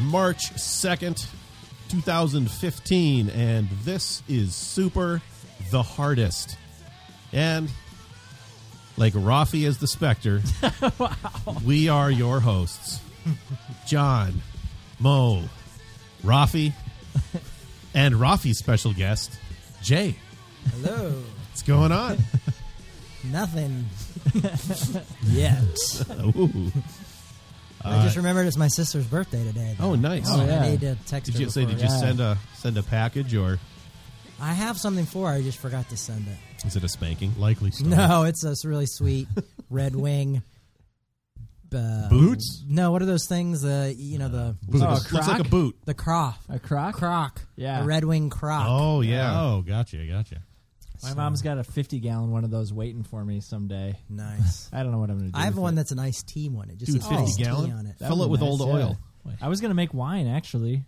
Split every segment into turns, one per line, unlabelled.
March 2nd, 2015, and this is Super the Hardest. And like Rafi is the Spectre, we are your hosts John, Mo, Rafi, and Rafi's special guest, Jay.
Hello.
What's going on?
Nothing. Yet.
Ooh.
I just remembered it's my sister's birthday today. though.
Oh, nice.
So
Oh,
I
yeah.
need to text
Did
her.
you say?
before
Did you
I-
send a send a package or
I have something for her. I just forgot to send it.
is it a spanking? Likely so.
No, it's this really sweet Red Wing. Uh,
Boots?
No, what are those things? The you know the
Looks,
Oh,
like a,
a
looks like a
croc?
boot.
the croc,
A croc?
croc,
Yeah.
a Red Wing croc.
Oh yeah. Oh, gotcha, gotcha.
My mom's got a 50 gallon one of those waiting for me someday.
nice.
I don't know what I'm going to do.
I have
with
one
it.
that's an iced tea one. It just
Dude,
says
50
iced
gallon?
tea on it.
That
Fill
would
it
be
with
nice,
old
yeah.
oil.
I was going to make wine, actually.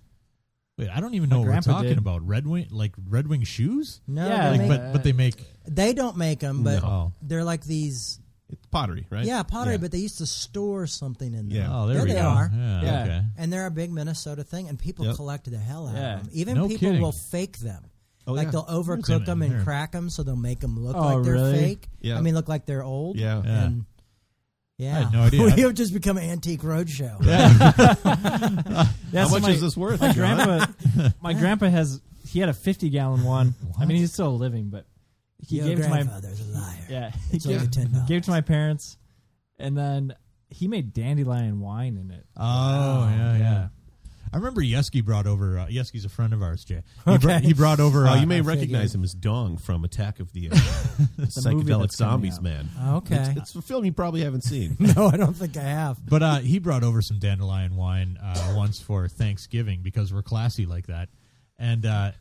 Wait, I don't even know what we're
grandpa
talking
did.
about. Red Wing, like Red Wing shoes,
No,
Yeah,
they, make,
like, but
uh,
but they make
they don't make them, but
No.
they're like these
It's pottery, right?
Yeah, pottery,
Yeah.
but they used to store something in there.
Yeah.
oh there,
There
we
they
go.
are.
Yeah,
Yeah.
okay.
And they're a big Minnesota thing, and people
Yep.
collect the hell out
Yeah.
of them. Even
No
people
kidding.
will fake them.
Oh,
like
yeah.
they'll
in
overcook
it
them and
there.
crack them, so they'll make them look
Oh,
like they're
really?
fake.
Yeah.
I mean, look like they're old.
Yeah.
Yeah.
And yeah,
had no idea.
we have just become antique roadshow.
Yeah,
How
so
much
my,
is this worth?
My
John?
grandpa, my grandpa has, he had a 50 gallon one. I mean, he's still living, but he
Your
gave it to my,
grandfather's a liar.
yeah, he
It's only
gave,
ten dollars.
gave it to my parents. And then he made dandelion wine in it.
Oh yeah, yeah,
yeah.
I remember Yeski brought over. Uh, Yeski's a friend of ours, Jay. He, brought, he brought over.
Uh,
uh,
you may
I
recognize
figured-
him as Dong from Attack of the, uh,
movie
Psychedelic
that's coming
Zombies,
out.
man.
Okay.
It's, it's a film you probably haven't seen.
no, I don't think I have.
But uh, he brought over some dandelion wine uh, once for Thanksgiving because we're classy like that, and uh,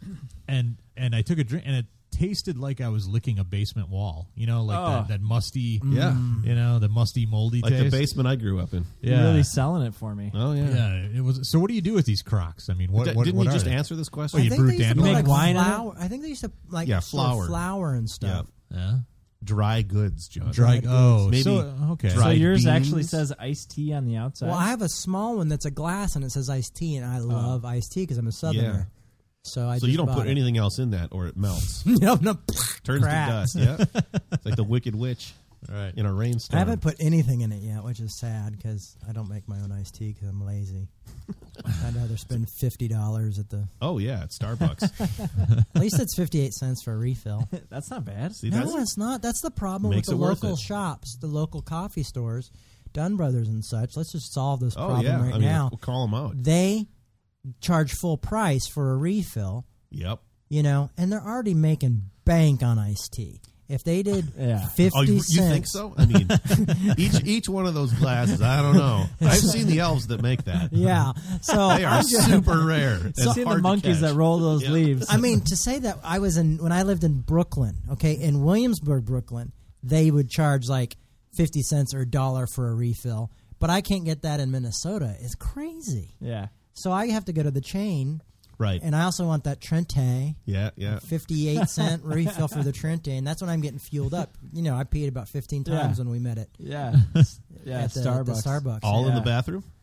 and and I took a drink and it tasted like I was licking a basement wall. You know, like
Oh.
that, that musty.
Mm. Yeah.
You know, the musty moldy
like the
taste.
basement I grew up in.
Yeah.
Really selling it for me.
Oh yeah.
Yeah, it was. So, what do you do with these Crocs? I mean, what,
D-
what
Didn't
what
you
are
just
they?
answer this
Oh,
question?
you
I think
brew
they used to put,
You
dandelion?
like
make wine in it?
flour. I think they used to like
Yeah,
store
flour.
flour and stuff.
Yeah,
Dry goods, John.
dry. Oh,
Maybe
so, okay.
So
Fried
yours actually
beans?
says iced tea on the outside.
Well, I have a small one that's a glass and it says iced tea, and I love iced tea because I'm a southerner.
Oh. Yeah.
So I
So
just
you don't
bought
put
it.
anything else in that, or it melts,
no, no.
turns
Cracks.
to dust. Yeah, it's like the Wicked Witch
Right.
in a
I
rainstorm.
haven't put anything in it yet, which is sad because I don't make my own iced tea because I'm lazy. I'd rather spend fifty dollars at the.
Oh yeah, at Starbucks.
At least it's fifty-eight cents for a refill.
That's not bad.
See,
no,
that's
it's not. That's the problem with
Makes
the
it worth
local
it.
shops, the local coffee stores, Dunn Brothers and such. Let's just solve this
oh
problem
yeah.
right
I mean,
now.
we'll call them out.
They charge full price for a refill.
Yep.
you know, and they're already making bank on iced tea. If they did
Yeah.
fifty
Oh, you,
cents,
you think so? I mean, each each one of those glasses. I don't know. I've seen the elves that make that.
Yeah. So
They are super rare. It's
I've seen the
hard to
monkeys
catch.
that roll those leaves.
I mean, to say that I was in when I lived in Brooklyn, okay, in Williamsburg, Brooklyn, they would charge like fifty cents or a dollar for a refill, but I can't get that in Minnesota. It's crazy.
yeah.
So I have to go to the chain,
Right.
and I also want that Trente.
yeah. Yeah.
58 cent refill for the Trente, and that's when I'm getting fueled up. You know, I peed about 15
Yeah.
times when we met it
Yeah. Yeah.
at the,
Starbucks.
at the Starbucks.
All in the
Yeah.
bathroom.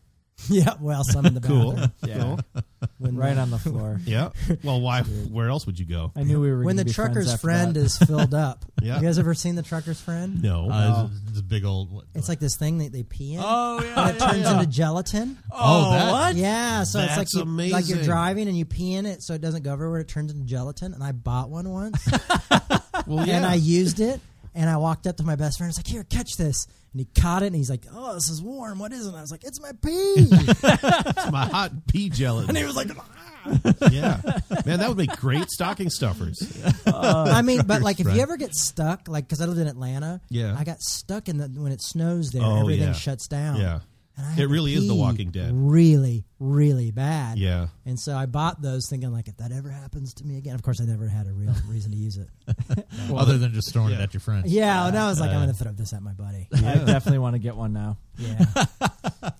Yeah, well, some in the
Cool.
bathroom.
Yeah.
Cool.
When
Right on the floor.
Yeah. Well, why? Where else would you go?
I knew we were
when the
gonna be friends
trucker's
after
friend
that.
is filled up.
Yeah.
You guys ever seen the trucker's friend?
No.
Uh, it's- It's a big old. What,
It's like this thing that they pee in.
oh yeah,
It turns into gelatin.
oh, that,
Yeah, so it's like
That's
you, like you're
amazing.
driving and you pee in it, so it doesn't go everywhere. It turns into gelatin, and I bought one once,
Well,
and I used it, and I walked up to my best friend. I was like, "Here, catch this," and he caught it, and he's like, "Oh, this is warm. What is it?" And I was like, "It's my pee,"
It's my hot pea gelatin.
and he was like, "Ah."
yeah. Man, that would make great stocking stuffers.
I mean, but
trucker's
like if
friend.
you ever get stuck, like because I lived in Atlanta,
Yeah.
I got stuck in the when it snows there,
Oh,
everything
yeah.
shuts down.
Yeah.
and I
It
had to
really is The
pee
Walking Dead.
really, really bad.
Yeah.
and so I bought those, thinking like if that ever happens to me again, of course I never had a real reason to use it.
other than just throwing it
Yeah.
at your friends.
Yeah, and I was like, I'm gonna throw this at my buddy.
I definitely want to get one now.
Yeah,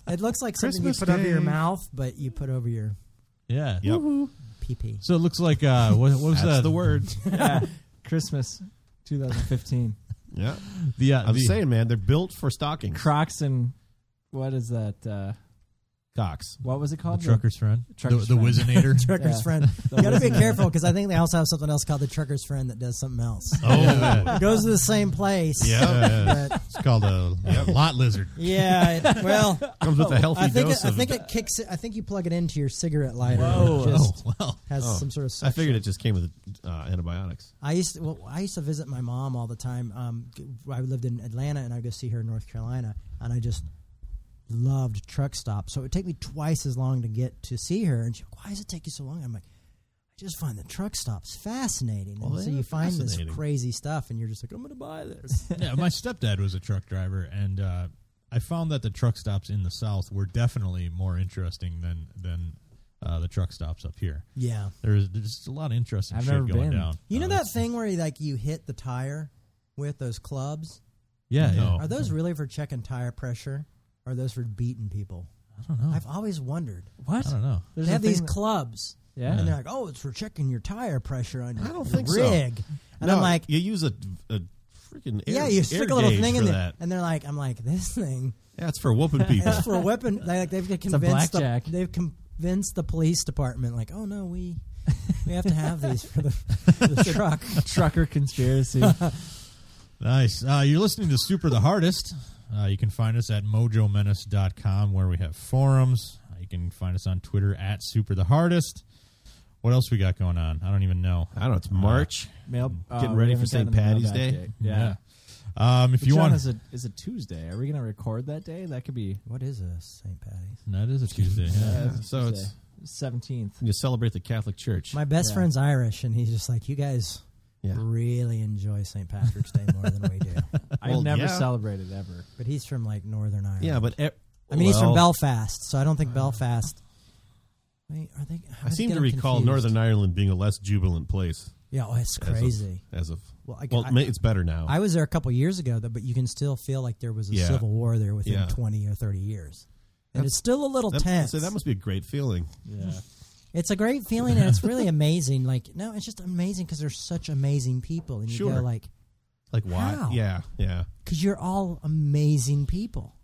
it looks like something
Christmas
you put over your
Day.
mouth, but you put over your
yeah.
Yep.
pee pee.
So it looks like uh, what, what was
That's
that?
the word.
Yeah. Christmas 2015.
Yeah.
The, uh,
I'm
the-
saying, man, they're built for stockings.
Crocs and what is that? Uh,
Cox.
What was it
The
called?
trucker's friend,
Trucker's
the, the
friend.
Wizinator.
Trucker's
Yeah.
friend. You got to be
wasn't it.
careful because I think they also have something else called the trucker's friend that does something else.
Oh,
Goes to the same place.
yeah.
But
It's called a lot lizard.
yeah, it, well,
Comes with a healthy
I think it,
dose
I
of.
think it kicks. It, I think you plug it into your cigarette lighter.
Whoa.
It just
Oh well,
has
Oh.
some sort of.
I figured it just came with uh, antibiotics.
I used to, well, I used to visit my mom all the time. Um, g- I lived in Atlanta, and I would go see her in North Carolina, and I just loved truck stops. So it would take me twice as long to get to see her, and she, why does it take you so long? I'm like, I just find the truck stops fascinating, and
Well,
so
they
you
are
find this
fascinating.
crazy stuff, and you're just like, I'm going to buy this.
yeah, my stepdad was a truck driver, and uh, I found that the truck stops in the South were definitely more interesting than than uh, the truck stops up here.
yeah,
There's there's just a lot of interesting
I've
shit
never
going
been.
down.
you know
Uh,
that
it's-
thing where you, like you hit the tire with those clubs?
Yeah,
No.
yeah.
Are those really for checking tire pressure? Or are those for beating people?
I don't know.
I've always wondered.
What?
I don't know.
There's
they
a
have
thing
these
that-
clubs.
yeah.
And they're like, oh, it's for checking your tire pressure on your
I don't think so.
rig. And
no,
I'm like,
you use a, a freaking air,
yeah, you stick
air
a little
gauge
thing
for
in there.
that.
And they're like, I'm like, this thing
That's for whooping people.
is for a weapon. They, like, they've
a
convinced the,
blackjack.
they've convinced the police department, like, oh, no, we we have to have these for the, for the truck.
Trucker conspiracy.
Nice. Uh, you're listening to Super the Hardest. Uh, you can find us at mojomenace.com where we have forums. Uh, you can find us on Twitter at Super the Hardest. What else we got going on? I don't even know.
I don't know.
Uh,
It's March.
Mail, uh,
Getting
we
ready
haven't
for St.
gotten the mail
Patty's
back
Day?
yet. Yeah.
Uh, Yeah. Um, if
Which
you
one
want,
is it? Is it Tuesday? Are we going to record that day? That could be uh,
What is this, St. Patty's?
that is a Tuesday. Yeah.
So it's
seventeenth.
you celebrate the Catholic Church.
My best
Yeah.
friend's Irish, and he's just like, you guys
Yeah.
really enjoy St. Patrick's Day more than we do.
Well,
I've never
yeah.
celebrated ever.
But he's from like Northern Ireland.
yeah, but e-
I mean, he's
well,
from
uh,
Belfast, so I don't think Belfast. Wait, are they?
I seem to recall
Northern.
Northern Ireland being a less jubilant place
Yeah, oh, it's
As of-
crazy.
as of.
Well, I,
Well,
I-
ma- it's better now.
I was there a couple years ago, though, but you can still feel like there was a
Yeah.
civil war there within
Yeah.
twenty or thirty years, and
That's-
it's still a little
that,
tense.
so that must be a great feeling.
Yeah.
it's a great feeling, and it's really amazing. Like, no, it's just amazing because they're such amazing people, and you
Sure.
go like,
Like why?
How?
Yeah, yeah.
because you're all amazing people,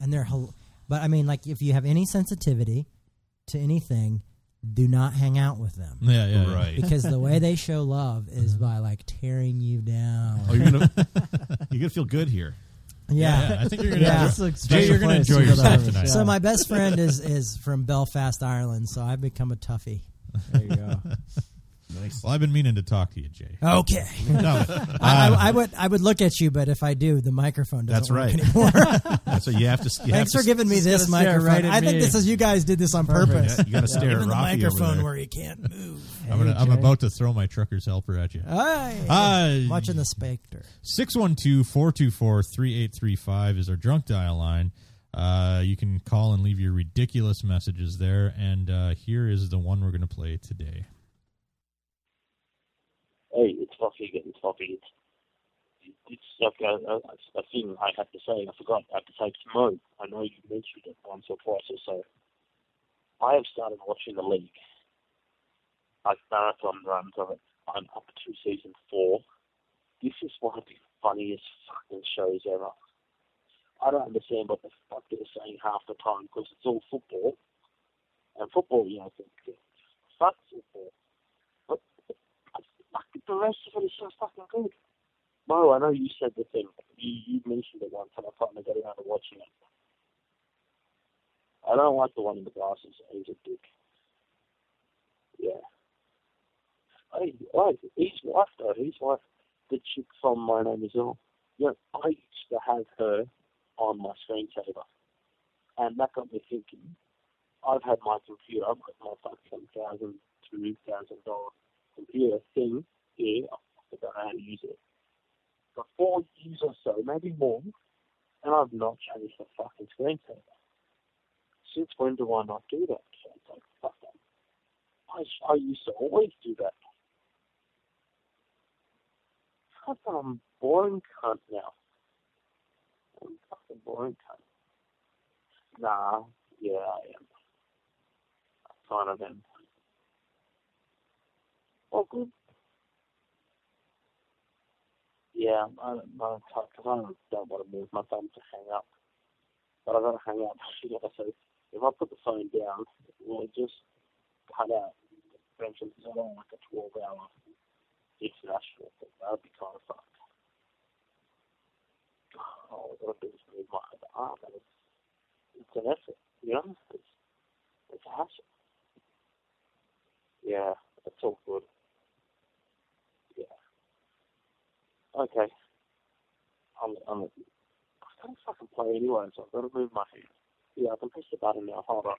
and they're. hel- But I mean, like, if you have any sensitivity to anything, do not hang out with them.
Yeah, yeah, yeah.
right.
because the way they show love is by like tearing you down.
Oh, you're gonna you're gonna feel good here.
yeah.
Yeah, I think you're gonna.
Yeah.
This is a
Jay,
special
you're gonna
place
enjoy
to go to
yourself
Ireland.
tonight.
Yeah.
So my best friend is is from Belfast, Ireland. So I've become a toughie.
There you go.
Nice.
Well, I've been meaning to talk to you, Jay.
Okay. I, I, I would I would look at you, but if I do, the microphone doesn't
That's right.
work anymore.
That's what you have to. You have
Thanks
to,
for giving me
He's
this
gonna stare
microphone.
right at
I think
me.
this is you guys did this on
Perfect.
purpose.
Yeah, you got to stare
Give
at
him the
Rafi over
microphone
there.
where he can't move.
I'm, gonna, I'm
Jay.
about to throw my trucker's helper at you.
Hey.
Hi.
Watching the Spectre.
612-424-3835 is our drunk dial line. Uh, you can call and leave your ridiculous messages there. And uh, here is the one we're going to play today.
hey, it's Fluffy getting Fluffy. It's, it's like a, a, a thing I had to say. I forgot I had to say tomorrow. I know you mentioned it once or twice or so. I have started watching the league. I've marathon runs of it. I'm up to season four. This is one of the funniest fucking shows ever. I don't understand what the fuck they're saying half the time because it's all football. And football, you know, fuck football. But Fuck, the rest of it is so fucking good. Mo, I know you said the thing. You, you mentioned it once, and I finally got around to watching it. I don't like the one in the glasses. He's a dick. Yeah. I, I, his wife, though, his wife, the chick from My Name Is Earl. Yeah, I used to have her on my screensaver, and that got me thinking. I've had my computer, I've got my fucking thousand, two thousand dollar computer thing here. I don't know how to use it. For four years or so, maybe more, and I've not changed the fucking screensaver. Since when do I not do that? So it's like, fuck that. I, sh- I used to always do that. Fuck, I'm boring cunt now. I'm fucking boring cunt. Nah, yeah, I am. I kind of am. Oh, good. Yeah, I don't know, because I don't, don't want to move my thumb to hang up. But i got to hang up. You know, so If I put the phone down, it will just cut out the convention because I don't like a 12 hour international thing. That would be kind of fun. Oh, I've got to do this move my other arm. And it's, it's an effort, you know? It's, it's a hassle. Yeah, that's all good. Yeah. Okay. I'm, I'm, I can't fucking play anyway, so I've got to move my hand. Yeah, I can push the button now. Hold on.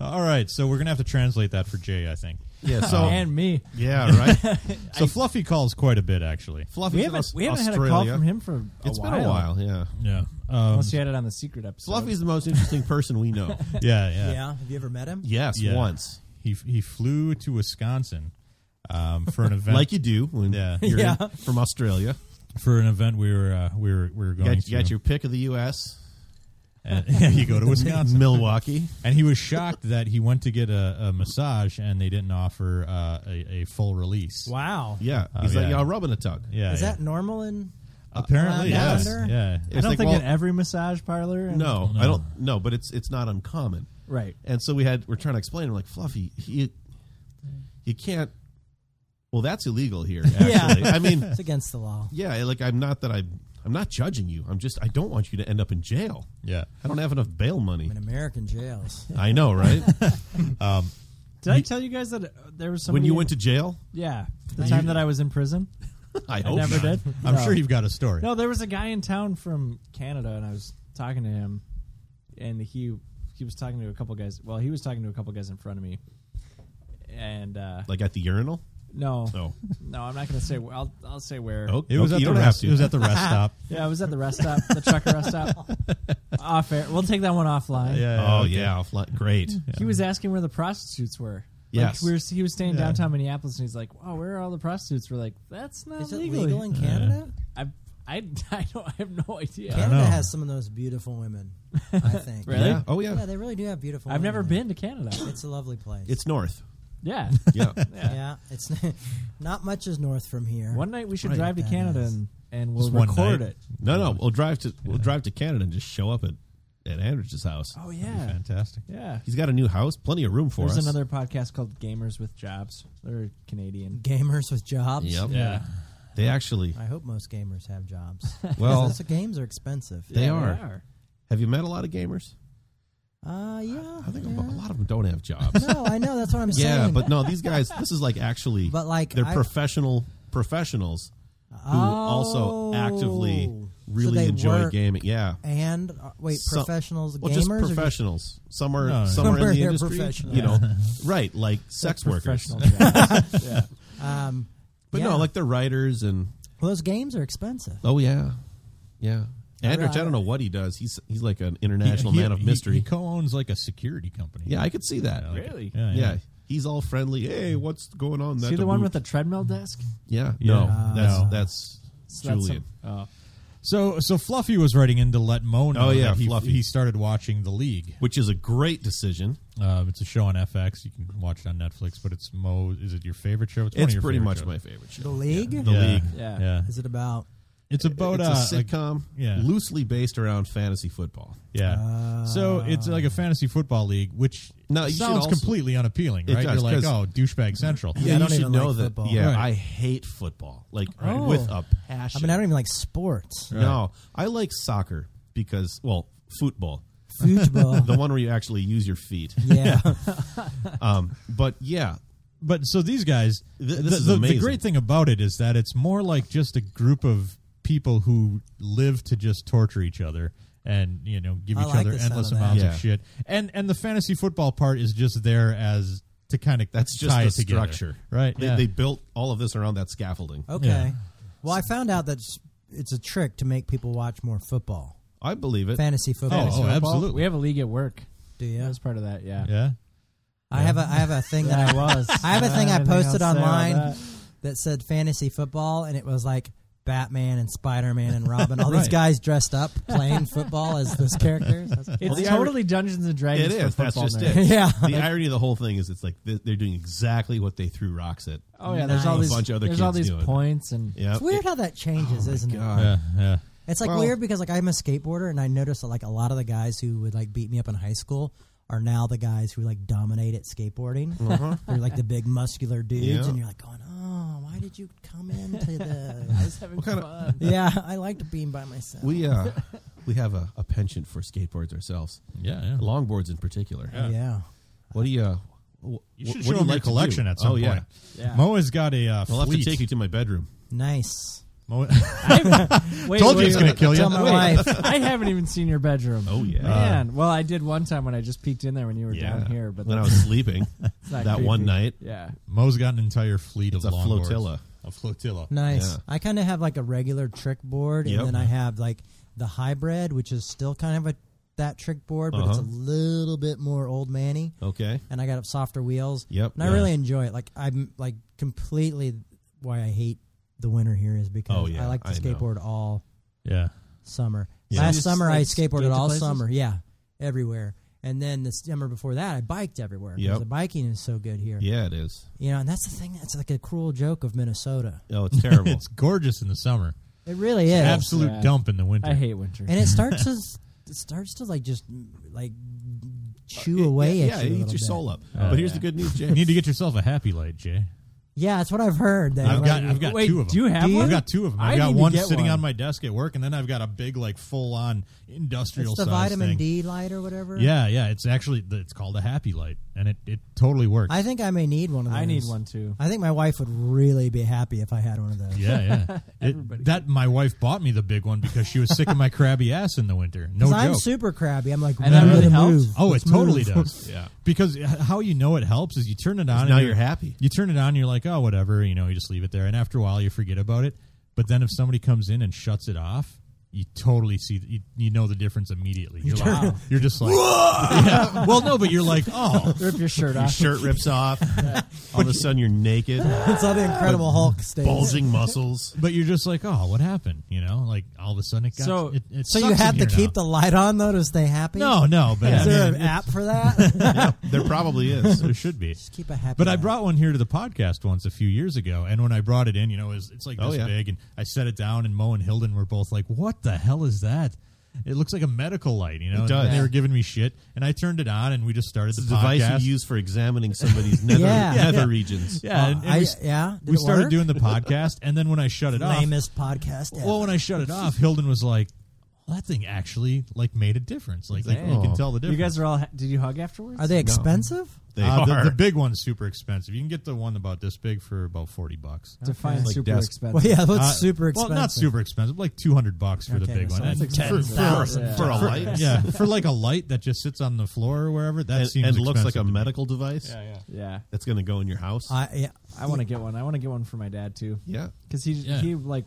Uh, All right, so we're gonna have to translate that for Jay, I think. Um,
Yeah. So
Oh, and me.
yeah, right.
So Fluffy calls quite a bit, actually.
Fluffy's
We
in
haven't
Aus-
we haven't had a
Australia.
call from him for a
It's
while.
been a while. Yeah.
Yeah, um,
Unless you had it on the secret episode.
Fluffy's the most interesting person we know.
yeah, yeah,
Yeah. Have you ever met him?
Yes,
Yeah.
once.
He he flew to Wisconsin um, for an event,
Like you do when
Yeah.
you're in-
Yeah.
from Australia.
for an event we were uh, we were we were
You
going
got, you got
to.
your pick of the U.S.,
and, yeah, you go to Wisconsin,
Milwaukee.
and he was shocked that he went to get a, a massage and they didn't offer uh, a, a full release.
Wow.
Yeah.
Oh,
He's like,
yeah.
yeah, rubbing a tug.
Yeah,
Is
yeah.
that normal in?
apparently
Uh,
yes,
calendar?
yeah.
I
It's
don't
like,
think
well,
in every massage parlor. and-
no,
Oh, No.
I don't. No, but it's it's not uncommon.
Right.
And so we had we're trying to explain. We're like, Fluffy, you you can't. Well, that's illegal here. Actually, I mean,
It's against the law.
yeah. Like, I'm not that I. I'm not judging you. I'm just. I don't want you to end up in jail.
Yeah,
I don't have enough bail money.
I'm in American jails.
I know, right?
Did I tell you guys that uh, there was somebody
when you went to jail,
Yeah, the time that I was in prison.
I
I
hope
never
not.
did.
I'm
No.
sure you've got a story.
No, there was a guy in town from Canada, and I was talking to him, and he he was talking to a couple guys. Well, he was talking to a couple guys in front of me, and uh,
Like at the urinal.
no,
No.
no, I'm not gonna say. wh- I'll I'll say where.
Oh,
It was
Okay,
at
you
the
don't have
rest.
to.
It was at the rest stop.
Yeah, I was at the rest stop, the truck rest stop. Off air. We'll take that one offline.
Yeah.
Oh
okay.
yeah, offline. great.
He was asking where the prostitutes were.
Yes.
like we were, he was staying
Yeah.
downtown Minneapolis, and he's like, "Wow, where are all the prostitutes?" We're like, "That's not
Is it
legal."
legal in Canada?
Uh, I, I, I don't. I have no idea.
Canada
know.
has some of the most beautiful women. I think.
Really?
Yeah. Oh yeah.
Yeah, they really do have beautiful.
I've
women
never
there.
been to Canada.
It's a lovely place.
It's north.
Yeah.
Yeah.
yeah.
yeah. It's not much is north from here.
One night we should
Right,
drive to
that
Canada
is.
and, and we'll
Just one
record
night?
it.
No, no. We'll drive to we'll drive to Canada and just show up at at Andrew's house.
Oh yeah.
Fantastic.
Yeah.
He's got a new house, plenty of room for
There's
us.
another podcast called Gamers with Jobs. They're Canadian.
gamers with jobs.
Yep.
Yeah.
They actually.
I hope most gamers have jobs.
Well-
Because that's- games are expensive.
They
Yeah,
are. Have you met a lot of gamers?
Uh, yeah.
I think
yeah.
a lot of them don't have jobs.
No, I know that's what I'm
yeah,
saying.
but no, these guys. This is like actually.
But, like,
they're
I-
professional professionals who also actively
Oh. So
really
they
enjoy
work
gaming. Yeah.
and uh, wait,
Some-
professionals,
Well,
gamers,
just
or just-
professionals. Some are
No, no.
some are
Some
in
are
the
they're
industry.
professional.
You know, right? Like sex workers.
Professional jobs. yeah.
um,
But
yeah.
no, like they're writers and
well, those games are expensive.
oh yeah, yeah. Andrich, I
Right.
don't know what he does. He's he's like an
He-
international
he-
man of
he-
mystery.
He, co-owns like a security company.
yeah, I could see that.
Yeah, like-
Really?
Yeah.
Yeah. he's all friendly. Hey, what's going on?
See
That
the one
boot?
with the treadmill desk?
yeah.
Yeah.
No,
Ah.
that's
No.
that's
So that's
Julian.
some- oh.
So so Fluffy was writing in to let Mo know
Oh, yeah,
that he,
Fluffy.
he started watching The League.
which is a great decision.
Uh, it's a show on FX. You can watch it on Netflix, but it's Mo. Is it your favorite show? one
It's
of your
pretty
favorite
much
shows.
my favorite show.
The league
The
yeah.
League.
Yeah.
Yeah.
is it about?
It's about
it's
uh,
a sitcom,
yeah.
loosely based around fantasy football.
yeah. so it's like a fantasy football league, which
No, you should
sounds
also-
completely unappealing,
It
right?
does,
You're like,
'cause-
oh, douchebag central.
Yeah, I
you
don't
should
even
know
like
that.
football.
Yeah,
Right.
I hate football like
Oh.
with a passion.
I mean, I don't even like
Oh.
sports.
No, I like soccer because well, football,
Football.
the one where you actually use your feet.
yeah.
Um, but yeah,
But so these guys,
Th- this
the,
is
the, the
amazing.
great thing about it is that it's more like just a group of people who live to just torture each other and you know give
I
each
like
other
the sound
endless
of that.
amounts
Yeah.
of shit. And and the fantasy football part is just there as to kind of
that's just
tie
the
it together,
structure,
right?
They,
yeah.
they built all of this around that scaffolding.
Okay.
Yeah.
Well, I found out that it's- it's a trick to make people watch more football,
I believe it.
fantasy football.
oh, absolutely.
We have a league at work.
Do you?
That was part of that, yeah.
yeah.
I have a I have a thing that I was. I have a thing I
Anything else
posted
to say about
online
that?
that. said fantasy football, and it was like Batman and Spider Man and Robin, all these
Right.
guys dressed up playing football as those characters. I was like,
It's
the
totally Dungeons and
It
Dragons. for
is. That's
football
just
nerds.
it.
Yeah.
The irony of the whole thing is, it's like th- they're doing exactly what they threw rocks at.
Oh yeah, there's all
A
these
bunch of other
there's all
kids
these
doing it.
points and
Yeah,
it's weird how that changes, isn't
God.
it?
yeah, yeah.
It's like
Well-
weird because like I'm a skateboarder and I notice that like a lot of the guys who would like beat me up in high school are now the guys who like dominate at skateboarding. They're like the big muscular dudes,
Yeah.
and you're like going, "Oh, why did you come into this?"
having
What kind of-
fun.
yeah, I liked being by myself.
We uh, we have a, a penchant for skateboards ourselves,
Yeah, yeah.
longboards in particular.
Yeah.
yeah.
What do you? Uh, wh-
You should
what
show
do
him
like
your
to do?
collection at some
oh, Yeah.
point.
Yeah.
Moa's got a uh,
I'll have to
fleet.
take you to my bedroom.
Nice.
Moa-
Wait,
Told you
wait,
it's gonna
wait.
kill you.
Tell my wife.
I haven't even seen your bedroom.
Oh, yeah.
man. well, I did one time when I just peeked in there when you were down here, but
when I
that's
was sleeping
not
that one
creepy.
night,
yeah,
Mo's got an entire fleet
It's
of
a
longboards.
flotilla.
A flotilla.
Nice.
Yeah.
I kind of have like a regular trick board,
Yep.
and then I have like the hybrid, which is still kind of a that trick board, but it's a
Uh-huh.
little bit more old manny.
okay,
and I got softer wheels.
Yep.
And I
Yeah.
really enjoy it. Like I'm like completely why I hate the winter here is because
Oh, yeah,
I like to
I know.
skateboard all
Yeah.
summer.
Yeah.
Last
So you just,
summer
like,
I
skate
skateboarded
to
all
places?
summer. Yeah. Everywhere. And then the summer before that I biked everywhere. 'cause
Yep.
The biking is so good here.
yeah, it is.
You know, and that's the thing that's like a cruel joke of Minnesota.
Oh, it's terrible.
It's gorgeous in the summer.
It really is.
Absolute
Yeah.
dump in the winter.
I hate winter.
And it starts to it starts to like just like
Uh,
chew away
yeah,
at
yeah,
you. a
it eats
little
your
bit.
soul up.
Oh,
but here's
yeah.
the good news,
You
Jay.
need to get yourself a happy light, Jay.
Yeah, that's what I've heard. That
I've
like,
got I've got
Wait,
two of them.
do you have Do you? one?
I've got two of them.
I
I've got
need to
one
get
sitting
one.
on my desk at work, and then I've got a big like full on industrial.
it's the
size
vitamin
thing.
D light or whatever.
Yeah, yeah. It's actually it's called a happy light, and it it totally works.
I think I may need one of those.
I need one too.
I think my wife would really be happy if I had one of those.
yeah, yeah. It, that my wife bought me the big one because she was sick of my crabby ass in the winter. No
'Cause I'm
joke.
super crabby. I'm like,
And that
"We're
really
gonna
helps?
move.
Oh, it
Let's
totally
move."
does.
Yeah.
Because h- how you know it helps is you turn it on. And
now you're happy.
You turn it on. You're like, oh, whatever. You know, you just leave it there, and after a while, you forget about it. But then if somebody comes in and shuts it off, you totally see. You, you know the difference immediately. You're like,
turn-
you're just like, Yeah. well, no, but you're like, oh,
Rip your shirt
Your
off.
shirt rips off. All of a sudden, you're naked,
It's all the Incredible Hulk stage.
bulging muscles.
but you're just like, oh, what happened? You know, like all of a sudden it got.
So-
it, it
So you have to keep the light on though to stay happy.
No, no, but
Is
I mean,
there an
it-
app for that?
There probably is.
there should be.
Just keep a happy.
But I
light.
brought one here to the podcast once a few years ago, and when I brought it in, you know, it was, it's like
Oh,
this
yeah.
big, and I set it down, and Mo and Hilden were both like, "What the hell is that?" It looks like a medical light, you know.
It does.
And they were giving me shit, and I turned it on, and we just started
It's
the
a device
podcast.
you use for examining somebody's nether,
Yeah.
nether regions.
yeah, and,
Uh,
and
I-
we, s-
yeah. Did
we
it
started
work?
doing the podcast, and then when I shut it off,
lamest podcast. Ever.
well, when I shut it off, Hilden was like, "Well, "That thing actually like made a difference. Like you, you can
Dang.
tell the
You
difference."
guys are all. Did you hug afterwards?
are they expensive?
They
Uh, the,
are.
the big one's super expensive. You can get the one about this big for about forty bucks.
Define
Like
super
desk-
expensive.
Well, yeah, that's
Uh,
super expensive.
Well, not super expensive, like two hundred bucks for the
Okay,
big
so
one.
that's
And
expensive.
for-
for,
Yeah.
for a light
yeah, for like a light that just sits on the floor or wherever. That
and,
seems
and looks like a
expensive to me.
medical device
Yeah, yeah.
yeah.
that's going to go in your house.
I, yeah.
I want to get one. I want to get one for my dad too,
yeah.
because he
Yeah.
he like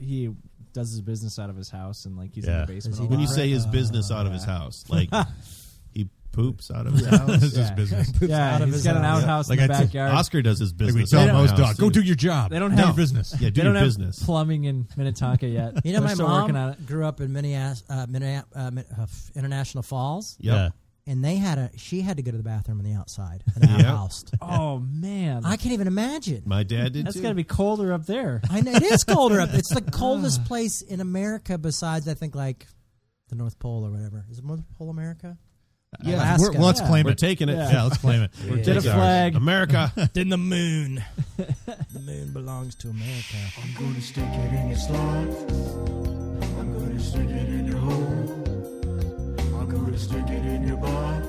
he does his business out of his house and like he's in
Yeah.
the basement.
Does
a
he
lot.
When you say
Uh,
his business out of his house, like he poops out of his house.
This is
Yeah.
business.
yeah,
out of
he's
his
got an
house.
outhouse
Like
in the
I t-
backyard.
Oscar does his
Like we
business.
tell
out of his
Mo's
house,
dog, go
too.
do your job.
They don't
do
have-
your business.
Yeah, do
they
your
don't have
business.
plumbing in Minnetonka yet.
You know,
They're
my
still working on
mom
it.
grew up in Minneas- uh, Minneap- uh, Min- uh, f- International Falls.
Yep.
Yeah.
and they had a she had to go to the bathroom on the outside and
Yeah.
outhouse.
Oh man,
I can't even imagine.
My dad did
that's
too.
got to be colder up there.
I know, it is colder up. It's the coldest place in America besides I think like the North Pole or whatever. Is it North Pole America?
Yeah.
Alaska.
We're- well, let's
Yeah.
claim
We're
it.
taking it.
Yeah, let's claim it. We're
Get a
taking it.
flag.
America.
Then the moon. the moon belongs to America.
I'm gonna stick it in your slot. I'm gonna stick it in your hole. I'm gonna stick it in your box.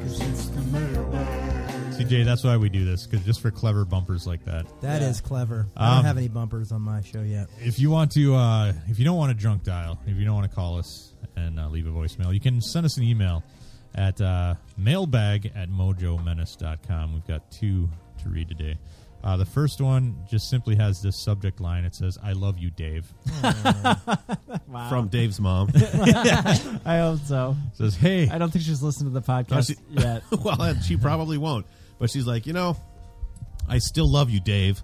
Cause it's the mailbag.
CJ, that's why we do this, 'cause just for clever bumpers like that.
That is
Yeah.
clever. I don't
Um,
have any bumpers on my show yet.
if you want to uh, if you don't want to drunk dial if you don't want to call us and uh, leave a voicemail you can send us an email at uh, mailbag at mojomenace.com we've got two to read today uh, the first one just simply has this subject line it says i love you dave it
Wow.
From Dave's mom.
I hope so.
says hey
I don't think she's listened to the podcast
she-
yet.
well, and she probably won't. But she's like, you know, I still love you, Dave.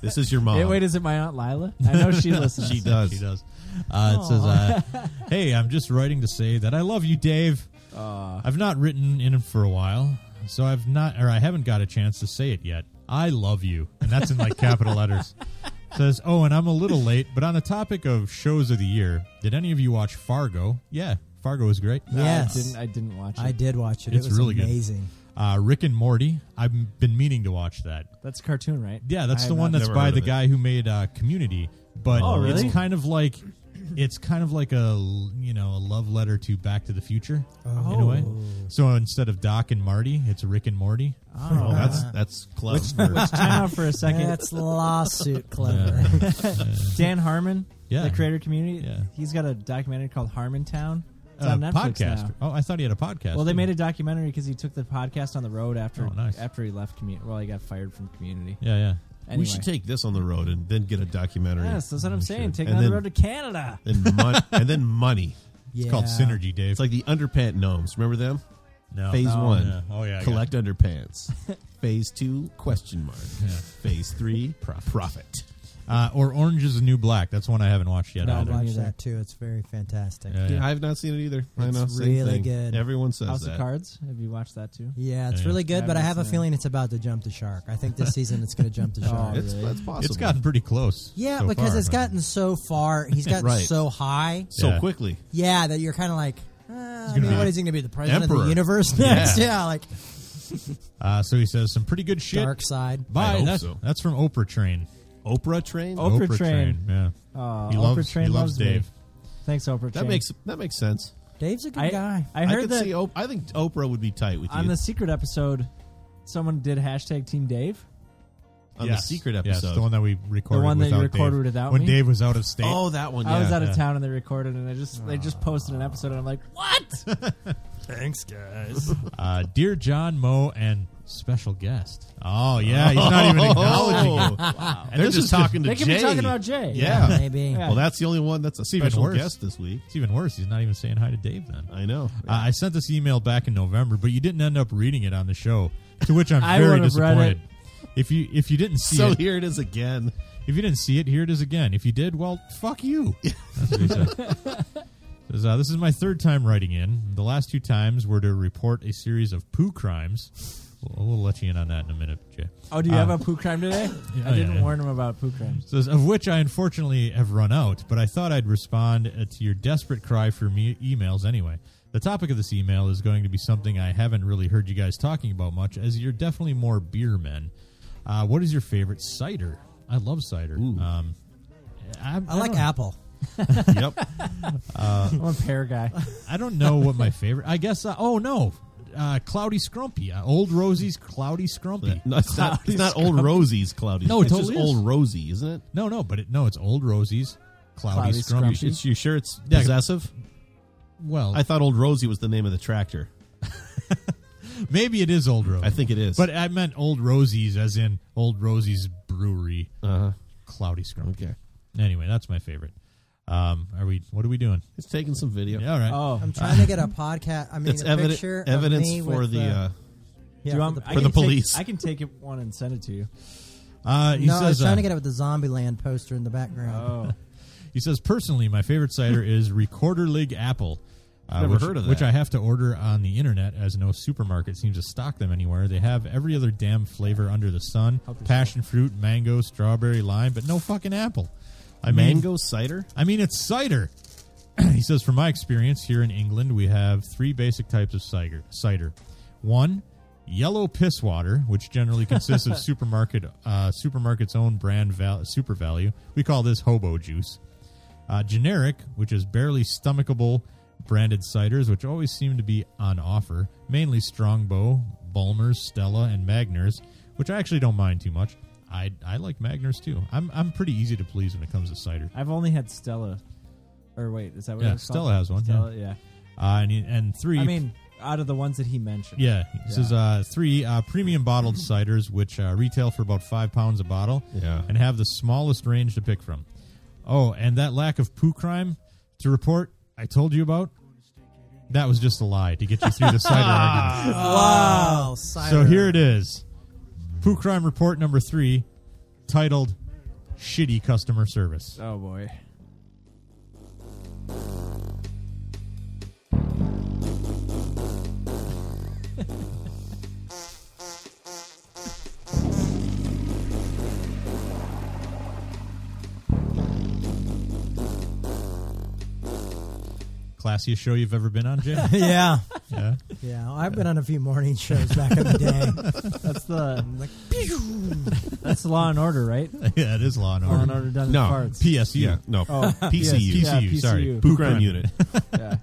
This is your mom.
Um,
Hey, wait, is it my aunt Lila? I know she listens.
she does.
she does uh, it says uh, hey i'm just writing to say that i love you dave
Aw.
I've not written in for a while, so I've not or I haven't got a chance to say it yet. I love you, and that's in like capital letters. says, "Oh, and I'm a little late, but on the topic of shows of the year, did any of you watch Fargo? Yeah, Fargo is great.
yes,
I didn't, I didn't watch it.
I did watch it.
It's
it was
really good.
amazing.
Uh, Rick and Morty. I've been meaning to watch that.
That's a cartoon, right?
Yeah, that's
I
the
have
one
not-
that's
never
by
heard
the
of it.
guy who made uh, Community. But
Oh, really?
it's kind of like it's kind of like a you know a love letter to Back to the Future in a way. So instead of Doc and Marty, it's Rick and Morty.
Oh, that's that's close.
Time out for a second.
That's lawsuit clever.
Dan Harmon,
Yeah.
the creator community.
Yeah.
He's got a documentary called Harmon Town. It's
Uh,
on Netflix
podcast.
now.
Oh, I thought he had a podcast.
Well, they
too.
made a documentary because he took the podcast on the road after
Oh, nice.
after he left community. Well, he got fired from community.
Yeah, yeah.
We
Anyway.
should take this on the road and then get a documentary.
Yes, that's what I'm saying. Take it
And
on the
then-
road to Canada.
And, mon- and then money.
It's called Synergy, Dave.
It's like the underpant gnomes. Remember them?
no.
Phase
Oh,
one.
yeah. Oh yeah. I got
Collect underpants. Phase two, question mark. Phase three, profit.
it. Uh, or Orange is the New Black. That's one I haven't watched yet.
No, I've
either.
watched
either.
that too. It's very fantastic.
Yeah,
Yeah,
Yeah,
yeah.
I've not seen it either. I
It's
know, same
really
thing.
good.
Everyone says
House
that.
of Cards. Have you watched that too?
it's
Yeah.
really good, but I
Haven't
have a
seen it.
feeling it's about to jump the shark. I think this season it's going to jump the shark.
It's that's possible.
It's gotten pretty close.
yeah,
so
because
far,
it's
but-
gotten so far. He's gotten
Right.
so high.
so
Yeah.
quickly.
Yeah, that you're kind of like, uh, I mean,
be
what is he going to be? The president of
emperor.
the universe next?
Yeah.
Yeah, like
Uh, so he says some pretty good shit.
dark side.
I
Bye.
hope
That's,
so.
that's from Oprah Train.
Oprah train.
Oh, Oprah Train.
Yeah.
Uh,
he
Oprah
loves,
Train
he loves,
me.
Dave.
Thanks, Oprah.
that
Train.
makes that makes sense.
Dave's a good
I,
guy.
I
I,
heard
could
that
see. Op- I think Oprah would be tight with you
on the secret episode, someone did hashtag Team Dave.
on
Yes.
the secret
Yes,
episode.
the one that we recorded
one that you
without
recorded
Dave.
without
When
me?
Dave was out of state.
oh, that one. Yeah.
I was out of
Yeah.
town and they recorded, and I just they just posted an episode, and I'm like, what?
Uh, dear John, Moe, and special guest. Oh, yeah. He's not even acknowledging it.
Oh, wow.
And
They're
this
just
is the-
talking to
they could
Jay.
be talking about Jay.
yeah.
Maybe.
Well, that's the only one that's a
even
special
worse.
guest this week.
It's even worse. He's not even saying hi to Dave then.
I know.
Uh, I sent this email back in November, but you didn't end up reading it on the show, to which I'm
I
very
would've read
disappointed. If you if you didn't see
so
it,
here it is again.
if you didn't see it, here it is again. If you did, well, fuck you. That's what he said. Says, uh, this is my third time writing in. The last two times were to report a series of poo crimes. We'll, we'll let you in on that in a minute, Jay.
Oh, do you
Uh,
have a poo crime today?
yeah,
I didn't
yeah, yeah.
warn him about poo crimes.
Says, of which I unfortunately have run out, but I thought I'd respond uh, to your desperate cry for me- emails anyway. The topic of this email is going to be something I haven't really heard you guys talking about much, as you're definitely more beer men. Uh, what is your favorite cider? I love cider.
Ooh.
Um, I,
I like
don't-
Apple.
yep.
I'm a pear guy.
I don't know what my favorite. I guess. Uh, oh no, uh, cloudy scrumpy. Uh, Old Rosie's cloudy scrumpy.
No, it's not. It's not old Rosie's cloudy.
No, it
it's
totally
just
is.
old Rosie, isn't it?
No, no, but it, no, it's Old Rosie's cloudy,
Cloudy
scrumpy.
Scrumpy.
It's,
It's you sure it's
Yeah.
possessive?
well,
I thought old Rosie was the name of the tractor.
maybe it is Old Rosie.
I think it is.
But I meant Old Rosie's, as in Old Rosie's Brewery,
uh-huh.
Cloudy Scrum.
okay,
Anyway, that's my favorite. Um, are we? What are we doing?
it's taking some video.
Yeah, all right.
Oh,
I'm trying to get a podcast. I mean,
It's
a
evidence
picture of
evidence
me
for
with,
the. Uh,
yeah,
do you
for
want-
the
I
for
can
the police.
Take, I can take it one and send it to you.
Uh, he
no, I was
says.
trying
uh,
to get it with the Zombieland poster in the background.
Oh,
he says personally, my favorite cider is Recorder League Apple. Uh,
Never
which,
heard of
which
that.
I have to order on the internet, as no supermarket seems to stock them anywhere. They have every other damn flavor under the sun: passion fruit, mango, strawberry, lime, but no fucking apple. I mean,
mango cider.
I mean, it's cider. he says, from my experience here in England, we have three basic types of cider. cider. One, yellow piss water, which generally consists of supermarket uh, supermarket's own brand val- super value. We call this hobo juice. Uh, generic, which is barely stomachable, branded ciders, which always seem to be on offer, mainly Strongbow, Bulmers, Stella, and Magners, which I actually don't mind too much. I, I like Magners too. I'm, I'm pretty easy to please when it comes to cider.
I've only had Stella. Or wait, is that what
Yeah,
it was called?
Stella has one, yeah.
Stella, yeah.
Uh, and, and three,
I mean, out of the ones that he mentioned.
yeah, this is uh, three uh, premium bottled ciders, which uh, retail for about five pounds a bottle,
Yeah.
and have the smallest range to pick from. Oh, and that lack of poo crime to report I told you about. That was just a lie to get you through the cider argument.
Wow.
So here it is, poo crime report number three, titled "Shitty Customer Service."
Oh boy.
classiest show you've ever been on, Jim.
yeah,
yeah.
yeah. I've been on a few morning shows back in the day.
That's the that's Law and Order, right?
yeah, it is Law and
Law and
Order.
Order done in
No,
parts.
PSU. Yeah, no,
Oh,
PCU.
yeah,
PCU, sorry.
PCU.
Boot Crime Unit.
Yeah.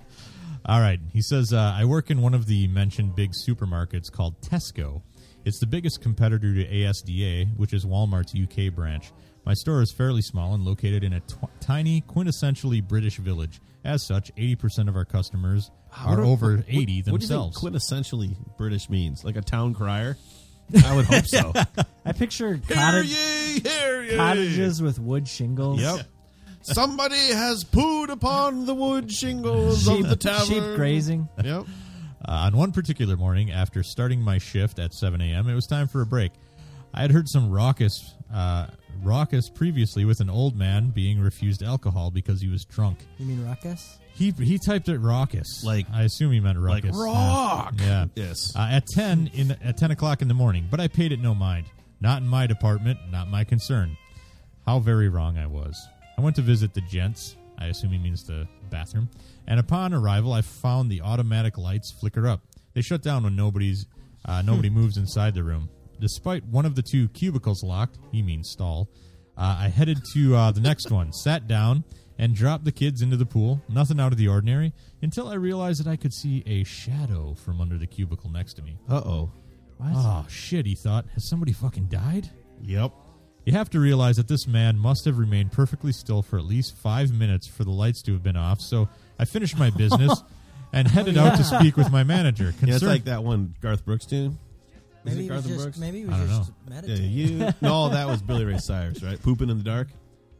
All right. He says, uh, I work in one of the mentioned big supermarkets called Tesco. It's the biggest competitor to ASDA, which is Walmart's UK branch. My store is fairly small and located in a tw- tiny, quintessentially British village. As such, 80% of our customers
What
are
do-
over
what-
80
what
themselves.
do you think quintessentially British means? Like a town crier? I would hope so.
I picture
Hear
cottage,
ye, hear ye.
cottages with wood shingles.
Yep. Somebody has pooed upon the wood shingles
Sheep,
of the tavern.
sheep grazing.
Yep.
Uh, on one particular morning, after starting my shift at 7 a.m., it was time for a break. I had heard some raucous, uh, raucous previously with an old man being refused alcohol because he was drunk.
You mean ruckus?
He he typed it raucous.
Like-
I assume he meant
Like
raucous.
rock.
Yeah. yeah.
Yes.
Uh, at ten in at ten o'clock in the morning, but I paid it no mind. Not in my department. Not my concern. How very wrong I was. I went to visit the gents. I assume he means the bathroom. And upon arrival, I found the automatic lights flicker up. They shut down when nobody's
Hmm.
uh, nobody moves inside the room. Despite one of the two cubicles locked, he means stall. Uh, I headed to uh, the next one, sat down, and dropped the kids into the pool. Nothing out of the ordinary until I realized that I could see a shadow from under the cubicle next to me.
Uh oh.
Oh shit! He thought, has somebody fucking died?
Yep.
You have to realize that this man must have remained perfectly still for at least five minutes for the lights to have been off. So I finished my business and headed out to speak with my manager.
Yeah, it's
Concerned-
like that one Garth Brooks tune. Is
Maybe
it
he
Garth
was just
Brooks?
maybe he
I
was
don't
just
Yeah,
meditating.
you. No, that was Billy Ray Cyrus, right? Pooping in the dark.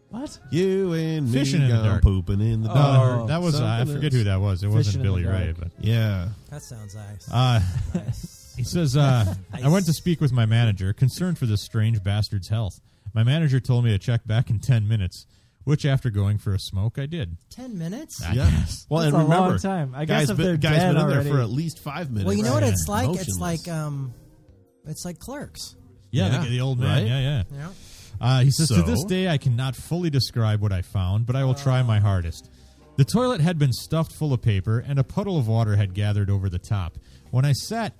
What?
You and me
Fishing in the
gone
dark.
Pooping in the
Oh,
dark.
Uh, that was I
Something
forget
else.
who that was. It
Fishing
wasn't
in the
Billy Ray,
dark.
but
Yeah.
That sounds nice.
uh,
nice.
He says, uh, I went to speak with my manager, concerned for this strange bastard's health. My manager told me to check back in 10 minutes, which after going for a smoke, I did.
Ten minutes.
Ah,
Yeah. Well, and
That's a long
remember,
time. I
guys,
guess if
been,
they're
guys
dead
been in
already-
there for at least five minutes.
Well, you know what
Right.
it's like. It's
Motionless.
like um, it's like clerks.
Yeah,
Yeah.
The, the old man.
Right?
Yeah, yeah.
Yeah.
Uh, he says,
So?
To this day, I cannot fully describe what I found, but I will try my hardest. The toilet had been stuffed full of paper, and a puddle of water had gathered over the top. When I sat,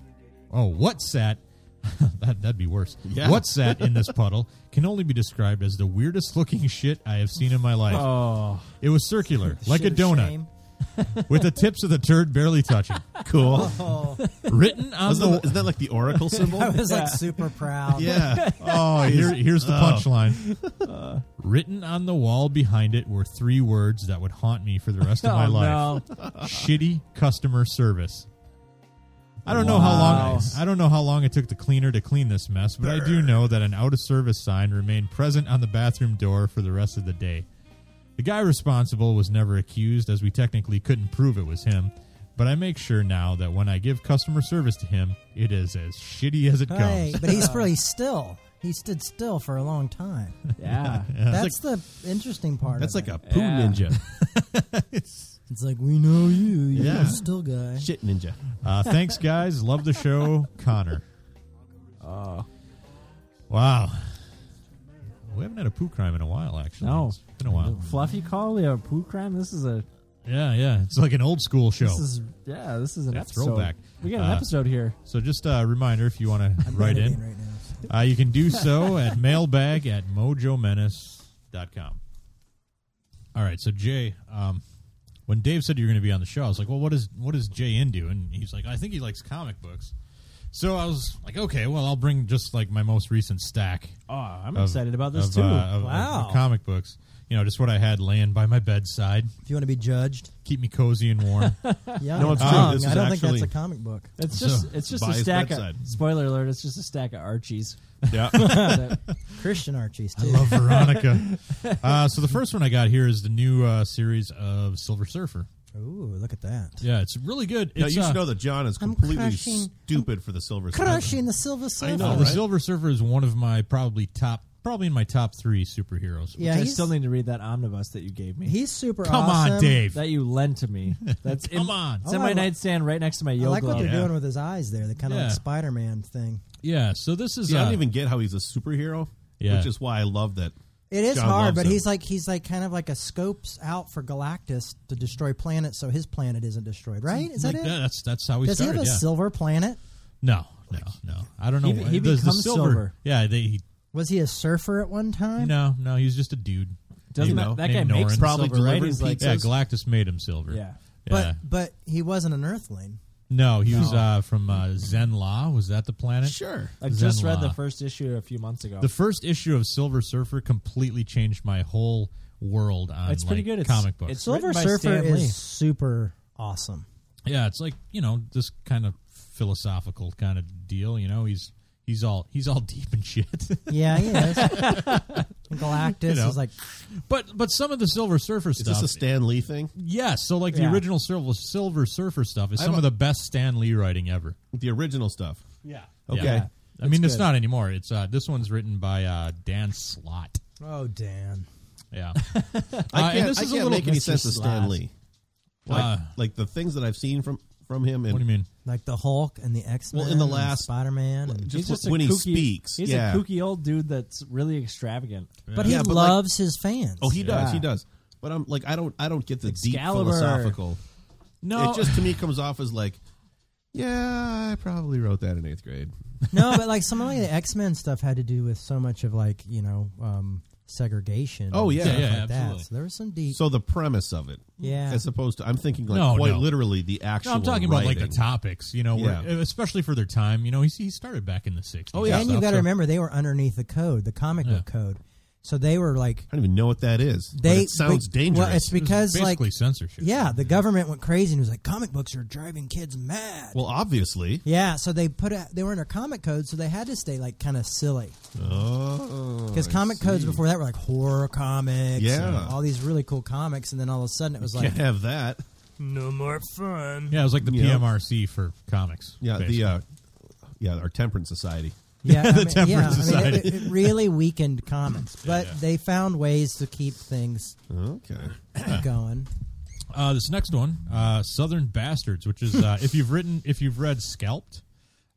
oh, what sat? that, that'd be worse.
Yeah.
What sat in this puddle can only be described as the weirdest looking shit I have seen in my life.
Oh,
It was circular, like a
Shit of
donut,
shame.
with the tips of the turd barely touching.
cool.
Oh,
Written on
Isn't that,
the
isn't that like the oracle symbol?
I was like super proud.
yeah.
oh, here, here's the
Oh.
punchline. Written on the wall behind it were three words that would haunt me for the rest of my
Oh,
life: shitty customer service. I don't know how long
Wow.
I don't know how long it took the cleaner to clean this mess, but I do know that an out of service sign remained present on the bathroom door for the rest of the day. The guy responsible was never accused, as we technically couldn't prove it was him. But I make sure now that when I give customer service to him, it is as shitty as it comes.
Hey, but he's pretty still. He stood still for a long time.
no. Yeah.
That's the interesting part.
That's like
of it.
a poo
Yeah.
ninja,
It's like we know you. You're
Yeah.
a still guy.
shit ninja.
Uh, thanks, guys. Love the show, Connor.
Oh.
Wow. We haven't had a poo crime in a while, actually.
No.
It's been a while.
Fluffy call a poo crime. This is a
Yeah, yeah. It's like an old school show.
this is yeah. This is an
Oh. Yeah,
episode.
throwback.
We got an
Uh,
episode here.
so just a reminder if you want to write
Meditating
in,
right now.
uh, you can do so at mailbag at mojomenace.com. All right. So, Jay, um, when Dave said you were going to be on the show, I was like, well, what is, what is Jay into? And he's like, I think he likes comic books. So I was like, okay, well, I'll bring just like my most recent stack
Oh, I'm
of-
excited about this
of,
too.
uh, of- of
Wow.
comic books. You know, just what I had laying by my bedside,
If you want to be judged,
keep me cozy and warm.
yeah,
No, it's true.
wrong.
This
I
is
don't think that's
actually-
a comic book.
it's just
so,
it's just a
by his
stack. Of,
bedside.
spoiler alert! It's just a stack of Archies.
Yeah.
That-
Christian Archie's
I
too.
love Veronica. Uh, so the first one I got here is the new uh, series of Silver Surfer.
Ooh, look at that.
Yeah, it's really good.
now,
It's,
you
uh,
should know that John is
I'm
completely
crushing-
stupid for the Silver Surfer.
Crushing the Silver Surfer.
I
uh,
know,
the
right?
Silver Surfer is one of my probably top, probably in my top three superheroes.
Yeah,
I
he's,
still need to read that omnibus that you gave me.
he's super
Come
awesome.
on, Dave.
that you lent to me. That's
Come
in,
on.
It's in
Oh, I
my
li-
nightstand right next to my
I
yoga.
like what they're
Yeah.
doing with his eyes there. The kind of
Yeah.
like Spider-Man thing.
Yeah, so this is
See, I
uh,
don't even get how he's a superhero,
Yeah.
which is why I love that
It is
John
hard,
loves
but
him.
he's like he's like kind of like a scopes out for Galactus to destroy planets, so his planet isn't destroyed, right? Is
Like
that it?
That's that's how we
Does he
started.
have a
yeah.
silver planet?
no, no, no. I don't know.
He-
why-
he
does the
becomes silver.
Yeah, they, he,
Was he a surfer at one time?
no, no. He's just a dude.
Doesn't
You
that,
know,
that guy
named
makes
Probably
Norrin.
probably silver, right?
delivering
He's like,
yeah. Galactus made him silver.
yeah.
but
Yeah.
but he wasn't an Earthling.
no, he was
No.
uh, from uh, Zen La. Was that the planet?
Sure.
I just
Zen
read the
Law.
first issue a few months ago.
The first issue of Silver Surfer completely changed my whole world on
It's pretty
like,
good. It's-
comic books.
it's-
Silver
written by
Surfer
Stan Lee.
is super awesome.
yeah, it's like you know this kind of philosophical kind of deal. You know, he's he's all he's all deep and shit.
Yeah, he is. Galactus
You know.
is like
but but some of the Silver Surfer
Is
stuff.
this a Stan Lee thing?
Yes, so like
Yeah.
the original Silver, Silver Surfer stuff is
I
some
have
of
a-
the best Stan Lee writing ever.
The original stuff.
Yeah.
Okay.
I mean,
That's
it's
good.
not anymore. It's uh, this one's written by uh, Dan Slott.
Oh Dan.
Yeah. Uh,
I
and
can't,
this
I
is a
can't
little
make any
Mr.
sense of Stan
Slott.
Lee. Like,
Uh,
like the things that I've seen from from him, and
what do you mean?
Like the Hulk and the X Men
Well, in the last-
Spider Man.
just,
he's just
when
a
he
kooky,
speaks,
He's
yeah.
a kooky old dude that's really extravagant.
But he
Yeah, but, like-
loves his fans.
Oh, he does,
Yeah.
he does. But I'm like, I don't, I don't get the
Excalibur.
deep philosophical.
No,
It just to me comes off as like, yeah, I probably wrote that in eighth grade.
no, but like some of like, the X Men stuff had to do with so much of like you know um, segregation.
Oh,
and
yeah.
stuff
Yeah, yeah,
like
absolutely.
That. So there was some deep.
So the premise of it,
yeah,
as opposed to, I'm thinking like
No,
quite
no.
literally the actual.
No, I'm talking about like the
writing.
topics, you know, where,
Yeah.
especially for their time. You know, he, he started back in the 60s.
Oh, yeah.
and you got to
So-
remember they were underneath the code, the comic book code. So they were like
I don't even know what that is. but
they
it sounds
but-
dangerous.
Well, it's
it was
because like
basically censorship.
yeah, the government went crazy and was like comic books are driving kids mad.
Well, obviously.
yeah, so they put a, they were under comic code, so they had to stay like kind of silly.
Oh,
Because
I
comic
see.
codes before that were like horror comics,
Yeah.
and all these really cool comics, and then all of a sudden it was like
can't have that.
no more fun.
Yeah, it was like the
Yeah.
PMRC for comics.
Yeah,
basically.
the uh, yeah our temperance society.
Yeah, I mean,
Temperance
yeah, I mean, it-
Society.
it, it really weakened comics, but they found ways to keep things
Okay,
going.
Uh, this next one, uh, Southern Bastards, which is uh, if you've written, if you've read Scalped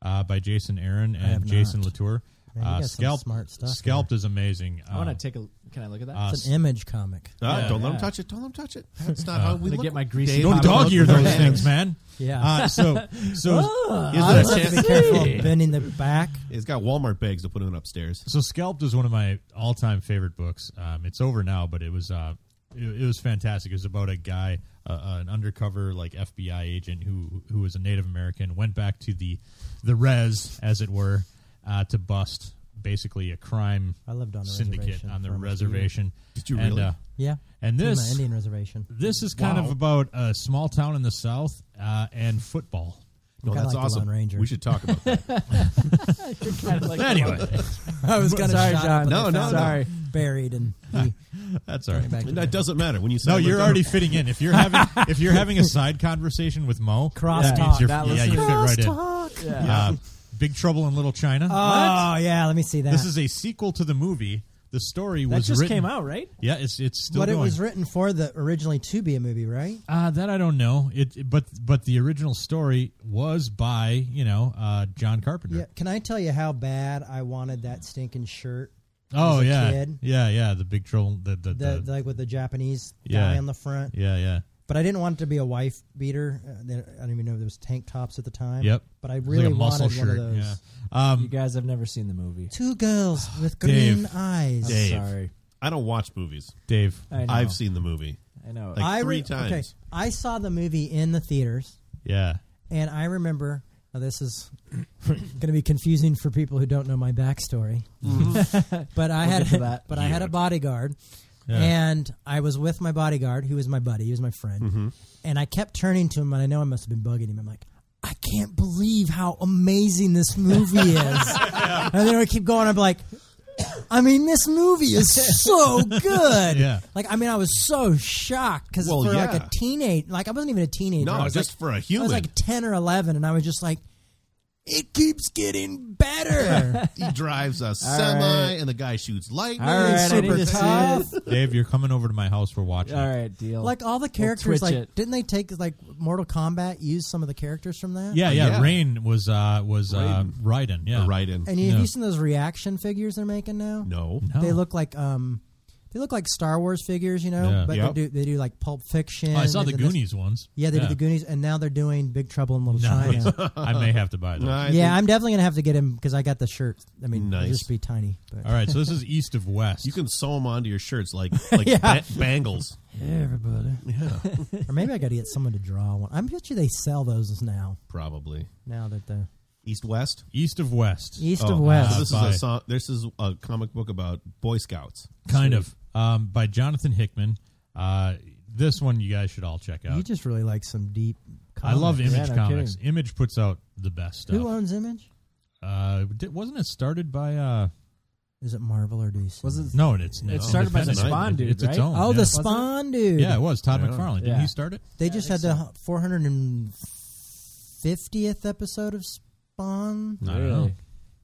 uh, by Jason Aaron
have
and Jason
not.
Latour,
Man, you got
uh,
some
Scalped,
smart stuff
Scalped is amazing.
I want
Uh,
to take a. Can I look at that?
uh,
It's an image comic.
Ah,
Yeah, Uh,
don't let
yeah.
him touch it. Don't let him touch it. That's not how we
gonna
look.
get my greasy
Dave,
don't
Pop-
dog ear those
Yeah.
things, man.
Yeah.
Uh, so, so,
Is
I
that a
just have to be
chance-
careful of bending the back.
It's got Walmart bags to put it upstairs.
So Scalped is one of my all-time favorite books. Um, it's over now, but it was uh, it, it was fantastic. It was about a guy, uh, an undercover like FBI agent who who was a Native American, went back to the the res, as it were, uh, to bust basically a crime
I lived on the
syndicate
reservation
on the
for almost a year.
reservation.
Did you
And,
really?
uh,
Yeah,
and
It's in
this
the Indian reservation.
this is kind
Wow.
of about a small town in the South uh, and football.
No,
Kinda
that's
like the
awesome.
Lone Ranger.
We should talk about that.
Anyway,
I was gonna
Sorry,
shot it,
John.
but
No,
they
no,
found
no.
it buried and he
that's all right.
back to
And that doesn't matter when you. say
No,
I
you're
looked
already
up-
fitting in. If you're having if you're having a side conversation with Mo,
Crosstalk.
that means you're-
Not
yeah, you
listening.
fit right in.
Crosstalk.
Uh, Big Trouble in Little China.
Oh yeah, let me see that.
This is a sequel to the movie. The story
that
was
just
written,
came out, right?
Yeah, it's it's still
what
going.
it was written for the originally to be a movie, right?
uh, that I don't know. It but but the original story was by you know uh, John Carpenter.
Yeah. Can I tell you how bad I wanted that stinking shirt?
oh
as a
yeah,
kid.
yeah, yeah. The Big Trouble. The the,
The,
the-
like with the Japanese guy
Yeah.
on the front.
yeah yeah.
But I didn't want it to be a wife beater. Uh, they- I don't even know if there was tank tops at the time.
Yep.
But I
It's
really
like a muscle
wanted
shirt.
one of those.
Yeah. Um,
You guys have never seen the movie.
Two girls with green
Ah, Dave.
eyes.
I'm
Dave.
sorry.
I don't watch movies.
Dave.
I know.
I've seen the movie.
I know.
like- three
Okay,
times.
I saw the movie in the theaters,
Yeah.
and I remember. Now this is going to be confusing for people who don't know my backstory. but I
Mm-hmm. We'll
had
get to that.
but I had a bodyguard,
Yeah.
and I was with my bodyguard, who was my buddy, he was my friend,
Mm-hmm.
and I kept turning to him, and I know I must have been bugging him. I'm like. I can't believe how amazing this movie is. And then I keep going. I'm like, I mean, this movie is so good.
Yeah.
Like, I mean, I was so shocked because
Well,
for like
yeah.
a teenage, like I wasn't even a teenager. I
No,
was
just
like,
for a
I
human.
was like ten or eleven, and I was just like, it keeps getting better.
he drives a semi,
right.
and the guy shoots lightning.
All right, I
Super
need to
thin.
see it.
Dave, you're coming over to my house. We're watching.
All right, deal.
like all the characters,
twitch
like
it.
didn't they take like Mortal Kombat use some of the characters from that?
Yeah, yeah.
yeah.
Rain was uh was uh Raiden. Yeah,
Right in.
And you, have
No.
you seen those reaction figures they're making now?
No.
No.
They look like um, They look like Star Wars figures, you know,
Yeah.
but
Yep.
they do they do like Pulp Fiction.
Oh, I saw
and
the
then this-
Goonies ones.
Yeah, they did the Goonies, and now they're doing Big Trouble in Little
Nice.
China.
I may have to buy those.
No, I
yeah,
think
I'm definitely gonna have to get him because I got the shirt. I mean, it'll
Nice.
just be tiny, but
All right, so this is east of west.
you can sew them onto your shirts like like
Yeah.
ba- bangles.
everybody.
Yeah,
or maybe I got to get someone to draw one. I bet you they sell those now.
probably
Now that the
east west.
east of west.
east
Oh,
of west,
So this
Bye.
is a song, this is a comic book about Boy Scouts.
kind of um, by Jonathan Hickman. Uh, this one you guys should all check out.
you just really like some deep.
I
Comics.
love Image
no
Comics. Image puts out the best stuff.
Who owns Image?
uh, di- wasn't it started by? Uh,
Is it Marvel or DC?
Was it?
no, it's
It
it's
started by the
independent.
Spawn
It-
dude,
It's its
right?
own.
Oh,
yeah.
the Spawn dude.
Yeah, it was Todd
Yeah.
McFarlane. Didn't
Yeah.
he start it?
They just had the 450th episode of Spawn.
I don't know.
Really?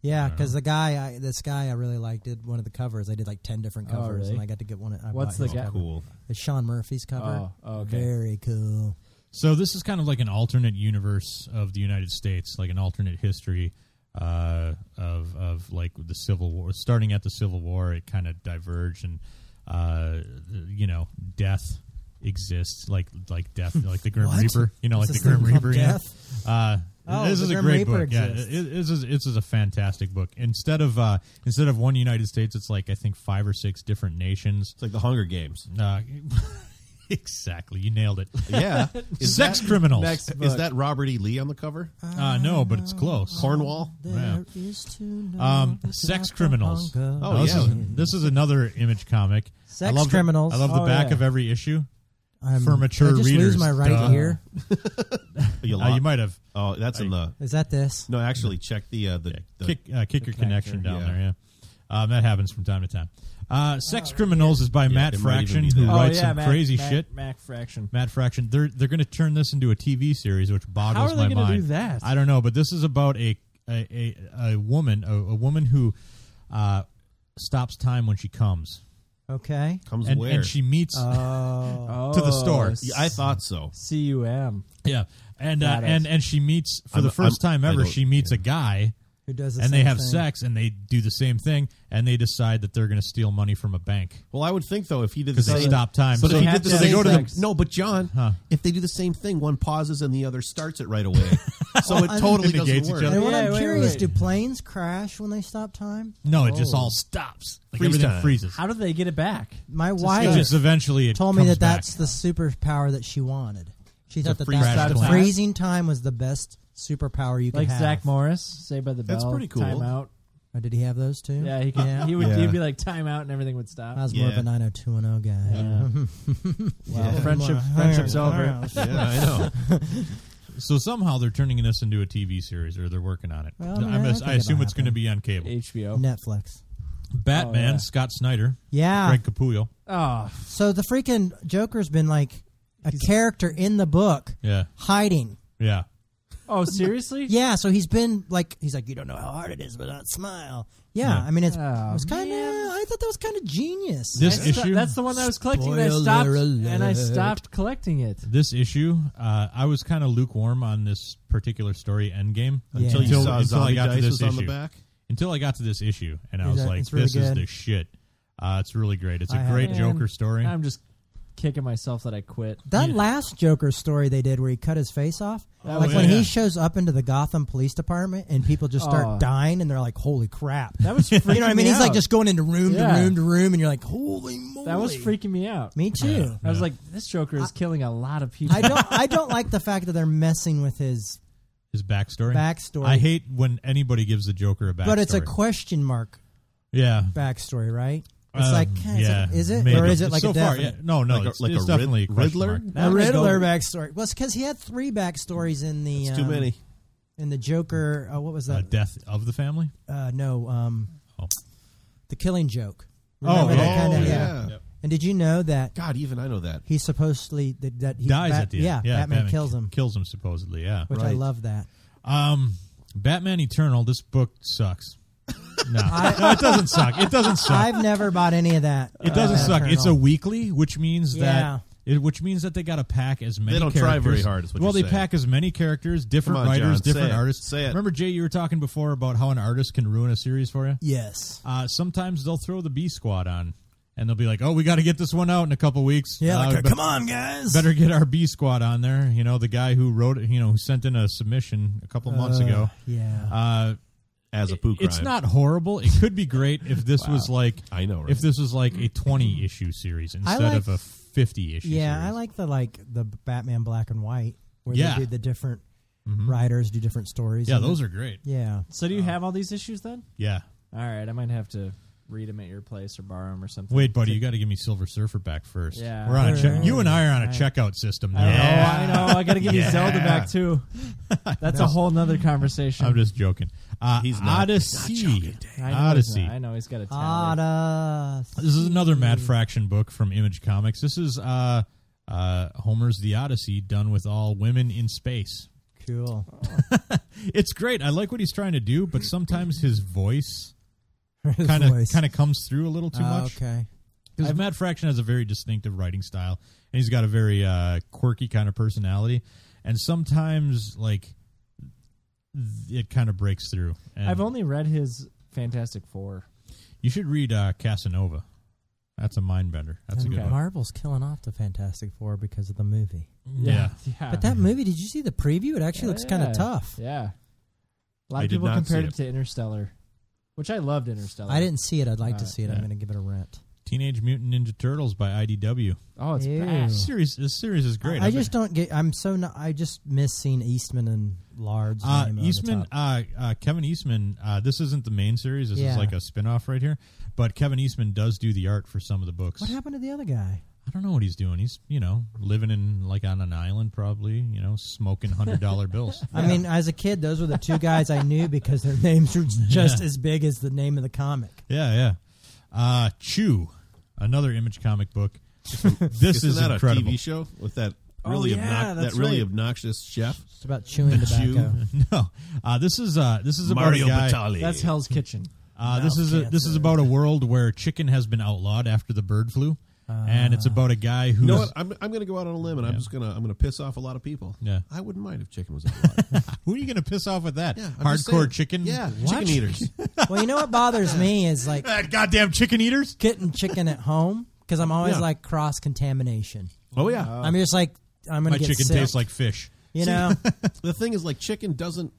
Yeah,
Wow.
because the guy, I, this guy, I really liked. Did one of the covers. I did like ten different
Oh,
covers,
really?
and I got to get one. I
What's
bought
the
his
guy-
cover.
Cool.
It's Sean Murphy's cover.
Oh, okay.
Very cool.
So this is kind of like an alternate universe of the United States, like an alternate history uh, of of like the Civil War. Starting at the Civil War, it kind of diverged, and uh, you know, death exists, like like death, like the Grim
What?
Reaper. You know,
Is
like
this
the Grim
thing called
Reaper. yeah. Uh,
Oh,
this
the
is a
Grim
great
Reaper
book. Yeah,
exists.
it, it- this is this is a fantastic book. Instead of uh, instead of one United States, it's like I think five or six different nations.
It's like the Hunger Games.
Uh, exactly, you nailed it.
Yeah, is
Sex
that,
criminals.
Next book.
is that Robert E. Lee on the cover?
Uh, no, but it's close.
Cornwall.
There is to know
Oh, Um,
about
sex
the
criminals.
hunger.
Oh,
Now, this,
yeah.
is, this is another image comic.
Sex
I love the-
criminals.
I love the
Oh,
back
yeah.
of every issue.
I'm-
for mature
did I just
readers,
Lose my right
duh.
ear.
You,
Uh, you might have
Oh, that's in the.
Is that this?
No, actually, check the uh, the, the
kick, uh, kick your connection down
yeah.
there. Yeah, um, that happens from time to time. Uh, sex criminals is by Matt
it might even
Fraction,
be
who
that.
Oh
writes
yeah,
some
Mac,
crazy
Mac,
shit.
Mac Fraction.
Matt Fraction. They're they're going to turn this into a TV series, which
How
boggles
are
my
they going to
mind.
do that?
I don't know, but this is about a a a, a woman a, a woman who uh, stops time when she comes,
Okay.
comes
and,
where.
and she meets.
Oh,
oh,
to the store.
Yeah, I thought so.
cum.
Yeah, and uh,
Got it.
and and she meets for
I'm-
the 1st
I'm-
time
I
ever.
don't-
She meets a guy,
who does the
and they
same
have
thing.
sex, and they do the same thing, and they decide that they're going to steal money from a bank
Well, I would think though if he did the
because they
same,
stop time.
but
So,
if he
have
did the
to
same
they go to
thing-
the
sex.
no, but John,
Huh.
if they do the same thing, one pauses and the other starts it right away, so it
I'm-
totally
It
doesn't
negates each
work.
other.
And what
Yeah,
I'm
wait,
curious,
wait.
do planes crash when they stop time?
no, it just all stops. Like
Freeze
everything
time.
freezes.
How do they get it back?
My
It
wife
just eventually it
told me
comes
that
back.
that's the superpower that she wanted. She
To
thought that,
freeze
that
time.
was
Time.
freezing time was the best superpower you could
Like
have.
Zach Morris, Saved by the Bell.
That's pretty cool.
Timeout.
Oh, did he have those too?
Yeah, he could, he would.
Yeah.
He'd be like timeout, and everything would stop.
I was more of
Yeah.
a 90210 guy.
Yeah. Wow, friendship,
Well,
friendship's
all right, all
over.
right.
Yeah, I know.
so somehow they're turning this into a TV series, or they're working on it.
Well, I mean, I
I'm gonna-
think
I
it'll
assume it's going to
happen.
be on cable.
HBO.
Netflix.
Batman,
yeah.
Scott Snyder,
Yeah.
Greg Capullo.
Oh,
So the freaking Joker's been like a character in the book
Yeah,
hiding.
yeah.
oh, seriously?
Yeah, so he's been like he's like you don't know how hard it is without smile. Yeah,
Yeah.
I mean it's
Oh,
it was kind of
man.
I thought that was kind of genius.
This
That's the-
issue.
that's the one I was collecting. and I
Spoiler
stopped,
alert.
and I stopped collecting it.
this issue, uh, I was kind of lukewarm on this particular story, Endgame,
Yeah.
Until you
Until-
saw
until I
zombie
got to
dice
this
was on the
issue.
back.
until I got to this issue, and I
Is
was
that-
like,
it's really
"This is
good.
the shit." Uh, it's really great. It's a
I have
great
it.
Joker story.
I'm just kicking myself that I quit.
That
Yeah.
last Joker story they did where he cut his face off,
Oh,
like
yeah.
when
Yeah.
he shows up into the Gotham Police Department and people just start
Oh.
dying and they're like, "Holy crap!"
That was freaking
you know what I mean?
Me
He's like
out.
just going into room
Yeah.
to room to room, and you're like, "Holy moly!"
that was freaking me out.
Me too.
I was like, this Joker is killing a lot of people.
I don't. I don't like the fact that they're messing with his,
His backstory.
Backstory.
I hate when anybody gives the Joker a backstory.
but it's a question mark
yeah.
backstory, right? It's
Um,
like, eh, it's
yeah,
like- is it
maybe.
or is it like
so
a
far?
definite-
yeah. No, no,
Like a-
it's,
like a
it's
Rid-
definitely a question
Riddler?
mark.
Now
a
I'm gonna go-
Riddler backstory? Well, it's because he had three backstories in the
It's too
um,
many.
in the Joker. Uh, what was
Uh,
that?
death of the family.
uh, no, um,
Oh.
the Killing Joke.
Oh,
Remember that
yeah.
kinda-
Oh,
yeah.
And did you know that
God, even I know that.
he supposedly that, that he
Dies
Bat-
at the end.
Yeah, Batman, kills him,
Kills him supposedly. Yeah.
which I
right.
love that.
Um, Batman Eternal. This book sucks. No, No, it doesn't suck. It doesn't suck.
I've never bought any of that.
It doesn't
uh,
suck. It's a
Eternal.
weekly, which means
Yeah.
that it, which means that they got to pack as many.
They don't try
characters.
very hard, is what
well,
you're
they
saying.
pack as many characters, different
Come on, John,
writers,
say
different
it.
artists.
Say it.
Remember, Jay, you were talking before about how an artist can ruin a series for you.
yes.
Uh, sometimes they'll throw the B Squad on, and they'll be like, "Oh, we got to get this one out in a couple weeks."
Yeah,
Uh,
like,
we
uh,
bet-
come on, guys.
Better get our B squad on there. You know, the guy who wrote it, you know, who sent in a submission a couple months
Uh,
ago.
Yeah.
Uh,
as a poo crime.
it's not horrible. It could be great if this was like
I know, right?
if this was like a twenty issue series instead
like-
of a fifty issue.
yeah,
series.
I like the like the Batman Black and White where
Yeah. Mm-hmm.
they do the different writers do different stories.
Yeah, those are great.
Yeah.
So do you have all these issues then?
Yeah.
All right, I might have to read them at your place or borrow them or something.
Wait, buddy, you got to give me Silver Surfer back first.
Yeah.
We're on a
Alright.
check. You and I are on a
Alright.
checkout system
I
now.
know, I know. I got to give you Zelda back too. That's a whole nother conversation.
I'm just joking. Uh,
He's not-
Odyssey.
he's not joking, Dave.
I know he's
Odyssey.
not. I know he's got a talent.
Ada.
This is another Mad Fraction book from Image Comics. This is uh, uh, Homer's The Odyssey done with all women in space.
Cool.
It's great. I like what he's trying to do, but sometimes his voice kind of kind of comes through a little too much.
Uh, Ah, Okay.
Because Matt Fraction has a very distinctive writing style, and he's got a very uh, quirky kind of personality, and sometimes like th- it kind of breaks through. And
I've only read his Fantastic Four.
you should read uh, Casanova. That's a mind bender. That's a
And
good one.
Marvel's killing off the Fantastic Four because of the movie.
Yeah.
yeah.
But that movie, did you see the preview? It actually looks kind
Yeah.
of tough.
Yeah. A
I
lot of
did
people
not
compared
see
it to Interstellar, which I loved Interstellar.
I didn't see it. I'd like to
Uh,
see it. I'm
yeah.
going to give it a rent.
Teenage Mutant Ninja Turtles by IDW.
Oh, it's
Ew.
bad.
This series, this series is great.
I,
I've
just
been-
don't get. I'm so. Not, I just miss seeing Eastman and Lard's
Uh,
name on the
Eastman,
top.
uh, uh, Kevin Eastman. Uh, this isn't the main series. This
Yeah.
is like a spin off right here. But Kevin Eastman does do the art for some of the books.
What happened to the other guy?
I don't know what he's doing. He's you know living in like on an island, probably you know smoking hundred dollar bills.
I mean, as a kid, those were the two guys I knew because their names were just as big as the name of the comic.
Yeah, yeah. Uh, Chew, another Image comic book. this
Isn't
is
that
incredible.
a TV show with that really
Oh,
obnox-
yeah,
that
that's
really
right.
obnoxious chef
It's about chewing tobacco.
no, uh, this is uh, this is about
Mario
a guy.
Batali.
That's Hell's Kitchen.
Uh, this
Mouth
is a, this is
cancer.
about a world where chicken has been outlawed after the bird flu, and
Ah.
it's about a guy who's
You know what? I'm, I'm going to go out on a limb, and I'm just going to I'm going to piss off a lot of people.
Yeah.
I wouldn't mind if chicken was outlawed.
who are you going to piss off with that
yeah, I'm just saying.
hardcore chicken?
Yeah,
What?
chicken eaters.
well, you know what bothers me is like
Ah, goddamn chicken eaters.
getting chicken at home because I'm always
Yeah.
like cross contamination.
oh yeah.
I'm just like I'm gonna
Uh, My
get
chicken
sick,
tastes like fish.
you know.
the thing is, like, chicken doesn't.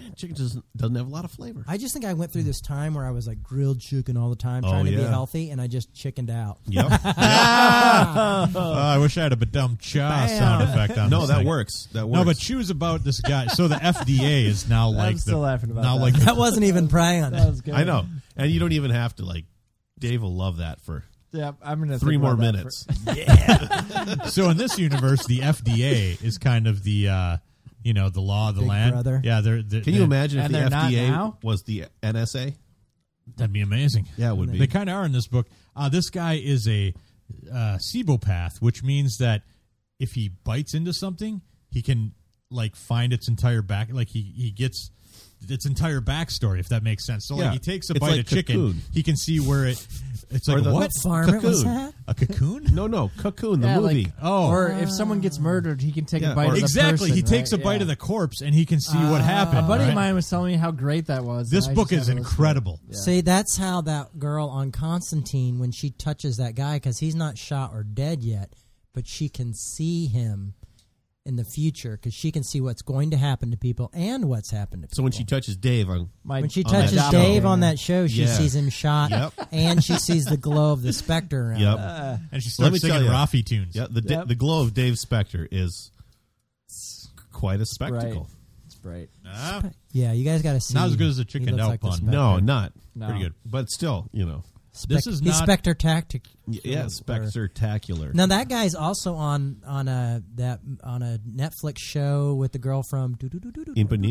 Man, chicken doesn't doesn't have a lot of flavor.
I just think I went through this time where I was like grilled chicken all the time,
Oh,
trying to be
yeah.
healthy, and I just chickened out.
Yep.
Uh, I wish I had a dumb cha
Bam.
sound effect on.
no,
this
that
thing.
works. That works.
No, but she was about this guy. So the FDA is now like the,
still laughing about
now
that.
like the-
That wasn't even praying.
That was good.
I know, and you don't even have to like. Dave will love that for
Yeah, I'm gonna
three
think about
more
that
minutes.
for-
so in this universe, the FDA is kind of the uh, you know the law of the
Big
land.
brother.
Yeah, they're, they're-
Can you
they're-
imagine if
And
the
they're not
FDA
now?
was the NSA?
That'd be amazing.
Yeah, it would be.
They kind of are in this book. Uh, this guy is a uh, sebopath, which means that if he bites into something, he can like find its entire back. Like he he gets its entire backstory, if that makes sense. So like
Yeah.
he takes a
It's
bite
like
of chicken,
Cocoon.
he can see where it. It's like
the-
what
What farm it was
Cocoon.
at?
a cocoon.
No, no, Cocoon the
Yeah, like-
movie.
Oh,
Or if someone gets murdered, he can take
Yeah,
a bite.
or-
of the
exactly. he
person,
takes
right?
a bite
Yeah.
of the corpse and he can see what happened.
Uh, A buddy
right?
of mine was telling me how great that was.
This
and I
book
just
is
haven't listened to it.
incredible.
Yeah.
See, that's how that girl on Constantine, when she touches that guy, because he's not shot or dead yet, but she can see him in the future because she can see what's going to happen to people and what's happened to people.
So when she touches Dave on,
My-
when she
on that
touches
show.
Dave on that show, she
Yeah.
sees him shot,
Yep.
and she sees the glow of the specter around.
yep,
him.
and she
Let me
starts singing
tell ya.
Rafi tunes.
yeah, the da-
Yep.
the glow of Dave Spector is quite a spectacle.
It's bright.
Ah,
Yeah, you guys got to see.
Not as good as the
He
chicken
looks
out
like the
bun.
specter.
No, not
No.
Pretty good.
but still, you know,
This
Spec-
is
he's
not-
specter tactic.
y- yeah, spectacular.
Now that guy's also on on a that on a Netflix show with the girl from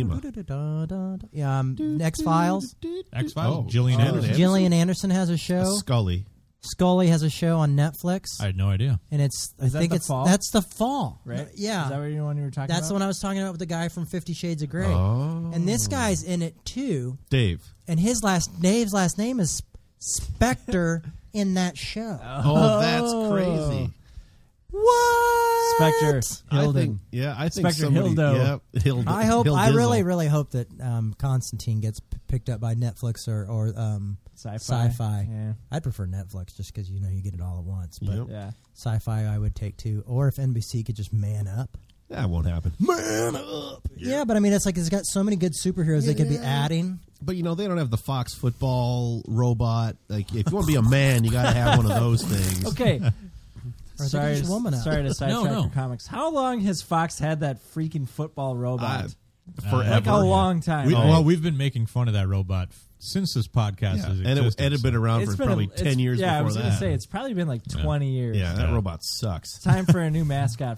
Ipanema.
Yeah, um, X Files.
X Files.
Oh.
Jillian
Oh,
Anderson.
Anderson.
Gillian Anderson has a show.
Scully.
Scully has a show on Netflix,
I had no idea.
and it's I
Is that
think
The
it's
Fall?
that's the fall,
Right?
Yeah,
Is that what you one you were talking
that's the one
about?
I was talking about with the guy from Fifty Shades of Grey,
Oh.
and this guy's in it too,
Dave.
and his last Dave's last name is
Oh.
Spectre in that show.
Oh, that's crazy.
What?
Spectre
I
Hilden.
think, yeah, I think
Spectre
somebody,
Hildo.
Yeah, Hildo.
I hope. I
Hildizzle.
really, really hope that um, Constantine gets p- picked up by Netflix or or um,
Sci-fi.
Sci-fi.
Yeah.
I'd prefer Netflix just because you know you get it all at once. But
Yep.
Yeah.
sci-fi, I would take too. Or if NBC could just man up.
That won't happen. Man up.
Yeah, but I mean, it's like it's got so many good superheroes they could be
Yeah.
adding.
But you know they don't have the Fox football robot. Like if you want to be a man, you got to have one of those things.
Okay.
Or
sorry,
they could
to,
just woman up.
sorry to sidetrack
no.
your comics. How long has Fox had that freaking football robot?
I-
like
forever.
a long time.
We-
Oh,
Yeah.
well, we've been making fun of that robot f- since this podcast
Yeah. And
has
it,
existed.
it had been around
It's
for
been a-
probably
it's-
ten years
Yeah,
before
I was
that.
gonna say it's probably been like twenty years.
yeah, that
Yeah.
robot sucks.
It's time for a new mascot.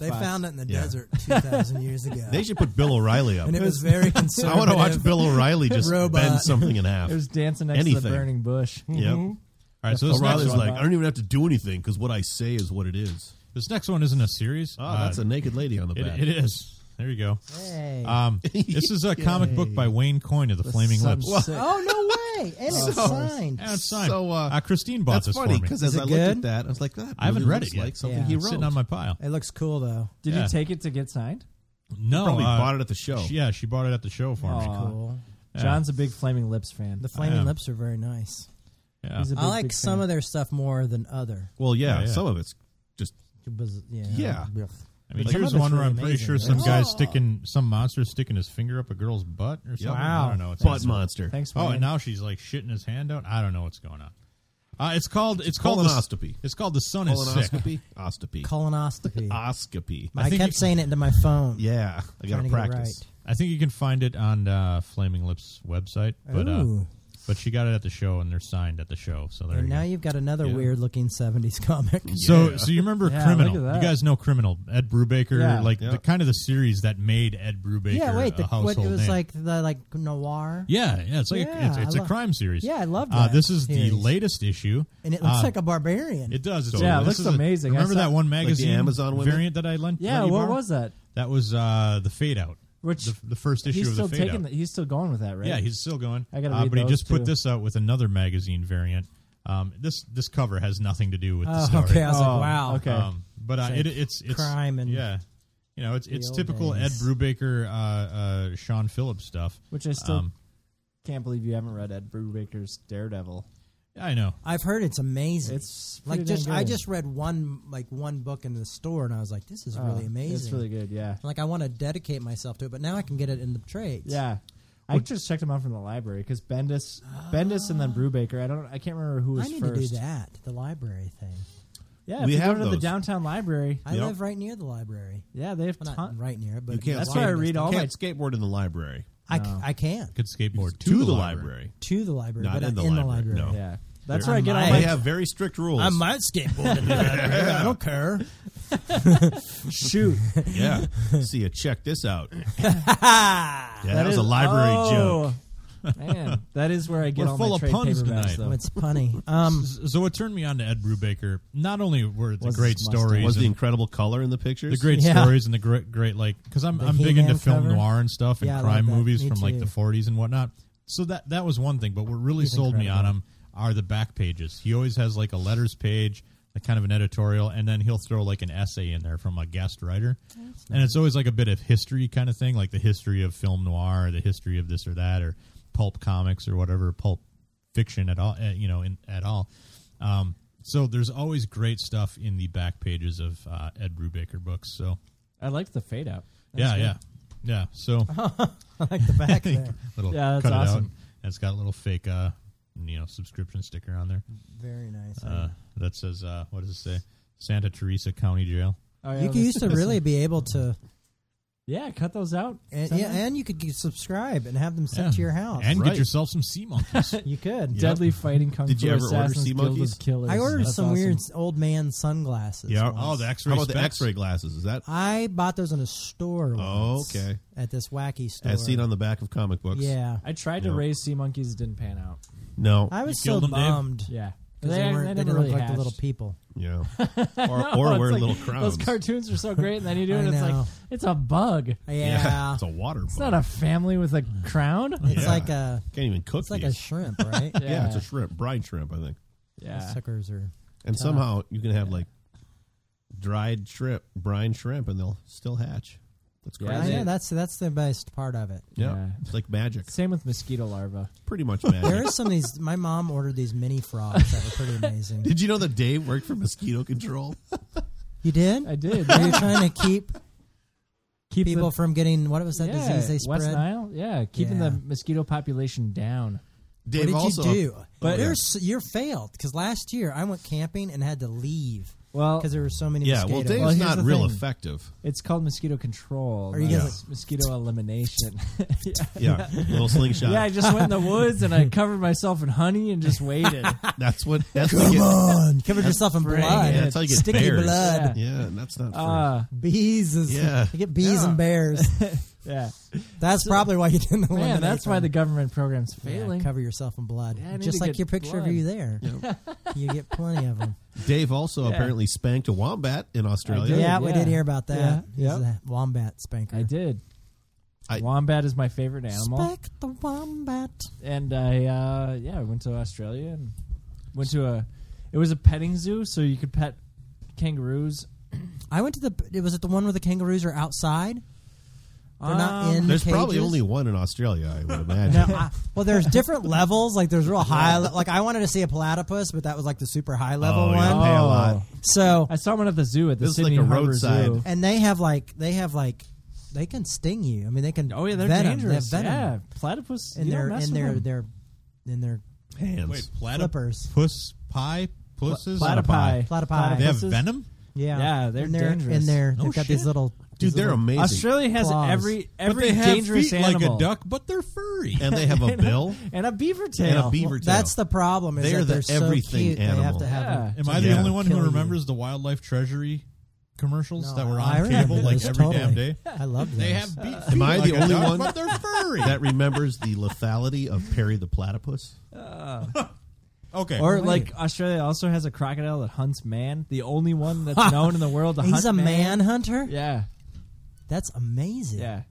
They
Fox.
found it in the
Yeah.
desert 2,000 years ago.
They should put Bill O'Reilly up.
and it was very conservative.
I want to watch Bill O'Reilly just
Robot.
bend something in half.
It was mm-hmm. dancing next to
Anything.
the burning bush.
Yep.
All right, so this next,
O'Reilly's
one,
like, I don't even have to do anything because what I say is what it is.
this next one isn't a series.
Oh, that's a naked lady on the back.
Uh, it, it is. There you go.
Hey.
Um, this is a comic book by Wayne Coyne of the, Flaming Lips.
sunset.
oh, no way. And it's signed.
Yeah, it's signed.
So, uh,
uh, Christine bought
That's
this
funny
for me.
because as
Is it
I looked
good?
at that, I was like, that
I haven't
really
read
looks
it yet.
Like something
Yeah.
he
It's
wrote.
sitting on my pile.
It looks cool, though.
Did
Yeah.
you take it to get signed?
No,
Probably
uh,
bought it at the show.
she- Yeah, she bought it at the show for me.
Aw.
Cool.
Yeah.
John's a big Flaming Lips fan.
The Flaming
am.
Lips are very nice.
Yeah.
He's a big,
I like
big
some
fan.
of their stuff more than other.
Well, yeah,
Yeah, yeah.
some of it's just
It was- Yeah.
Yeah.
Ugh.
I mean,
But some
here's
of it's
one where
really
I'm pretty
amazing,
sure
right?
some guy's sticking some monster sticking his finger up a girl's butt or something. I don't know. It's
butt monster.
Thanks,
Oh,
Wayne.
and now she's like shitting his hand out. I don't know what's going on. Uh, it's called it's called
colonoscopy.
The, it's called the sun is sick.
Colonoscopy, oscopy,
Colonoscopy.
oscopy.
I
I
think
kept
you-
saying it into my phone.
Uh, Yeah, I gotta
trying to get it
practice.
I think you can find it on uh, Flaming Lips website, but uh,
Ooh. Oh,
but she got it at the show and they're signed at the show. So there
And
you
now
go.
you've got another
Yeah.
weird looking 70s comic.
So
Yeah.
so you remember
Yeah,
Criminal?
look at
You
that.
guys know Criminal? Ed Brubaker,
Yeah.
like
Yeah.
the kind of the series that made Ed Brubaker
yeah, wait. The,
a household
what, it was
name.
like the like noir.
Yeah, yeah, it's like
Yeah,
a, it's, it's
I
a
love-
crime series.
Yeah, I love
Uh,
that
this is
series.
the latest issue,
And it looks
Uh,
like a barbarian.
it does. It's
Yeah, it
this
looks
is a-
amazing. I
remember
saw-
that one
the
magazine
Amazon women?
variant that I lent?
yeah,
let you
what
borrow?
was that?
That was uh, the Fade Out.
Which-
the, the first issue
He's
of the
still
Fade Out.
taking. The, he's still going with that, right?
Yeah, he's still going.
I gotta
uh,
read
But he
those,
just put
too.
this out with another magazine variant. Um, this this cover has nothing to do with the
Oh,
story.
okay. I was
Oh,
like, wow.
okay.
Um, but uh,
It's
it,
like
it's it's
crime and
yeah, you know, it's it's
old
typical
days.
Ed Brubaker, uh, uh, Sean Phillips stuff.
Which I still
Um,
can't believe you haven't read Ed Brubaker's Daredevil.
I know.
I've heard it's amazing.
It's
like
pretty dang
just I
good.
just read one like one book in the store and I was like, this is
Oh,
really amazing.
It's really good. Yeah,
like I want to dedicate myself to it, but now I can get it in the trades.
yeah. I just checked him out from the library because Bendis, Bendis, and then Brubaker. I don't. I can't remember who was
Ah. I need
first.
to do that. The library thing.
Yeah, if
We
you go
have
to the
those.
downtown library.
I
Yep.
live right near the library.
Yeah, they have
Well, not
ton-
right near, but
You can't.
That's
skate-
why I read all
you
my-
can't skateboard in the library.
I,
No.
I can
Could skateboard
To, the library.
to the library,
Not
but
in
I'm
the
in
library,
the library.
no.
Yeah, that's
They're-
where I get all
I
my.
They have very strict rules.
I might skateboard in the library. I don't care.
shoot.
yeah. See ya. Check this out. Yeah,
Ha!
that, was a library
oh.
joke.
joke. Man, that is where I get
We're
all
full
my
of
trade
puns
paperbacks,
tonight.
though.
it's punny. Um,
So what turned me on to Ed Brubaker? Not only were the
Was
great
his mustache.
stories,
Was the
and
incredible color in the pictures?
the great
Yeah.
stories, and the great, great like because I'm
The
I'm big into
He-Man
film
cover.
noir and stuff and
Yeah, I love
crime
that.
movies
Me
from like
too.
the 40s and whatnot. So that that was one thing, but what really
He's
sold me on
incredible.
him are the back pages. He always has like a letters page, like kind of an editorial, and then he'll throw like an essay in there from a guest writer, and it's always like a bit of history kind of thing, like the history of film noir, or the history of this or that, or pulp comics or whatever pulp fiction at all, uh, you know, in, at all. Um, so there's always great stuff in the back pages of uh, Ed Brubaker books. So
I liked the fade out.
yeah, yeah, yeah. So
I like the back there.
little
Yeah, that's
cut it out.
awesome.
And it's got a little fake, uh, you know, subscription sticker on there
Very nice.
uh, that says, uh, "What does it say?" Santa Teresa County Jail.
Oh, yeah
you could
that's-
used to really be able to,
Yeah, cut those out.
and,
Send
yeah,
them.
and you could get- subscribe and have them sent
Yeah.
to your house.
and
Right.
get yourself some sea monkeys.
you could.
Deadly fighting kung
Did
fu
you ever order
assassins
sea
guild
monkeys?
of killers.
I ordered
That's
some
awesome.
weird old man sunglasses.
Yeah.
once.
oh, the X-ray.
How about the
specs.
X-ray glasses? Is that
I bought those in a store.
Oh,
Once
okay.
At this wacky store.
as seen on the back of comic books?
Yeah,
I tried to
Yeah.
raise sea monkeys, it didn't pan out.
No.
I was so
killed them, Dave?
bummed.
Yeah,
'cause they, weren't, they,
never
didn't
really
look like the little
hatched.
people.
Yeah. Or,
No,
or
it's
wear
like,
little crowns.
Those cartoons are so great, and then you do
I
it. It's like
know.
it's a bug.
Yeah,
It's a water.
It's not a family with a crown.
it's
Yeah.
like a
Can't even cook
it's like a
these.
shrimp, right?
yeah. it's a shrimp, brine shrimp, I think.
yeah.
Suckers are
And somehow you can have like dried shrimp, brine shrimp, and they'll still hatch. That's
Yeah,
crazy.
I
they-
know that's that's the best part of it.
Yeah,
Yeah.
it's like magic.
Same with mosquito larvae.
Pretty much
There
magic.
is some of these. My mom ordered these mini frogs that were pretty amazing.
Did you know that Dave worked for mosquito control?
You did?
I did.
Are you trying to keep
Keep
people
the,
from getting what was that
yeah,
disease they spread?
West Nile. Yeah, keeping
Yeah.
the mosquito population down.
Dave
what did
also uh, Oh,
you do?
But-
But you're, s- you're failed because last year I went camping and had to leave
Well,
because there were so many.
Yeah, well,
mosquitoes.
Dave's
here's
not
the
real
thing.
effective.
it's called mosquito control.
Are you
not
guys
mosquito elimination? yeah.
Yeah, little slingshot.
Yeah, I just went in the woods and I covered myself in honey and just waited.
that's what. That's what you get.
on, covered yourself in
bring
blood.
Yeah, that's how you get
Sticky
bears.
blood.
Yeah.
Yeah, and that's not. For,
Uh,
Bees is
Yeah.
you get bees
Yeah.
and bears.
yeah,
That's probably why you didn't eliminate.
man, that's why the
them.
government program's
Yeah,
failing.
cover yourself in blood,
Yeah, I need
just
to
like
get
your picture
blood.
of you there. You get plenty of them.
Dave also
Yeah.
apparently spanked a wombat in Australia.
did.
yeah, we
yeah.
did hear about that.
Yeah,
He's a wombat spanker.
I did.
I-
wombat is my favorite animal,
Spank the wombat.
and I uh, yeah, I went to Australia and went to a. It was a petting zoo, so you could pet kangaroos.
I went to the. It was it the one where the kangaroos are outside. They're not
Um,
in.
There's probably
cages?
only one in Australia, I would imagine.
No, I- well, there's different levels. Like there's real high. le- Like I wanted to see a platypus, but that was like the super high level
Oh,
one.
yeah. Pay a lot.
So
I saw one at the zoo at the
This is like
Sydney
a
Harbour
roadside.
Zoo.
and they have like they have like they can sting you. I mean, they can.
Oh yeah, they're
venom.
dangerous.
They have venom.
Yeah, platypus.
and
you don't
they're
mess
and
with
they're
them.
they're in their
Hands.
Wait,
Flippers.
platypus puss pie pusses
platypi.
Platypi.
They have
Platypuses.
venom.
yeah
Yeah, they're
and they're
dangerous.
and they're
No
they've got
shit.
these little
Dude,
these
they're
little-
amazing.
Australia has
Claws.
every
But
every
they have
dangerous
feet
animal.
like a duck, but they're furry.
and they have a bill
and a beaver tail.
and a beaver tail.
That's the problem. Is
They're
that they're
the
so
everything
cute, They have
animal.
to have
Yeah.
them.
Am I
Yeah.
the only one who
Kill you.
remembers the wildlife treasury commercials
No,
that were
I
on
remember
cable like
those,
every
totally.
damn day?
I love those.
They have beak feet.
Am I
like
the
a
only
duck,
one-
But they're furry.
that remembers the lethality of Perry the platypus.
okay.
Or
Wait.
like Australia also has a crocodile that hunts man, the only one that's known in the world to hunt
He's a
man.
manhunter.
Yeah,
That's amazing.
yeah.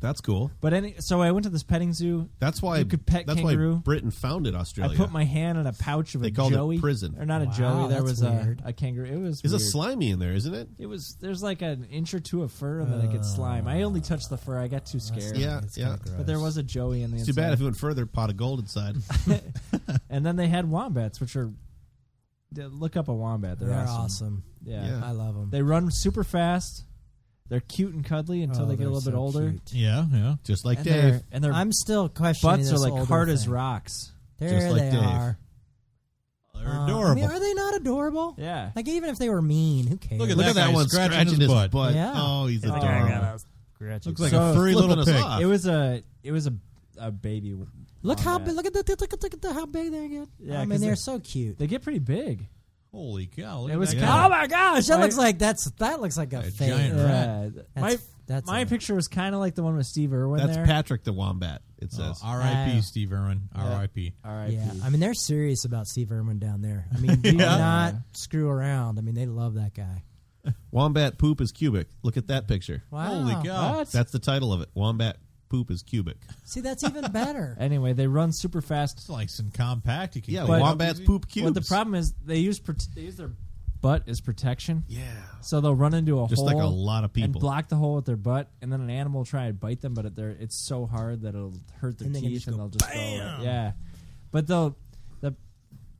That's cool.
But any, so I went to this petting zoo.
That's why
You could pet
that's
kangaroo.
why Britain founded Australia.
I put my hand in a pouch of
They
a
called it
joey
prison.
or not a
Wow,
joey. There
that's
was a,
weird.
a kangaroo. It was
There's a
weird.
slimy in there, isn't it?
It was there's like an inch or two of fur, and then it gets slime. I only touched the fur. I got too scared.
Uh, Yeah,
It's
yeah.
kinda gross.
But there was a joey in the
It's too
inside.
bad if it went further. Pot of gold inside.
and then they had wombats, which are d- look up a wombat. They're,
they're awesome.
Yeah.
Yeah.
I love them.
they run super fast. They're cute and
Oh,
cuddly
Oh,
until they get a little bit older.
yeah, yeah.
Just like
And
Dave.
they're, and their
I'm still questioning
butts are
this
like
older
hard as
thing.
rocks.
There
Just like
they
Dave.
are.
They're
Uh, I mean,
adorable.
are they not adorable?
Yeah.
Like even if they were mean, who cares?
Look at
Look at
That
that
guy's
one
scratching
scratching,
his
his
butt.
butt.
Yeah.
Oh, Ah. he's
like,
adorable.
I
Looks like
So-
a furry
Flipping
little
us
pig.
off.
it was a it was a a baby. w-
Look how
wombat.
big! Look at the look at look at how big they get.
Yeah,
I
'cause
mean they're
they-
so cute.
They get pretty big.
Holy cow! Look
It
at
was
that
kind of-
guy.
Oh my gosh, that
Right?
looks like that's that looks like a,
A
fake.
giant
Yeah.
rat.
Yeah.
That's-
uh, my
that's
my
a-
picture was kind of like the one with Steve Irwin
That's
there.
Patrick the wombat. It
Oh,
says.
R.I.P.
Wow.
Steve Irwin. R.I.P.
All right.
Yeah, I mean they're serious about Steve Irwin down there. I mean, they do
Yeah.
not screw around. I mean, they love that guy.
Wombat poop is cubic. Look at that picture.
Wow.
Holy cow!
What?
That's the title of it. Wombat poop is cubic.
See, that's even better.
Anyway, they run super fast.
It's like some compact. You can
Yeah,
clean up
wombats
easy.
poop cubes.
But the problem is they use prote- they use their butt as protection.
Yeah.
So they'll run into a
Just
hole,
like a lot of
and
people.
block the hole with their butt, and then an animal will try and bite them, but it- they're, it's so hard that it'll hurt their
And they can
teeth,
just
and
go,
they'll just go, like, yeah. But they'll, the,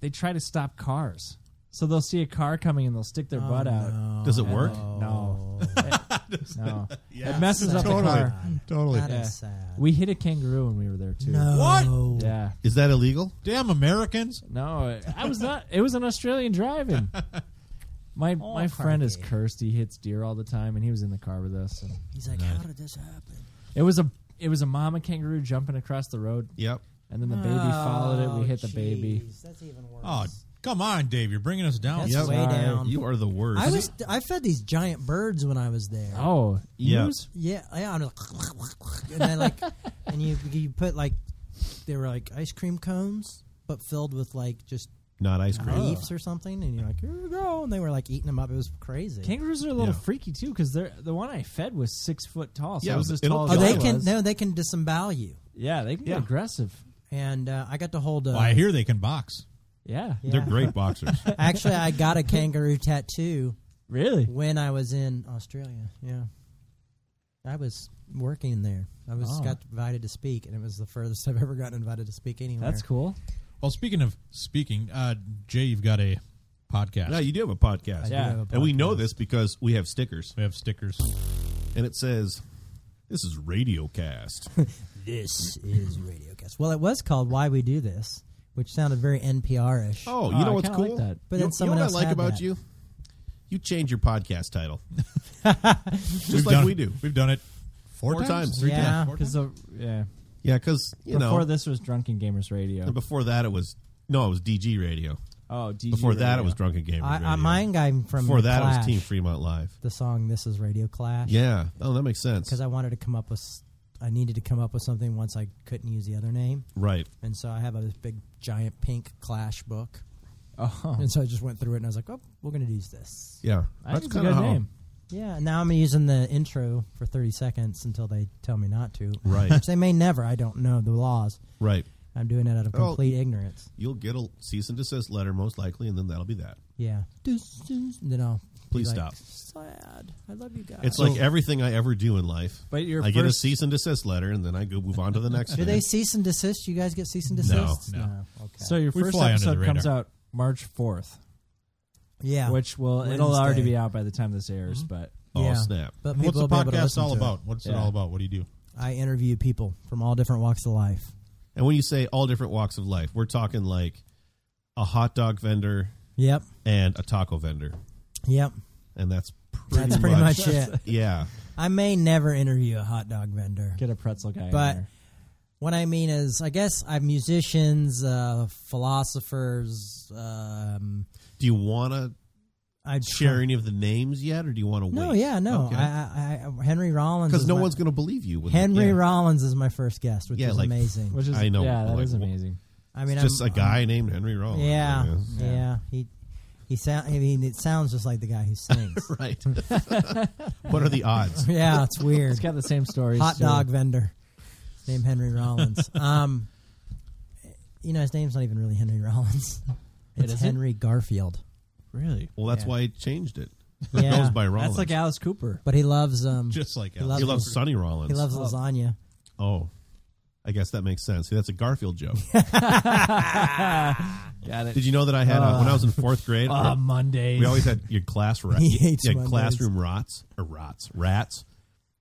they try to stop cars, so they'll see a car coming and they'll stick their butt out.
Does it work?
No, no,
Yeah.
it messes up
Totally.
the car.
Totally.
That is
Yeah.
sad.
We hit a kangaroo when we were there too.
no.
What?
Yeah,
Is that illegal?
Damn Americans!
no, it- I was not. It was an Australian driving. My my friend is
Crikey.
cursed. He hits deer all the time, and he was in the car with us. And
He's like, how did this happen?
It was a it was a mama kangaroo jumping across the road,
Yep.
and then the baby
Oh,
followed it. We hit the baby.
Jeez, That's even worse.
Oh, come on, Dave! You're bringing us down.
That's
Yep.
way
Sorry.
down.
You are the worst.
I was I fed these giant birds when I was there.
Oh,
Yeah.
emus?
Yeah, yeah. I'm like, and then like, and you you put like, they were like ice cream cones, but filled with like just
Not ice cream.
leaves or something, and you're like, here you go, and they were like eating them up. It was crazy.
Kangaroos are a little
Yeah.
freaky too, because they're the one I fed was six foot tall. So
Yeah,
it was as
it'll
tall
oh,
as
they
I
can
was.
no, they can disembowel you,
Yeah, they can
Yeah.
get aggressive.
and uh, I got to hold. A,
Well, I hear they can box.
Yeah.
Yeah.
They're great boxers.
Actually, I got a kangaroo tattoo
Really?
when I was in Australia. Yeah, I was working there. I was
Oh.
got invited to speak, and it was the furthest I've ever gotten invited to speak anywhere.
That's cool.
Well, speaking of speaking, uh, Jay, you've got a podcast.
No, you do have a podcast.
I do
Yeah.
have a
And we know
podcast.
this because we have stickers.
we have stickers.
And it says, This is Radiocast.
This is RadioCast. Well, it was called Why We Do This, which sounded very NPR ish.
Oh,
Oh,
you
I
know what's
kinda like
cool?
that.
But
you,
then
you know
someone
what I
else
like
had
about
that.
you? You change your podcast title. Just
We've
like
done,
we do.
We've done it four,
Four times.
three
Yeah.
times, four
Because
times.
the yeah
Yeah, because, you
before
know,
this was Drunken Gamers Radio.
and before that it was, no, it was DG Radio.
oh, DG
Before that it
Radio.
was Drunken Gamer
I,
Radio.
I, mine came from
before that it was
Clash,
Team Fremont Live.
The song "This Is Radio Clash."
Yeah. Oh, that makes sense.
because I wanted to come up with, s- I needed to come up with something once I couldn't use the other name,
Right.
and so I have a big giant pink Clash book,
Oh,
and so I just went through it and I was like, oh, we're gonna use this.
Yeah.
that's, a
kinda
good
how-
name.
Yeah, now I'm using the intro for 30 seconds until they tell me not to.
Right.
Which they may never. I don't know the laws.
Right.
I'm doing it out of
Oh.
complete ignorance.
You'll get a cease and desist letter most likely, and then that'll be that.
Yeah. Deuce, deuce, and then I'll be
Please
like, uh,
stop.
Sad. I love you guys.
It's like everything I ever do in life.
But your
I get a
first-
cease and desist letter, and then I go move on to the next.
do
thing.
they cease and desist? You guys get cease and desist?
no.
Okay.
So your
We
first
fly under the
episode comes
radar.
out March fourth,
yeah,
which will it'll already
Wednesday.
be out by the time this airs. But
Oh
yeah.
snap!
but
What's
people
the
will be able to
podcast
listen
all
to it.
about? What's it
Yeah.
all about? What do you do?
I interview people from all different walks of life.
And when you say all different walks of life, we're talking like a hot dog vendor
Yep.
and a taco vendor,
Yep.
and that's pretty
That's pretty much, it.
Yeah,
I may never interview a hot dog vendor.
get a pretzel guy.
But-
in there.
What I mean is, I guess I'm musicians, uh, philosophers. Um,
do you want to
I'd
share any of the names yet, or do you want to wait?
No, yeah, no.
Okay.
I, I, I, Henry Rollins.
because
is
no
my-
one's going to believe you. When
Henry
yeah.
Rollins is my first guest, which
Yeah,
is
like-
amazing.
which is
I know,
yeah, that is
like, wh-
amazing.
I mean,
It's just
I'm-
a guy named Henry
I'm-
Rollins.
yeah,
I
yeah,
guess.
He he sound. I mean, it sounds just like the guy who sings.
Right. what are the odds?
yeah, it's weird.
It's got the same stories.
Hot
too.
dog vendor named Henry Rollins. um, you know, his name's not even really Henry Rollins.
It
It's
isn't?
Henry Garfield.
really?
Well, that's
Yeah.
why I changed it. It
Yeah,
goes by Rollins.
That's like Alice Cooper.
but he loves um
Just like
loves-
he
Alex.
loves Sonny Rollins.
he loves lasagna.
Oh, I guess that makes sense. See, that's a Garfield joke.
Got it.
Did you know that I had uh, when I was in fourth grade?
Ah, Mondays.
we always had your class rats.
He hates
you had
Mondays.
classroom rots or rots rats,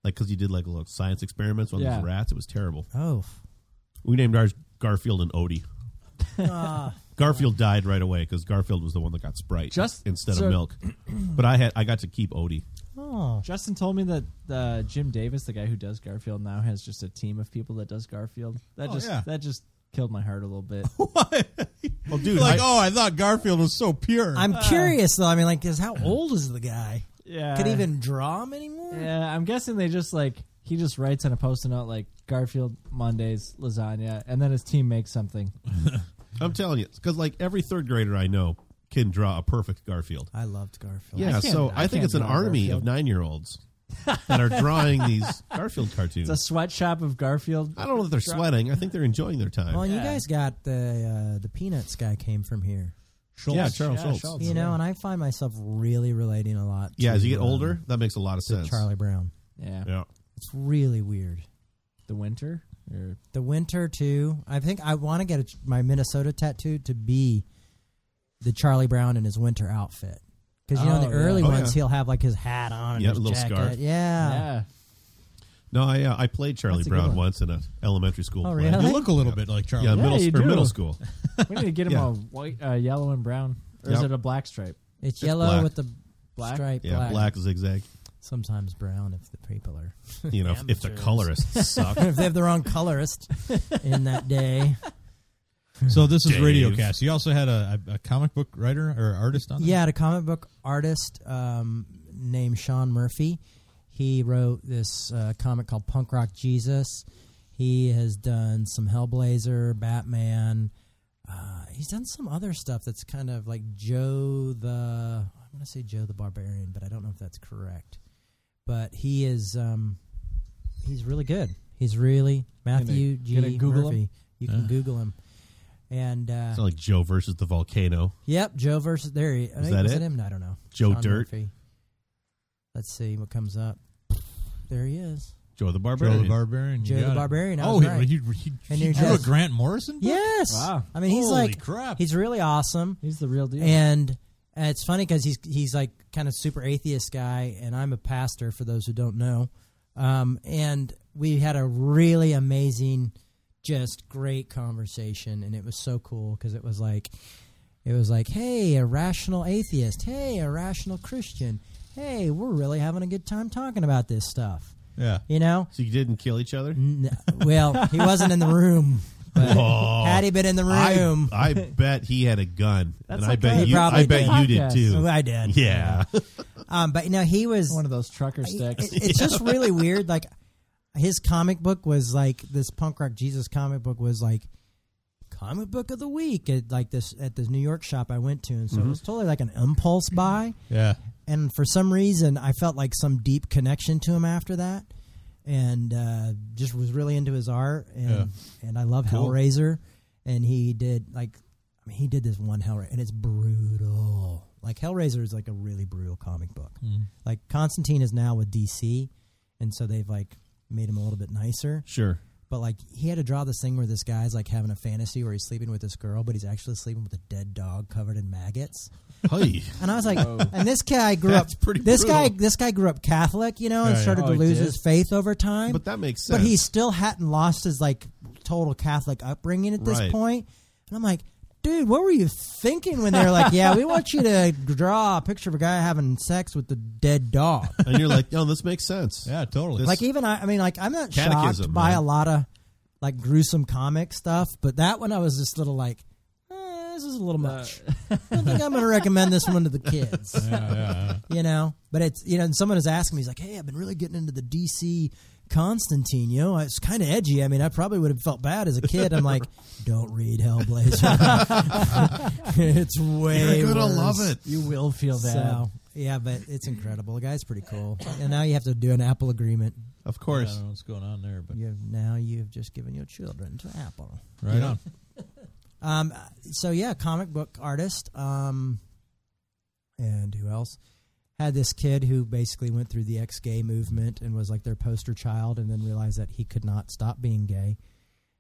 like because you did like little science experiments on
Yeah.
these rats. It was terrible.
Oh,
We named ours Garfield and Odie.
Ah.
Garfield died right away because Garfield was the one that got Sprite
Just-
instead
so-
of milk. But I had I got to keep Odie.
oh,
Justin told me that uh, Jim Davis, the guy who does Garfield now, has just a team of people that does Garfield. That
Oh,
just
yeah.
that just killed my heart a little bit.
Well, dude,
like,
I-
oh, I thought Garfield was so pure.
I'm
Ah.
curious though. I mean, like, is how old is the guy?
yeah,
Could even draw him anymore?
Yeah, I'm guessing they just like he just writes on a post-it note like Garfield Mondays lasagna, and then his team makes something.
I'm telling you, because like every third grader I know can draw a perfect Garfield.
I loved Garfield.
Yeah,
can't-
so
I
I, think
can't
it's an
draw
army
Garfield.
of nine year olds that are drawing these Garfield cartoons.
It's a sweatshop of Garfield.
I don't know that they're sweating. I think they're enjoying their time.
Well, you
Yeah.
guys got the uh, the Peanuts guy came from here,
Schultz.
yeah, Charles
Oh, Yeah,
Schultz.
Schultz.
you know, and I find myself really relating a lot.
Yeah,
to,
as you get
um,
older, that makes a lot of
to
sense.
Charlie Brown.
Yeah,
Yeah.
It's really weird.
the winter. Or,
The winter too. I think I want to get a, my Minnesota tattoo to be the Charlie Brown in his winter outfit. Because you know, in
Oh,
the
yeah.
early
Oh,
ones,
yeah.
he'll have like his hat on and
Yeah,
his
a little
jacket.
scarf.
Yeah.
yeah,
No, I uh, I played Charlie
That's a good
Brown
one.
once in a elementary school
Oh,
play.
really?
You look a little bit like Charles.
Yeah,
you
middle or
do.
middle school.
we need to get him
Yeah.
a white, uh, yellow, and brown. Or is
Yep.
it a black stripe?
It's, yellow
black.
with the
Black?
stripe.
Yeah, black, zigzag.
Sometimes brown if the people are
You know, if, if the
Amateurs.
colorists suck.
if they have the wrong colorist in that day.
So this is
Dave.
RadioCast. You also had a, a a comic book writer or artist on. there?
Yeah, had a comic book artist um, named Sean Murphy. He wrote this uh, comic called Punk Rock Jesus. He has done some Hellblazer, Batman. Uh, he's done some other stuff that's kind of like Joe the. I'm going to say Joe the Barbarian, but I don't know if that's correct. But he is. Um, he's really good. He's really Matthew G.
gonna Google him? Ah.
Murphy. You can Google him. And uh,
It's not like Joe versus the volcano.
Yep, Joe versus there. He, I think-
that
was
it?
him? No, I don't know.
Joe
Sean
Oh, Dirt?
Murphy. Let's see what comes up. There he is.
Joe the
Joe
Barbarian.
the Barbarian. you
Joe the
got it.
Barbarian, I
Oh,
was
he,
right.
he, he,
And
he
you
drew a
just-
Grant Morrison. book?
Yes.
Wow.
I mean, he's
Holy
like
crap.
he's really awesome.
He's the real deal.
And and it's funny because he's he's like kind of super atheist guy, and I'm a pastor for those who don't know. Um, and we had a really amazing, just great conversation, and it was so cool because it was like, it was like, hey, a rational atheist, hey, a rational Christian, hey, we're really having a good time talking about this stuff,
yeah.
you know.
So you didn't kill each other?
N- well, he wasn't in the room. But
Oh.
had he been in the room,
I, I bet he had a gun,
That's
and I
like
bet
a-
you. I
Probably
bet
did.
you did
Podcast.
Well,
too.
I did.
Yeah,
Um, but no, he was
one of those trucker sticks.
It- it's just really weird. Like his comic book was like this punk rock Jesus comic book was like comic book of the week at like this at this New York shop I went to, and
Mm-hmm.
so it was totally like an impulse buy.
Yeah.
And for some reason, I felt like some deep connection to him after that, and uh, just was really into his art. And
Yeah.
and I love
Cool.
Hellraiser, and he did like I mean he did this one Hellraiser, and it's brutal. Like Hellraiser is like a really brutal comic book
Mm-hmm.
like Constantine is now with DC, and so they've like made him a little bit nicer.
sure.
But like he had to draw this thing where this guy's like having a fantasy where he's sleeping with this girl, but he's actually sleeping with a dead dog covered in maggots.
Hey,
And I was like, and this guy grew
Oh. That's
up
pretty
this
brutal.
guy this guy grew up Catholic, you know, and
Yeah, yeah.
started
Oh,
to
he
lose
did?
his faith over time.
but that makes sense.
but he still hadn't lost his like total Catholic upbringing at this
Right.
point. And I'm like, dude, what were you thinking when they were like, yeah, we want you to draw a picture of a guy having sex with the dead dog?
and you're like, no, this makes sense.
Yeah, totally.
like even I, I mean, like I'm not
Catechism,
shocked by
right?
a lot of like gruesome comic stuff, but that one I was just a little like, eh, this is a little much. I don't think I'm going to recommend this one to the kids.
yeah, yeah,
You know, but it's you know, and someone is asking me, he's like, hey, I've been really getting into the DC Constantine. You know, it's kind of edgy. I mean, I probably would have felt bad as a kid. I'm like, don't read Hellblazer. it's way
You're gonna love
worse.
it.
you will feel that.
So, yeah, but it's incredible. The guy's pretty cool. And now you have to do an Apple agreement
Of
I
course.
don't know what's going on there, but
you have, now you have just given your children to Apple.
right on.
Um, so yeah, comic book artist. Um, and who else had this kid who basically went through the ex-gay movement and was like their poster child, and then realized that he could not stop being gay.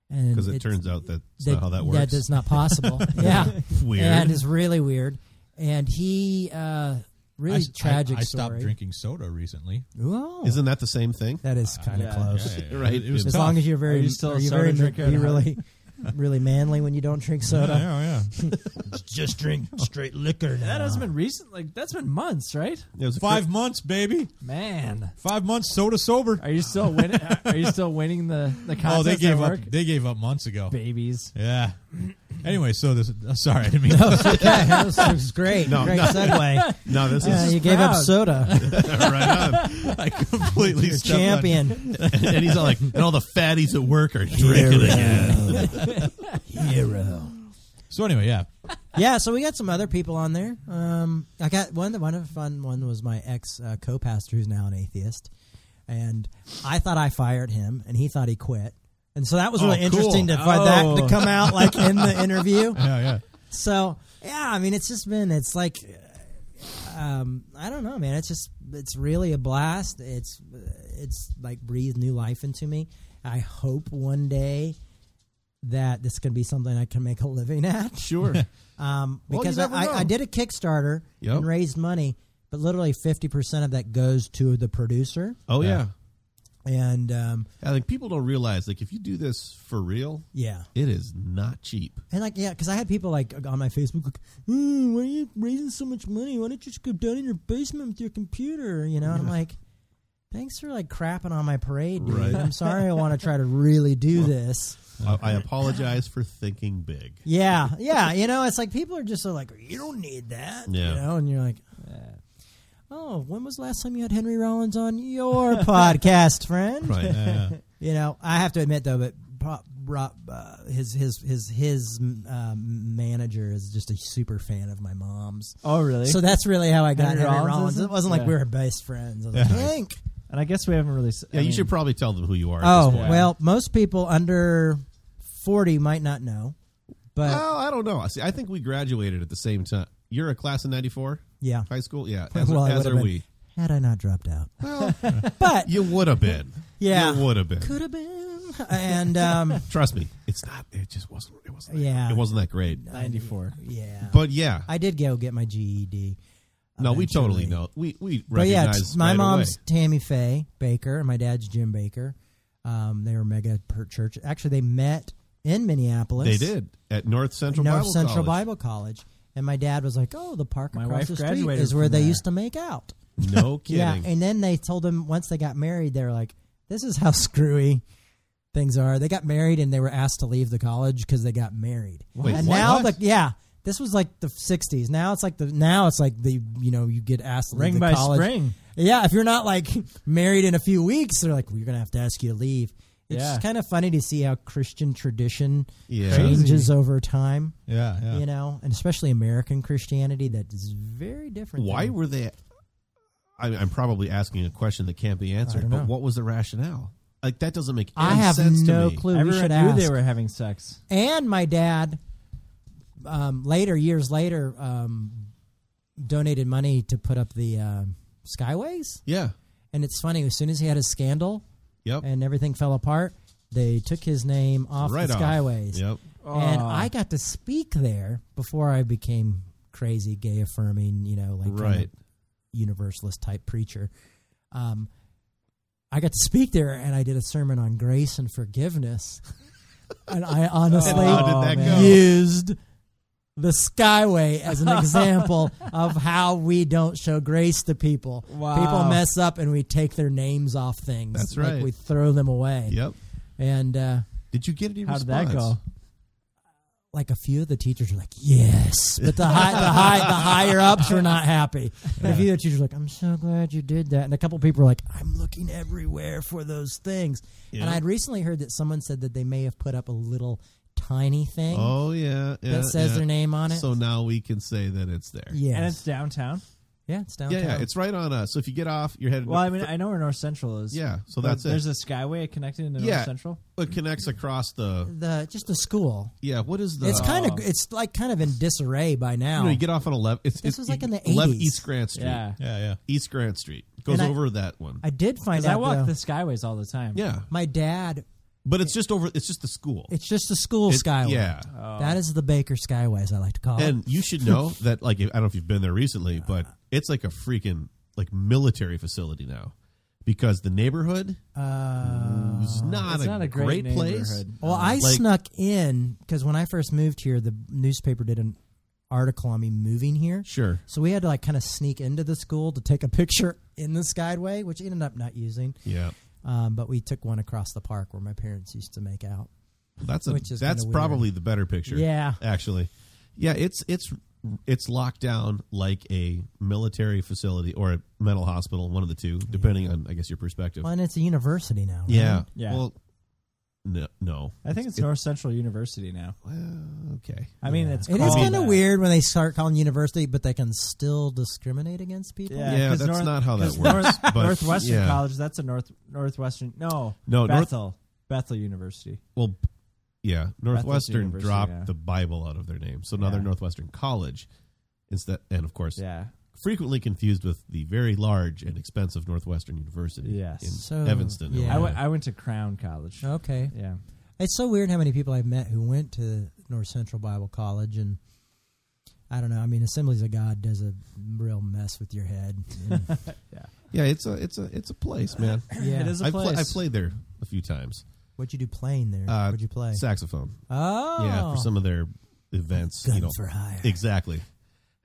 And
Because it
it's-
turns out that's
that-
not how that works.
That is not possible. yeah,
Weird.
and it's really weird. And he uh, really
I, s-
tragic.
I, I stopped
story.
drinking soda recently.
Whoa,
Isn't that the same thing?
that is kind of
yeah,
close.
Yeah, yeah, yeah.
Right.
It was
As
tough.
long as you're very,
Are you still
are you
a
very,
soda drinker
you
at heart?
really, really manly when you don't drink soda.
Yeah, oh, yeah.
just drink straight liquor now.
That hasn't been recent. Like that's been months, right?
It was a
Five
cr-
months, baby.
Man,
Five months soda sober.
are you still winning? are you still winning the the contest?
oh, they
at
gave up.
work?
They gave up months ago.
babies.
Yeah. Anyway, so this. uh, sorry, I didn't mean.
okay, that was, that was great.
No,
great
no.
segue.
No, this
Yeah,
is
you gave up
proud.
soda.
right on.
I completely
You're
stepped on-
champion.
and he's all like, and all the fatties at work are drinking again.
Hero.
So anyway, yeah.
Yeah, so we got some other people on there. Um, I got one. One of fun one was my ex uh, co-pastor, who's now an atheist, and I thought I fired him, and he thought he quit, and so that was
Oh,
really
cool.
interesting to find
Oh.
that to come out like in the interview.
Yeah, yeah.
So yeah, I mean, it's just been it's like, um, I don't know, man. It's just it's really a blast. It's it's like breathed new life into me. I hope one day that this can be something I can make a living at.
Sure.
Um,
Well, you
because
never
I,
know.
I, I did a Kickstarter
Yep.
and raised money, but literally fifty percent of that goes to the producer.
Oh yeah.
And um,
I think people don't realize like if you do this for real,
yeah,
it is not cheap.
And like, yeah, because I had people like on my Facebook, like, "Ooh, why are you raising so much money? Why don't you just go down in your basement with your computer?" You know, and I'm like, "Thanks for like crapping on my parade, dude.
Right.
I'm sorry. I want to try to really do this."
I, I apologize for thinking big.
Yeah, yeah. You know, it's like people are just so like, "You don't need that,"
Yeah.
you know, and you're like. Oh, when was the last time you had Henry Rollins on your podcast, friend?
Right.
Yeah, yeah.
You know, I have to admit though, but Pro- Rob, uh, his his his his um, manager is just a super fan of my mom's,
Oh, really?
so that's really how I got
Henry
Henry,
Rollins,
Rollins.
is it?
It wasn't like
Yeah.
we were best friends. I was like,
Yeah.
Hank.
and I guess we haven't really. s- I
Yeah, you
mean,
should probably tell them who you are. at
Oh
this point.
well, most people under forty might not know, but
Oh.
Well, I don't know. See, I think we graduated at the same time. You're a class of '94
yeah,
high school, yeah. As,
Well, I
as
would've
are
been.
we.
had I not dropped out. but
You would have been.
Yeah.
You would have been.
could have been. And um,
Trust me, it's not. It just wasn't. It wasn't. that-
Yeah.
It wasn't that great.
ninety four.
yeah,
But yeah,
I did go get my GED.
no, we totally
eventually.
know. We we
But yeah,
recognize.
t- my
right
mom's
away.
Tammy Faye Baker and my dad's Jim Baker. Um, they were mega per church. Actually, they met in Minneapolis.
They did at North Central
North
Bible
Central
College.
Bible College. And my dad was like, "Oh, the park
My
across
wife
the street
graduated
is where
from
they
there."
used to make out."
No kidding.
Yeah, and then they told him once they got married, they were like, "This is how screwy things are." They got married and they were asked to leave the college because they got married.
Wait,
and
what?
now,
What?
the yeah, this was like the '60s. Now it's like the now it's like the you know you get asked to leave
Ring
the
by
college.
spring.
Yeah, if you're not like married in a few weeks, they're like, "We're gonna have to ask you to leave." It's
Yeah.
kind of funny to see how Christian tradition
Yeah.
changes over time.
Yeah, yeah.
You know, and especially American Christianity that is very different.
Why
than-
were they? I, I'm probably asking a question that can't be answered.
don't
But
know.
what was the rationale? Like that doesn't make any
I have
sense
no
to me.
clue. we
Everyone
should
knew
ask.
they were having sex.
and my dad um, later years later um, donated money to put up the um skyways
Yeah.
and it's funny as soon as he had his scandal
Yep.
and everything fell apart they took his name off
right
the
off.
skyways Oh
Yep.
and
Aw.
i got to speak there before i became crazy gay affirming you know like kinda
Right.
universalist type preacher um, i got to speak there and i did a sermon on grace and forgiveness and i honestly
How did that
man.
go?
used the Skyway as an example of how we don't show grace to people.
Wow.
People mess up and we take their names off things.
That's
Like
right.
we throw them away.
Yep.
And uh,
Did you get any
How did
response?
that go?
like a few of the teachers were like, "Yes," but the high, the high, the higher ups were not happy. And a few of the teachers were like, "I'm so glad you did that," and a couple people were like, "I'm looking everywhere for those things." And
Yeah.
I'd recently heard that someone said that they may have put up a little tiny thing
Oh yeah. yeah
that says
yeah.
their name on it.
So now we can say that it's there.
yes.
And it's downtown.
Yeah, it's downtown.
Yeah, yeah, it's right on us. So if you get off, you're headed.
Well, I mean, I know where North Central is.
yeah. So
But
that's
There's
it.
a skyway connected into
Yeah.
North Central.
It connects across the.
the just the school.
Yeah. What is the?
It's kind of it's like kind of in disarray by now.
Oh. You, know, you get off on eleven. It's,
This
it's
was like in the
11
80s.
East Grant Street.
Yeah.
Yeah, yeah.
East Grant Street goes
And I-
over that one.
I did find out
Because I walk
though,
the skyways all the time.
yeah,
my dad.
but it's just over. It's just the school.
It's just the school
It-
skyway.
Yeah.
Oh.
Oh.
that is the Baker Skyway, as I like to call it.
And you should know that, like, if, I don't know if you've been there recently, but it's like a freaking like military facility now, because the neighborhood
Uh,
is not,
it's
a,
not a great
place.
neighborhood.
well, I
Like-
snuck in because when I first moved here, the newspaper did an article on me moving here.
Sure.
So we had to like kind of sneak into the school to take a picture in the Skyway, which ended up not using.
Yeah.
Um, but we took one across the park where my parents used to make out.
That's a
Which is
that's
kinda weird.
probably the better picture.
Yeah.
Actually. Yeah, it's it's it's locked down like a military facility or a mental hospital, one of the two, depending on I guess your perspective.
Well, and it's a university now. right?
Yeah.
Yeah.
Well no no.
I think it's, North Central University now.
Well, okay.
I mean, it's
It is
called
kind of
that.
weird when they start calling university, but they can still discriminate against people.
Yeah,
Yeah,
'cause
that's
North-
not how that
'cause
works,
North-
but,
Northwestern
yeah.
College. That's a North Northwestern. No,
No, North-
Bethel. Bethel University.
Well, b- yeah, Northwestern
University,
dropped
yeah.
the Bible out of their name, so now
Yeah.
they're Northwestern College instead, and of course,
Yeah.
frequently confused with the very large and expensive Northwestern University
Yes.
in
So,
Evanston.
yeah.
I went.
Illinois.
I went to Crown College.
Oh.
Okay.
Yeah.
It's so weird how many people I've met who went to North Central Bible College and I don't know. I mean, Assemblies of God does a real mess with your head. And,
yeah, it's a it's a it's a place, man.
yeah.
It is a
I've, pla-
place.
I've played there a few times.
What'd you do playing there?
Uh,
What'd you play?
Saxophone,
oh.
yeah, for some of their events.
Gun
you know,
for hire.
exactly.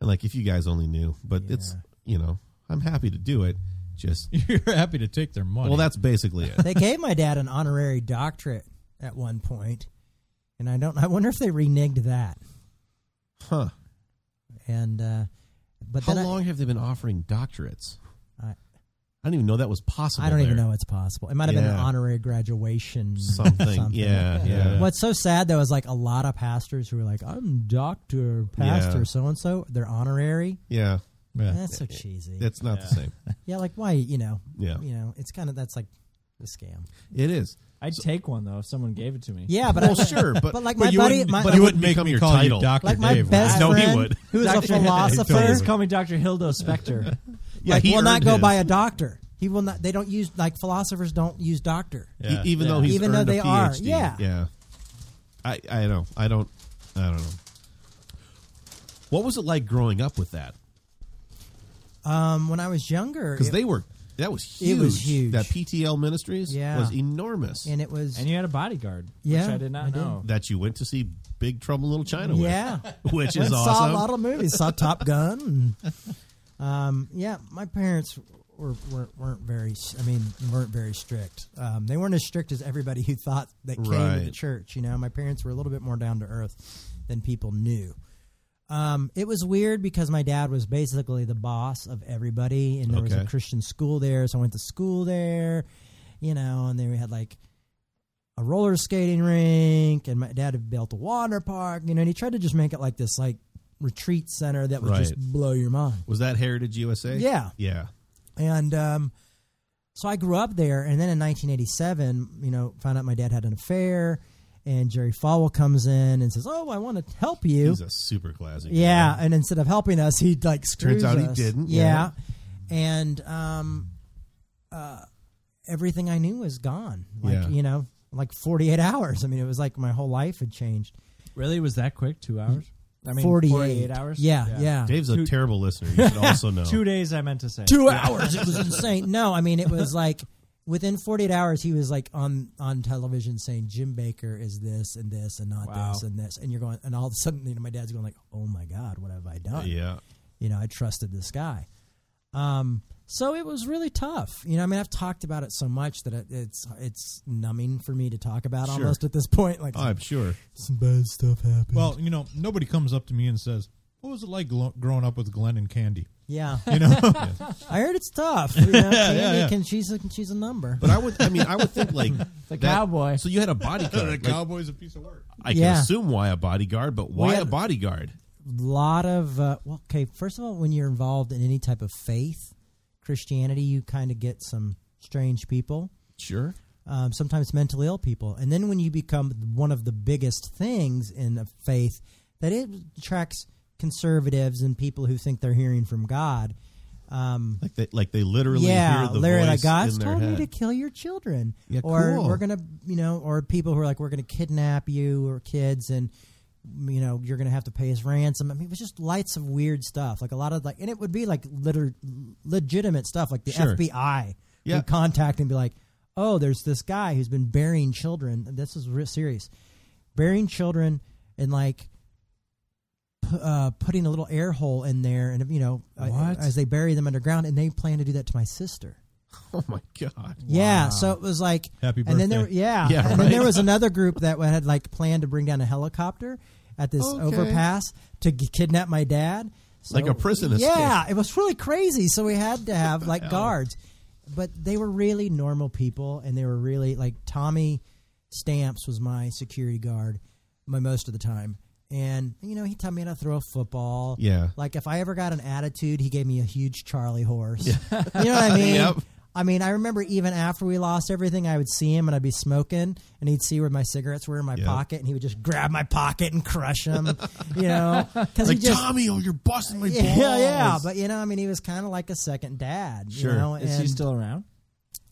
And like, if you guys only knew, but it's you know, I'm happy to do it. Just
You're happy to take their money.
well, that's basically it.
they gave my dad an honorary doctorate at one point, and I don't. I wonder if they reneged that.
huh?
And uh, but
How
then I-
long have they been offering doctorates?
I-
I, don't even know that was possible.
I don't even
there.
know it's possible. It might have been an
Yeah.
honorary graduation.
Something. Yeah, yeah.
What's so sad though is like a lot of pastors who are like, "I'm Doctor Pastor
Yeah.
So and So." They're honorary.
Yeah,
yeah.
That's so cheesy.
it's not the
Yeah.
same.
yeah, like why? You know.
Yeah.
You know, it's kind of that's like a scam.
It is.
I'd take one though if someone gave it to me.
Yeah, but
well,
I,
sure, but,
but like
but
my
you
buddy,
wouldn't-
my
but
you
it wouldn't
wouldn't make
become
me
your
call you
title.
Doctor
like my
Dave.
best
would you?
friend
No, he would.
who is a
Dr. Hill-
philosopher.
Totally
Please call me Dr. Hildo Specter.
Yeah,
like,
he
will not
earned
go
his.
by a doctor. He will not. They don't use like philosophers don't use doctor.
E- even
Yeah.
though he's
Even though
earned a
they are,
PhD.
yeah.
yeah. I I know. I don't. I don't know. What was it like growing up with that?
Um, when I was younger,
Because
it-
they were that was huge.
It was huge.
That PTL Ministries
Yeah.
was enormous.
and it was
And you had a bodyguard,
Yeah,
which I did not
I did.
know.
that you went to see Big Trouble in Little China with.
yeah.
which is
Went and
awesome.
Saw a lot of movies. Saw Top Gun. and, um, yeah, my parents were, weren't weren't very. s- I mean, weren't very strict. Um, they weren't as strict as everybody who thought that came to the
Right.
church. You know, my parents were a little bit more down to earth than people knew. Um, it was weird because my dad was basically the boss of everybody, and there was a
Okay.
Christian school there, so I went to school there. You know, and then we had like a roller skating rink, and my dad had built a water park. You know, and he tried to just make it like this like retreat center that would just
Right.
blow your mind.
was that Heritage USA?
Yeah.
Yeah.
And um, so I grew up there, and then in 1987, you know, found out my dad had an affair, and Jerry Falwell comes in and says, "Oh, I want to help you."
He's a super classic.
Yeah, and instead of helping us, he like screws
out he
us.
didn't,
Yeah, and um, uh, everything I knew was gone. Like
Yeah.
you know, like forty eight hours. I mean, it was like my whole life had changed.
Really, was that quick? Two hours? I mean,
48.
48 hours.
Yeah, yeah.
Dave's a terrible listener. You should also know.
Two days, I meant to say.
Two hours. it was insane. No, I mean, it was like within forty eight hours, he was like on on television saying Jim Baker is this and this and not
Wow.
this and this, and you're going, and all of a sudden, you know, my dad's going like, "Oh my God, what have I done?"
Yeah.
you know, I trusted this guy. Um, so it was really tough. You know, I mean, I've talked about it so much that it, it's it's numbing for me to talk about
Sure.
almost at this point. Like
Oh, I'm sure.
some bad stuff happened.
Well, you know, nobody comes up to me and says, "What was it like glo- growing up with Glenn and Candy?"
yeah,
You know,
I heard it's tough. You know, Candy
yeah.
can she's a, she's a number.
But I would. I mean, I would think like
The cowboy.
So you had a bodyguard. Like,
Cowboy's a piece of work.
I can
Yeah.
assume why a bodyguard, but why
had-
a bodyguard?
A lot of uh, well, okay. First of all, when you're involved in any type of faith, Christianity, you kind of get some strange people.
Sure.
um, sometimes mentally ill people. And then when you become one of the biggest things in a faith, that it attracts conservatives and people who think they're hearing from God. Um,
Like they like they literally
yeah,
hear the
Larry,
voice
like God's
in their
told
head.
me to kill your children,
Yeah,
or
cool.
we're gonna, you know, or people who are like, we're gonna kidnap you or kids, and you know, you're gonna have to pay us ransom. I mean, it was just lights of weird stuff, like a lot of like, and it would be like liter- legitimate stuff, like the
Sure.
FBI
Yeah.
would contact and be like, oh, there's this guy who's been burying children. This is real serious, burying children and like. pu- Uh, putting a little air hole in there, and you know, uh,
What?
as they bury them underground, and they plan to do that to my sister.
Oh my god.
Yeah, so it was like
Happy
And then there, were-
birthday.
yeah,
Yeah,
and then there
right.
was another group that had like planned to bring down a helicopter at this
Okay.
overpass to g- kidnap my dad, So-
Like a prison escape.
Yeah, it was really crazy. So we had to have like guards, but they were really normal people, and they were really like Tommy Stamps was my security guard, my most of the time. And you know he taught me how to throw a football.
Yeah.
like if I ever got an attitude, he gave me a huge Charlie horse. You know what I mean?
Yep.
I mean, I remember even after we lost everything, I would see him and I'd be smoking, and he'd see where my cigarettes were in my
Yep.
pocket, and he would just grab my pocket and crush them, you know, because
Like
he just
Tommy, oh, you're busting my
yeah,
balls.
yeah. But you know, I mean, he was kind of like a second dad.
Sure.
You know?
Is he
and-
still around?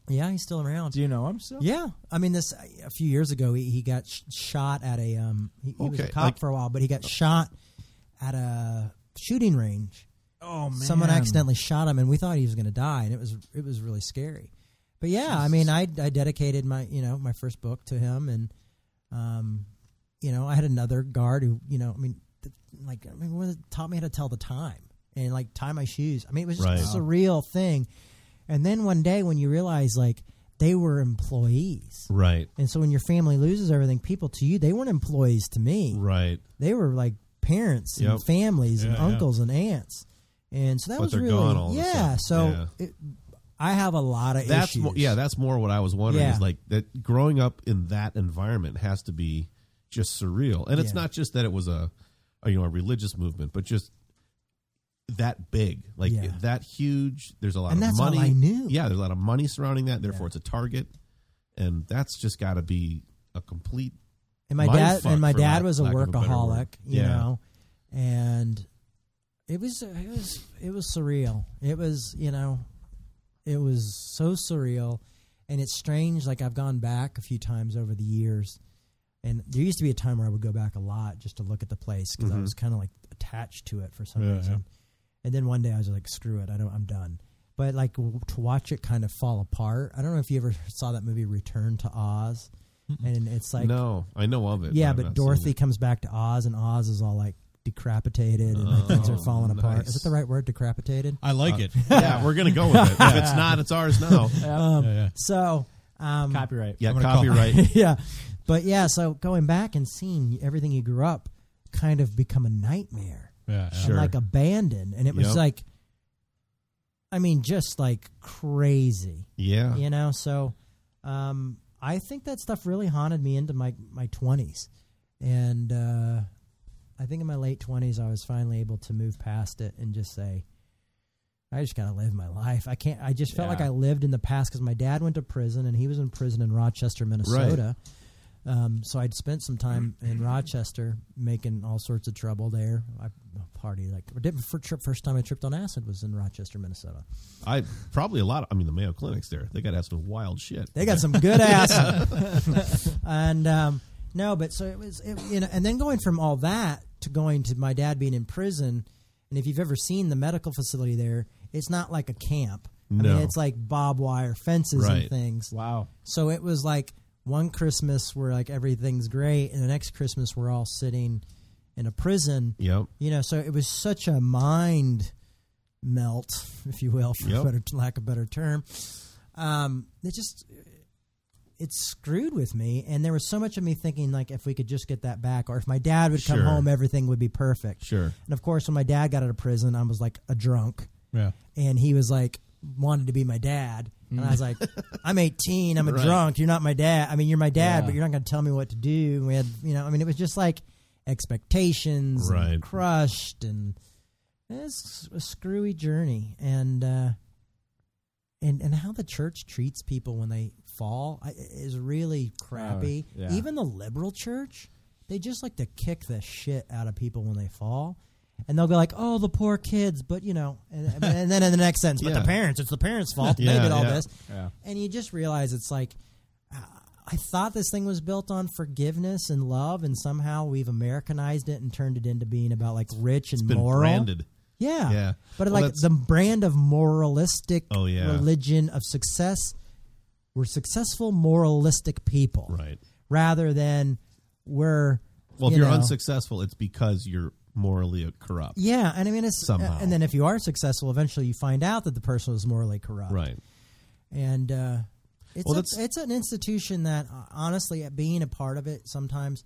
Yeah, he's still around.
Do you know him still?
Yeah, I mean, this a few years ago, he, he got sh- shot at a. Um, he, he was a
Okay,
cop
like-
for a while, but he got shot at a shooting range.
Oh man.
Someone accidentally shot him, and we thought he was going to die, and it was it was really scary. But yeah, I mean, I I dedicated my you know my first book to him, and um, you know, I had another guard who you know, I mean, th- like I mean, one that taught me how to tell the time and like tie my shoes. I mean, it was just
Right.
a surreal thing. And then one day, when you realize like they were employees,
Right.
and so when your family loses everything, people to you they weren't employees to me
Right.
they were like parents
Yep.
and families and
Yeah, yeah.
uncles and aunts, and so that
But
was
they're
really
gone all of a
yeah.
sudden.
So It, I have a lot of
That's
issues.
more, yeah. That's more what I was wondering.
Yeah.
Is like that growing up in that environment has to be just surreal, and it's
Yeah.
not just that it was a, a you know a religious movement, but just that big, like
Yeah.
that huge. There's a lot
And
of
that's all
money.
I knew.
Yeah, there's a lot of money surrounding that. Therefore, it's a target, and that's just got to be a complete.
and my
mind
dad
fuck,
and my
for
dad
lack-
was a
lack of a better
workaholic,
word.
you
Yeah.
know, and it was uh, it was it was surreal. It was you know, it was so surreal, and it's strange. Like I've gone back a few times over the years, and there used to be a time where I would go back a lot just to look at the place
Mm-hmm.
because I was kind of like attached to it for some
Yeah, yeah.
reason. And then one day I was like, screw it, I don't, I'm done. But like w- to watch it kind of fall apart. I don't know if you ever saw that movie Return to Oz, and it's like
no, I know of it.
yeah,
I've
but
not seen
Dorothy
it.
comes back to Oz, and Oz is all like decrepitated, and like things are
Oh,
falling apart.
nice.
Is that the right word? Decrepitated.
I like it.
Uh,
Yeah, we're gonna go with it. If it's not, it's ours now.
yeah, yeah.
So, um,
Copyright.
Yeah,
I'm gonna call-
copyright.
yeah, but yeah. So going back and seeing everything you grew up kind of become a nightmare,
Yeah, yeah.
and,
Sure.
like abandoned, and it was
Yep.
like, I mean, just like crazy.
Yeah.
you know so um, i think that stuff really haunted me into my, my 20s and uh, i think in my late 20s i was finally able to move past it and just say i just gotta live my life i can't i just felt like
Yeah.
i lived in the past because my dad went to prison and he was in prison in rochester minnesota um, so i'd spent some time in rochester making all sorts of trouble there i party like did- fir- trip- first time i tripped on acid was in rochester minnesota
I probably a lot. Of, I mean, the Mayo Clinic's there. They got to have some wild shit.
They got some good ass. and um, no, but so it was, it, you know, and then going from all that to going to my dad being in prison, and if you've ever seen the medical facility there, it's not like a camp. I
No.
mean, it's like barbed wire fences
Right.
and things.
Wow.
So it was like one Christmas where like everything's great, and the next Christmas we're all sitting in a prison.
Yep.
You know, so it was such a mind melt, if you will, for
Yep.
better lack of better term. Um, it just it screwed with me, and there was so much of me thinking like, if we could just get that back, or if my dad would come
Sure.
home, everything would be perfect.
Sure.
And of course, when my dad got out of prison, I was like a drunk,
Yeah.
and he was like wanted to be my dad. And I was like, I'm 18, I'm a
Right.
drunk. You're not my dad. I mean, you're my dad,
Yeah.
but you're not going to tell me what to do. And we had, you know, I mean, it was just like expectations, and
Right.
crushed, and it's a screwy journey. And uh, and and how the church treats people when they fall I- is really crappy.
Oh, yeah.
Even the liberal church, they just like to kick the shit out of people when they fall. And they'll go like, "Oh, the poor kids," but you know, and, and then in the next sentence, but
Yeah.
the parents, it's the parents' fault. they
Yeah,
did all
yeah.
this,
Yeah.
and you just realize it's like, uh, I thought this thing was built on forgiveness and love, and somehow we've Americanized it and turned it into being about like rich and
It's been
moral.
branded.
Yeah.
Yeah.
But
Well,
like
that's-
the brand of moralistic
Oh, yeah.
religion of success, we're successful moralistic people.
Right.
Rather than we're
Well, if
you
you're
know-
unsuccessful, it's because you're morally corrupt.
Yeah, and I mean it's uh,
Somehow.
and then if you are successful, eventually you find out that the person was morally corrupt.
Right.
and uh, it's
Well,
a,
that's-
it's an institution that uh, honestly, at being a part of it, sometimes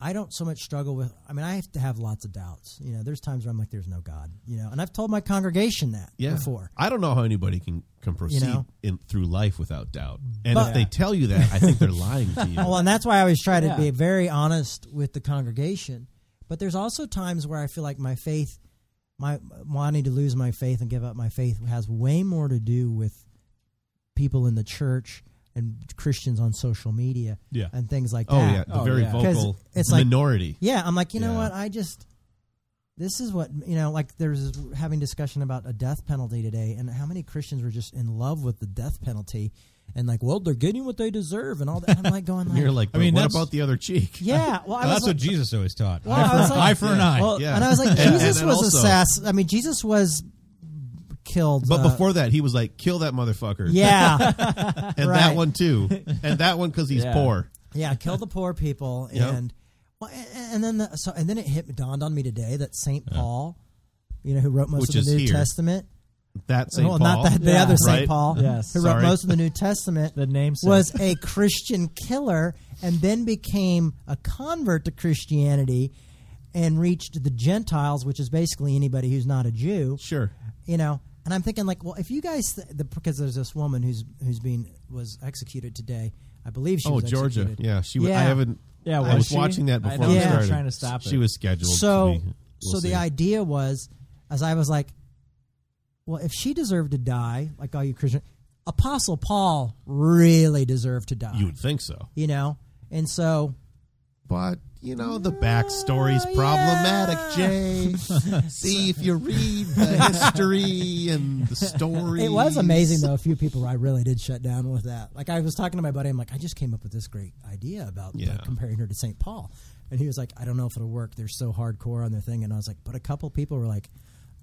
I don't so much struggle with. I mean, I have to have lots of doubts. You know, there's times where I'm like, "There's no God," you know, and I've told my congregation that
Yeah.
before.
I don't know how anybody can can proceed
know?
in through life without doubt. And
But- Oh,
if they tell you that, I think they're lying to you.
Well, and that's why I always try to
Yeah.
be very honest with the congregation. But there's also times where I feel like my faith, my wanting to lose my faith and give up my faith, has way more to do with people in the church and Christians on social media
Yeah.
and things like
oh
that.
yeah, the
Oh,
very
yeah. 'Cause
vocal
it's like-
minority.
Yeah, I'm like, you know
Yeah.
what? I just this is what you know. Like, there's having discussion about a death penalty today, and how many Christians were just in love with the death penalty, and like, well, they're getting what they deserve, and all that. And I'm like going,
And
like,
you're like,
I mean,
what
that's-
about the other cheek?
yeah, well, I
Well,
was
that's
like,
what Jesus always taught.
Well,
eye,
I
for,
was
an
like-
eye for an eye.
well,
yeah.
and I was like,
And- and
Jesus
then
was
also-
assass. I mean, Jesus was killed,
But
uh,
before that, he was like, "Kill that motherfucker,"
yeah,
and that
right.
one too, and that one because he's
Yeah.
poor.
Yeah, kill the poor people,
Yep.
and well, and- and then the, so and then it hit dawned on me today that Saint Paul, you know, who wrote most
Which
of the
is
New
here.
Testament,
That Saint
well,
Paul,
not that, the
Yeah.
other Saint
Right?
Paul,
Yes.
who
Sorry.
wrote most of the New Testament,
The name says-
was a Christian killer, and then became a convert to Christianity, and reached the Gentiles, which is basically anybody who's not a Jew
sure,
you know and i'm thinking like well if you guys th- the, because there's this woman who's who's being was executed today i believe she
oh
was
Georgia,
executed.
yeah, she. Was, I
Yeah.
haven't.
Yeah,
I
was
was
she?
watching that
I
before
know.
we
Yeah.
started.
Trying to stop it.
She was scheduled.
so
to be. We'll
so
see.
the idea was as i was like well if she deserved to die like all you christian apostle paul really deserved to die
you would think so,
you know and so
but you know, the backstory's problematic, Jay. See if you read the history and the story.
It was amazing though. A few people I really did shut down with that. Like I was talking to my buddy, I'm like, I just came up with this great idea about like,
Yeah.
comparing her to St. Paul, and he was like, I don't know if it'll work. They're so hardcore on their thing, and I was like, but a couple people were like,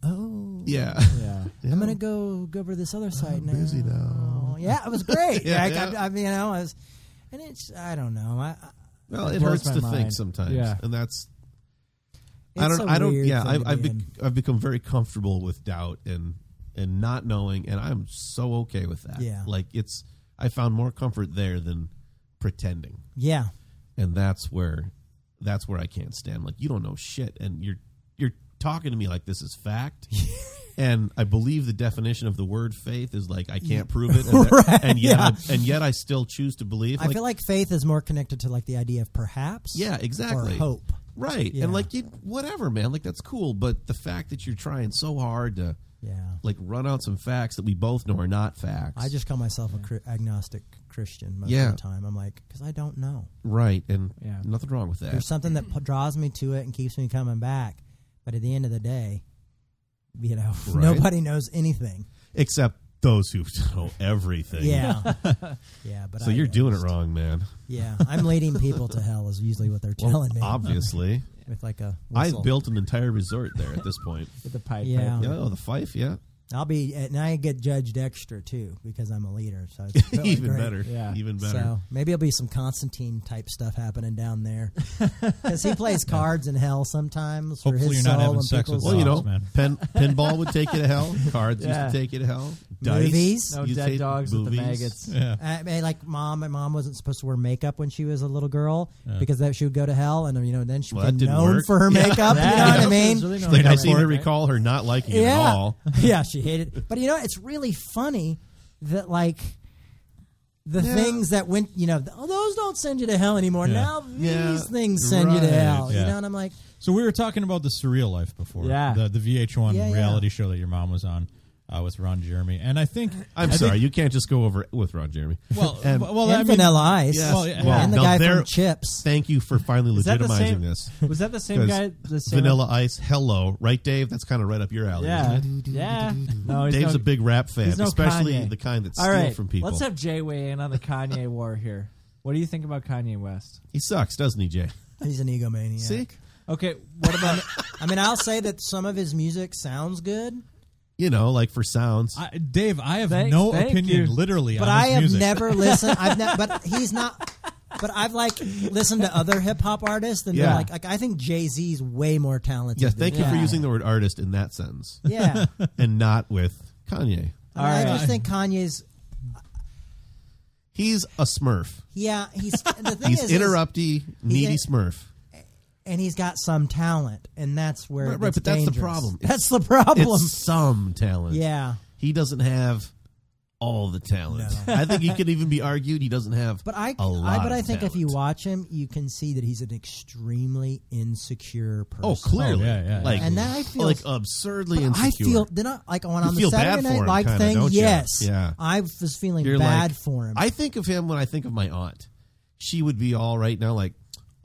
Oh,
Yeah.
Yeah.
I'm gonna go go over this other side now. Oh,
busy now.
Yeah, it was great.
Yeah,
Like,
yeah.
I, I, you know, I was, and it's I don't know. I, I
Well, it
blows
hurts to
my
think
mind.
sometimes,
Yeah.
and that's I
it's
don't
a
I don't
weird
yeah
thing
I've
to
I've,
be
bec-
in.
I've become very comfortable with doubt and and not knowing, and I'm so okay with that.
Yeah.
like it's I found more comfort there than pretending,
yeah.
and that's where that's where I can't stand. Like you don't know shit, and you're you're talking to me like this is fact. And I believe the definition of the word faith is like I can't prove it, and, that- and yet I- and yet I still choose to believe.
I feel like faith is more connected to like the idea of perhaps.
Yeah, exactly.
Or hope.
Right.
Yeah.
And like you whatever, man, like that's cool, but the fact that you're trying so hard to
Yeah.
like run out some facts that we both know are not facts.
I just call myself a cri- agnostic Christian most
Yeah.
of the time. I'm like, because I don't know.
right and
Yeah.
nothing wrong with that.
There's something that p- draws me to it and keeps me coming back. But at the end of the day, you know,
Right.
nobody knows anything.
Except those who know everything.
Yeah, yeah. But
So
I
you're
don't.
doing it wrong, man.
Yeah, I'm leading people to hell is usually what they're telling me.
Obviously.
with like a whistle.
I've built an entire resort there at this point.
With the pipe.
Yeah.
pipe.
Yeah, oh, the fife, yeah.
I'll be and I get judged extra too because I'm a leader. So it's really
Even
great.
better.
Yeah.
Even better.
So maybe it'll be some Constantine type stuff happening down there because he plays cards in hell sometimes. For
Hopefully
his
you're
soul
not having
and
sex with
people's
well, you know,
Sauce, man.
pen, pinball would take you to hell. Cards
Yeah.
used to take you to hell. Dice.
movies.
No
You
dead
take
dogs with
movies.
the maggots.
Yeah.
I mean, like mom, my mom wasn't supposed to wear makeup when she was a little girl because that she would go to hell, and you know then she
Well, that
became
didn't
known
work.
for her makeup. You know what I mean?
Like I seem to recall her not liking it at
yeah.
all.
yeah, she hated it. But you know, it's really funny that like the things that went, you know, th- oh, those don't send you to hell anymore.
Yeah.
Now these
Yeah.
things send you to
Right.
hell. You
Yeah.
know, and I'm like,
So we were talking about the surreal life before.
Yeah.
The the VH1
Yeah, yeah.
reality show that your mom was on uh, with Ron Jeremy, and I think
I'm
I think-
sorry, you can't just go over it with Ron Jeremy.
well,
And-
well,
and
I mean,
Vanilla Ice,
Yes. Well, yeah.
and
Well,
the
now
guy
they're-
from Chips.
Thank you for finally
Is that the
legitimizing
same-
this.
Was that the same
'Cause
guy? The same
Vanilla Ice, hello, right, Dave? That's kind of right up your alley.
Yeah.
isn't it?
Yeah. No, he's
Dave's
no-
a big rap fan,
he's no
especially
Kanye.
the kind that
All
steal
right.
from people.
Let's have Jay weigh in on the Kanye war here. What do you think about Kanye West?
he sucks, doesn't he, Jay?
He's an egomaniac.
See,
Okay. What about?
I mean, I'll say that some of his music sounds good,
you know, like for sounds,
I, Dave, I have
Thank-
no
thank
opinion,
you.
literally.
but
on
I
his
have
music.
never listened. I've never, but he's not. But I've like listened to other hip hop artists, and
Yeah.
they're like, like I think Jay Z's way more talented.
yeah.
than
Thank you for
Kanye.
using the word artist in that sentence,
Yeah.
and not with Kanye.
I, mean,
All
I
right.
just think Kanye's.
He's a Smurf.
Yeah, he's the thing
He's
is,
interrupty, needy
a-
Smurf.
and he's got some talent, and that's where
Right, right,
it's
but that's the
dangerous.
problem.
That's the problem.
It's some talent.
Oh, Yeah,
he doesn't have all the talent.
No.
I think he could even be argued he doesn't have.
but I,
a lot
I but
of
I think if
talent.
you watch him, you can see that he's an extremely insecure person.
oh clearly,
Oh, yeah, yeah, yeah.
like
And that I feel-
like absurdly
But
insecure.
I feel then I like when
You
on the
feel bad
Saturday
for
Night
him,
Live
kinda,
thing.
don't you?
Yes,
Yeah.
I was feeling
You're
bad
like-
for him.
I think of him when I think of my aunt. She would be all right now, like,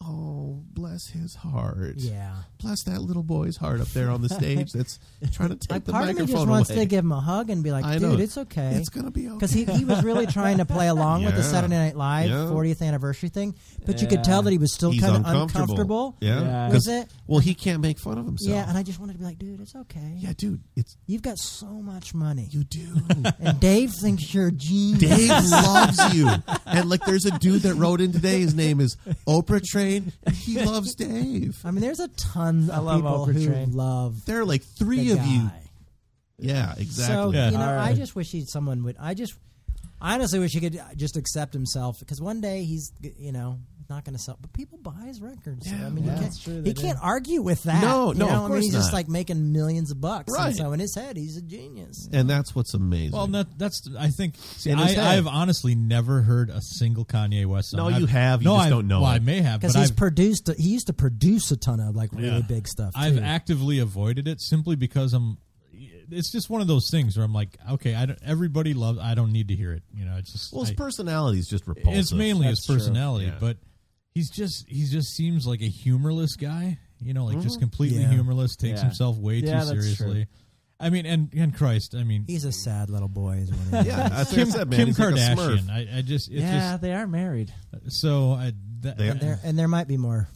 oh, bless his heart.
yeah.
Bless that little boy's heart up there on the stage that's trying to take the
Part of me
microphone
just wants
away.
to give him a hug and be like,
I
"Dude,
know.
it's okay.
It's gonna be okay.
because he, he was really trying to play along with the
Yeah.
Saturday Night Live
Yeah.
40th anniversary thing, but you could
Yeah.
tell that he was still
He's
kind of
uncomfortable.
uncomfortable.
Yeah.
Yeah.
Was
'Cause-
it?
Well, he can't make fun of himself.
Yeah, and I just wanted to be like, dude, it's okay.
yeah, dude, it's
You've got so much money,
you do.
and Dave thinks you're a genius.
Dave loves you. And like there's a dude that wrote in today, his name is Oprah Train. He loves Dave.
I mean, there's a ton of
love
people
Oprah
who
Train.
love
There are like
the
three of
guy.
you. Yeah, exactly.
So
Yeah.
you know,
All right.
I just wish he'd someone would. I just I honestly wish he could just accept himself because one day he's you know not going to sell, but people buy his records. so, I mean, you
that's
can't,
true, they
he
do.
can't argue with that.
No,
you
no, of
know? I mean,
course
he's just
not.
like making millions of bucks.
Right.
And so in his head, he's a genius.
And that's what's amazing.
Well, that, that's I think. See,
In his head.
I, I have honestly never heard a single Kanye West song.
No,
I've-
you have, you
no,
just
I've-
don't know
Well,
it.
I may have,
Because
but
he's
I've,
produced, he used to produce a ton of like really
Yeah.
big stuff.
I've
too.
actively avoided it simply because I'm. It's just one of those things where I'm like, okay, I don't. Everybody loves. I don't need to hear it. You know, it's just.
well his
I-
personality is just repulsive.
it's mainly his
That's true.
personality,
Yeah.
but he's just he just seems like a humorless guy. You know, like just
Mhm.
completely
Yeah.
humorless, takes
Yeah.
himself way
Yeah,
too
that's true.
seriously. I mean, and and Christ, I mean,
He's a sad little boy. Is what he
Yeah,
is.
that's what
Kim,
I said, man.
Kim
He's like a
Kardashian.
Smurf.
I, I just it's
yeah, they are married.
just so I that,
They-
And there, and there might be more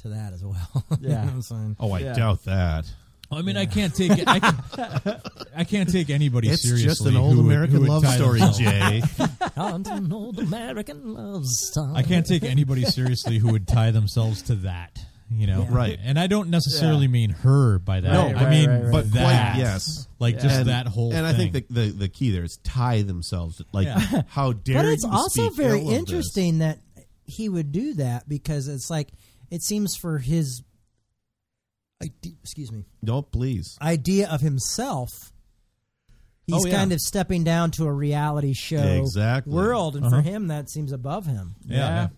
to that as well. You know
Yeah.
what I'm saying?
Oh, I
Yeah.
doubt that.
I mean, I can't take it. I, can, I can't take anybody
It's
seriously.
just an old
who would-
American
who would
love
tie
story,
themselves-
Jay. Oh.
Come to an old American love song.
I can't take anybody seriously who would tie thememselves to that. You know,
Yeah.
Right.
And I don't necessarily mean her by that.
No,
I
right,
mean,
right, right.
but
But
that,
quite yes.
like
Yeah.
just
And-
that whole.
And
thing.
I think the, the the key there is tie themselves. Like,
Yeah.
how dare
But it's
you
also
speak
very
ill of this?
interesting that he would do that because it's like it seems for his ide- excuse me
No, please.
idea of himself. He's
Oh, yeah.
kind of stepping down to a reality show
Exactly.
world, and
Uh-huh.
for him that seems above him,
yeah. yeah.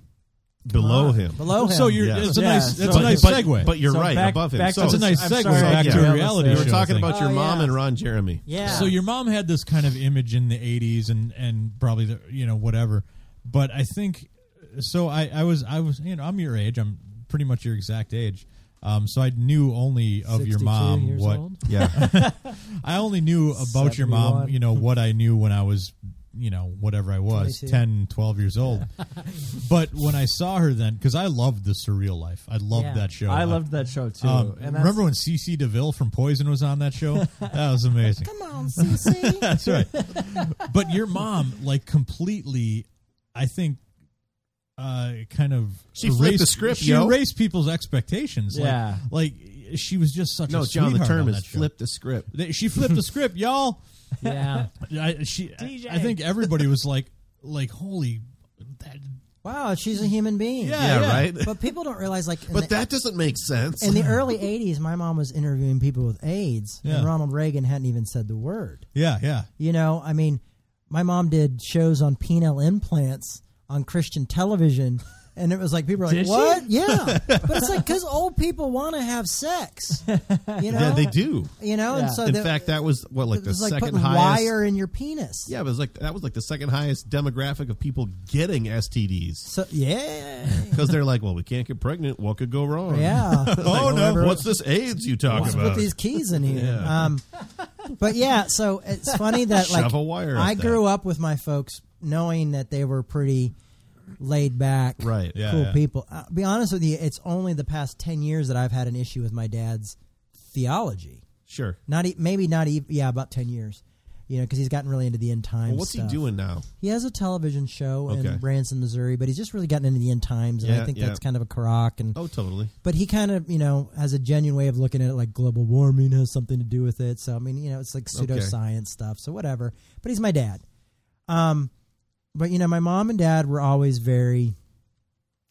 Below
Ah,
him.
below him.
So you're.
Yeah.
It's a
Yeah,
nice. That's
so-
a nice
but,
segue.
But you're
So
right,
back-
above him.
back
so
to-
that's a nice
I'm
segue
sorry,
back
yeah.
to
Yeah,
a reality
we
let's
show.
were talking
thing.
about your
Oh,
mom
yeah.
and Ron Jeremy.
yeah.
So your mom had this kind of image in the '80s, and and probably the you know whatever. But I think so. I I was I was you know I'm your age. I'm pretty much your exact age. Um, so I knew only of your
62
mom
years
what
old?
Yeah.
I only knew about
71.
your mom. You know what I knew when I was you know whatever I was
22.
10, 12 years old. but when I saw her then, because I loved the Surreal Life. I loved
Yeah.
that show.
I loved that show too.
Um,
and that's,
remember when CC DeVille from Poison was on that show? that was amazing.
Come on, Cece.
That's right. but your mom, like, completely, I think, uh, kind of
She flipped the script,
She
yo.
erased people's expectations. Like-
Yeah.
like, she was just such
no,
a
John, the
sweetheart
term
on
is
that show.
flip the script.
They- She flipped the script, y'all.
yeah,
I, she, I,
DJ.
I think everybody was like, like, holy, that,
wow, she's a human being.
Yeah,
Yeah, yeah.
right?
But people don't realize, like, in
But
the,
that doesn't make sense.
in the early '80s, my mom was interviewing people with AIDS,
Yeah.
and Ronald Reagan hadn't even said the word.
yeah, yeah.
You know, I mean, my mom did shows on penile implants on Christian television, and it was like people were like,
Did she?
"What? Yeah," but it's like because old people want to have sex, you know.
yeah, they do.
You know,
Yeah.
and so
in
that-
fact, that was what like
Oh, it
the
was like
second
putting
highest.
wire in your penis.
Yeah, it was like that was like the second highest demographic of people getting STDs
So yeah,
because they're like, well, we can't get pregnant. What could go wrong?
yeah.
It's like,
Oh, no.
whatever. What's this AIDS you talk
Let's
about?
put these keys in here.
Yeah.
Um, but yeah, so it's funny that like
Shove a wire up
I
that.
grew up with my folks knowing that they were pretty laid back,
Right.
Yeah,
cool
yeah.
people. I'll be honest with you, it's only the past ten years that I've had an issue with my dad's theology.
Sure.
Not e- maybe not even yeah, about ten years. You know, because he's gotten really into the end times.
Well, what's he
stuff.
doing now?
He has a television show
Okay.
in Branson, Missouri, but he's just really gotten into the end times, and I
Yeah,
think
yeah.
that's kind of a crock. And
Oh, totally.
but he kind of you know has a genuine way of looking at it like global warming has something to do with it so i mean you know it's like
Okay.
pseudoscience stuff so whatever but he's my dad um but you know my mom and dad were always very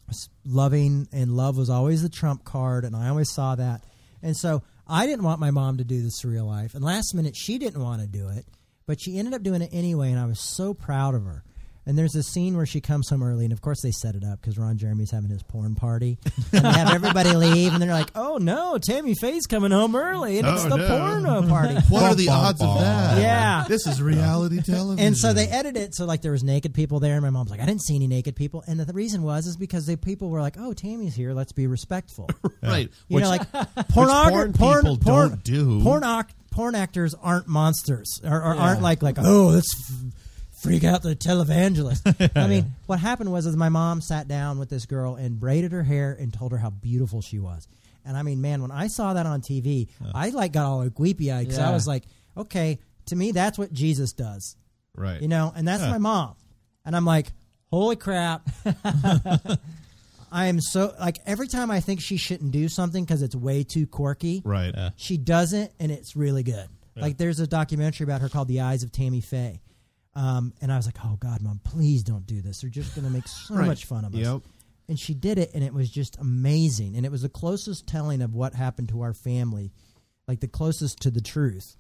s- loving and love was always the trump card and i always saw that and so i didn't want my mom to do the surreal life and last minute she didn't want to do it but she ended up doing it anyway and i was so proud of her and there's a scene where she comes home early and of course they set it up because ron jeremy's having his porn party and they have everybody leave and they're like oh no tammy faye's coming home early and it's
Oh,
the
no.
porno party
What are the
Bum, bum,
odds of
bum.
that?
Yeah.
This is reality television.
and so they edited it so like there was naked people there and my mom's like i didn't see any naked people and the, the reason was is because the people were like oh tammy's here let's be respectful
right.
you
Which-
know like
porn
pornogra- porn
people
porn,
don't do.
porn ac- porn actors aren't monsters or, or aren't like like oh let's f- freak out the televangelist i mean what happened was is my mom sat down with this girl and braided her hair and told her how beautiful she was and i mean man when i saw that on tv i like got all like weepy eyed because i
Yeah.
was like okay to me that's what jesus does
right.
you know, and that's my mom. And I'm like, holy crap. I am so, like, every time I think she shouldn't do something because it's way too quirky,
right.
she doesn't, and it's really good. Like, there's a documentary about her called The Eyes of Tammy Faye. Um, and I was like, oh, God, mom, please don't do this. They're just going to make so
Right.
much fun of us.
Yep.
And she did it, and it was just amazing. And it was the closest telling of what happened to our family, like the closest to the truth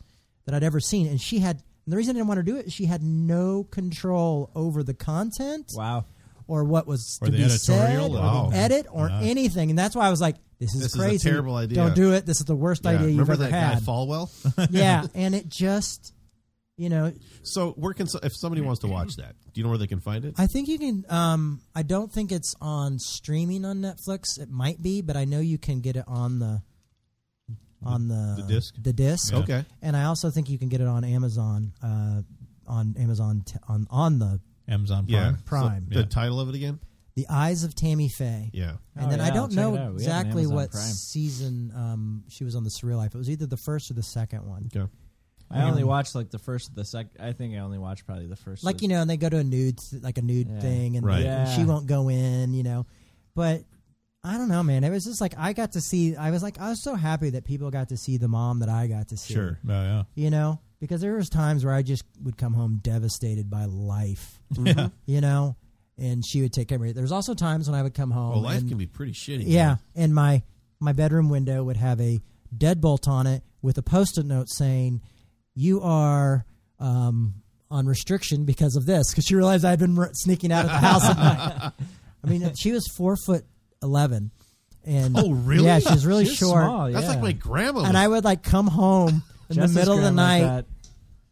that I'd ever seen. And she had, and the reason I didn't want her to do it, is she had no control over the content
wow.
or what was
Or
to
the
be said,
editorial,
or
wow.
the edit, or
Yeah.
anything. And that's why I was like, this is
This is a
crazy.
terrible idea.
Don't do it. This is the worst
Yeah.
idea you've
Remember
ever
that
had.
guy Falwell?
yeah, and it just you know,
So where can so- if somebody wants to watch that? Do you know where they can find it?
I think you can. Um, I don't think it's on streaming on Netflix. It might be, but I know you can get it on the on the
The disc?
The disc.
Yeah.
Okay.
And I also think you can get it on Amazon. Uh, on Amazon t- on on the
Amazon Prime.
Yeah.
Prime.
So The title of it again?
the eyes of Tammy Faye.
Yeah.
And
Oh,
then I
yeah,
don't
check it
know
out. We have an
exactly
Amazon
what
Prime.
season um, she was on The Surreal Life. It was either the first or the second one.
Okay.
I only
Um,
watched like the first, the sec. I think I only watched probably the first.
Like you know, and they go to a nude th- like a nude
Yeah.
thing, and
Right.
and she
Yeah.
won't go in, you know. But I don't know, man. It was just like I got to see. I was like, I was so happy that people got to see the mom that I got to see.
Sure.
Oh, yeah.
you know, because there was times where I just would come home devastated by life, you know, and she would take care of me. There's also times when I would come home.
Well, life
and-
can be pretty shitty.
Yeah, and my my bedroom window would have a deadbolt on it with a post-it note saying, "You are um, on restriction because of this." Because she realized I'd been r- sneaking out of the house at night. I mean, she was four foot eleven, and
Oh, really?
Yeah, she was really
She's
short.
small,
That's like
yeah.
my grandma.
Oh, And I would like come home in
Jess's
the middle of the
grandma's
night,
that-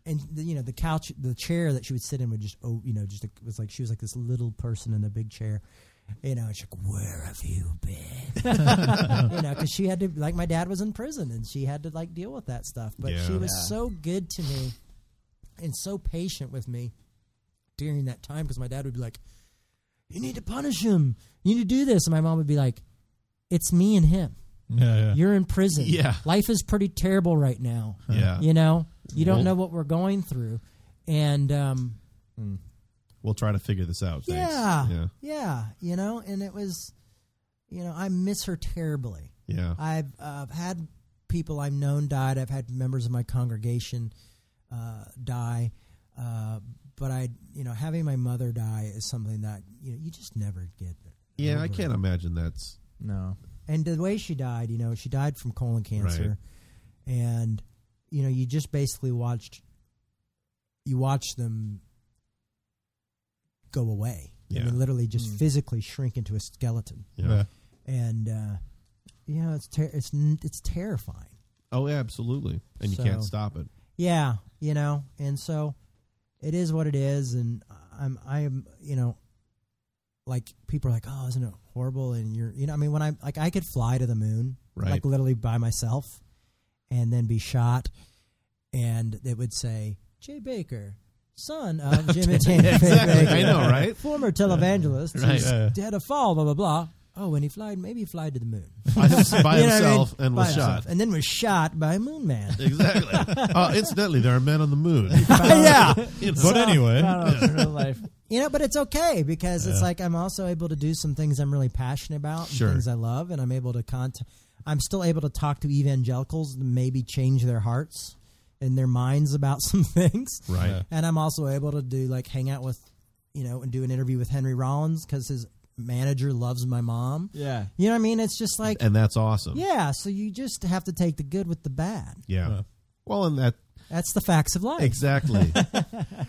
and the- you know the couch, the chair that she would sit in would just oh, you know, just it was like she was like this little person in a big chair. You know, it's like, where have you been? you know, because she had to, like, my dad was in prison and she had to, like, deal with that stuff. But she
Yeah.
was
Yeah.
so good to me and so patient with me during that time because my dad would be like, you need to punish him. You need to do this. And my mom would be like, it's me and him.
Yeah, yeah.
You're in prison.
Yeah.
Life is pretty terrible right now.
Yeah.
You know, you don't
Well-
know what we're going through. And um,
We'll try to figure this out. Thanks.
yeah,
Yeah.
yeah, you know, and it was, you know, I miss her terribly.
Yeah.
I've uh, had people I've known died. I've had members of my congregation uh, die. Uh, but I, you know, having my mother die is something that you know you just never get.
Yeah, I
over.
can't imagine that's
no,
And the way she died, you know, she died from colon cancer, and you know, you just basically watched, you watched them go away. I
Yeah.
mean, literally just
Mm.
physically shrink into a skeleton,
yeah.
Yeah.
and uh, you know, it's ter- it's n- it's terrifying.
Oh, yeah, absolutely. And you
So-
can't stop it.
Yeah, you know, and so it is what it is, and I'm I'm you know, like people are like, oh, isn't it horrible? And you're you know, I mean, when I like I could fly to the moon,
Right.
like literally by myself, and then be shot, and it would say Jay Baker. Son of Jim and Tammy
Exactly. I
Faye
know,
Baker,
right?
Former televangelist,
Right.
he's had a fall, blah blah blah. Oh, and he flied, maybe he fly to the moon
By, him- by
You know what I mean?
himself and
By
was
himself.
shot.
and then was shot by a moon man.
Exactly. uh, incidentally, there are men on the moon.
yeah,
You know.
But anyway,
not on real life.
you know but it's okay because it's like i'm also able to do some things i'm really passionate about and
Sure.
things i love and i'm able to contact i'm still able to talk to evangelicals and maybe change their hearts and their minds about some things
Right.
and i'm also able to do like hang out with you know and do an interview with henry rollins because his manager loves my mom
Yeah,
you know what i mean it's just like
And that's awesome.
yeah so you just have to take the good with the bad
Yeah.
Yeah.
Well, and that
that's the facts of life
exactly. that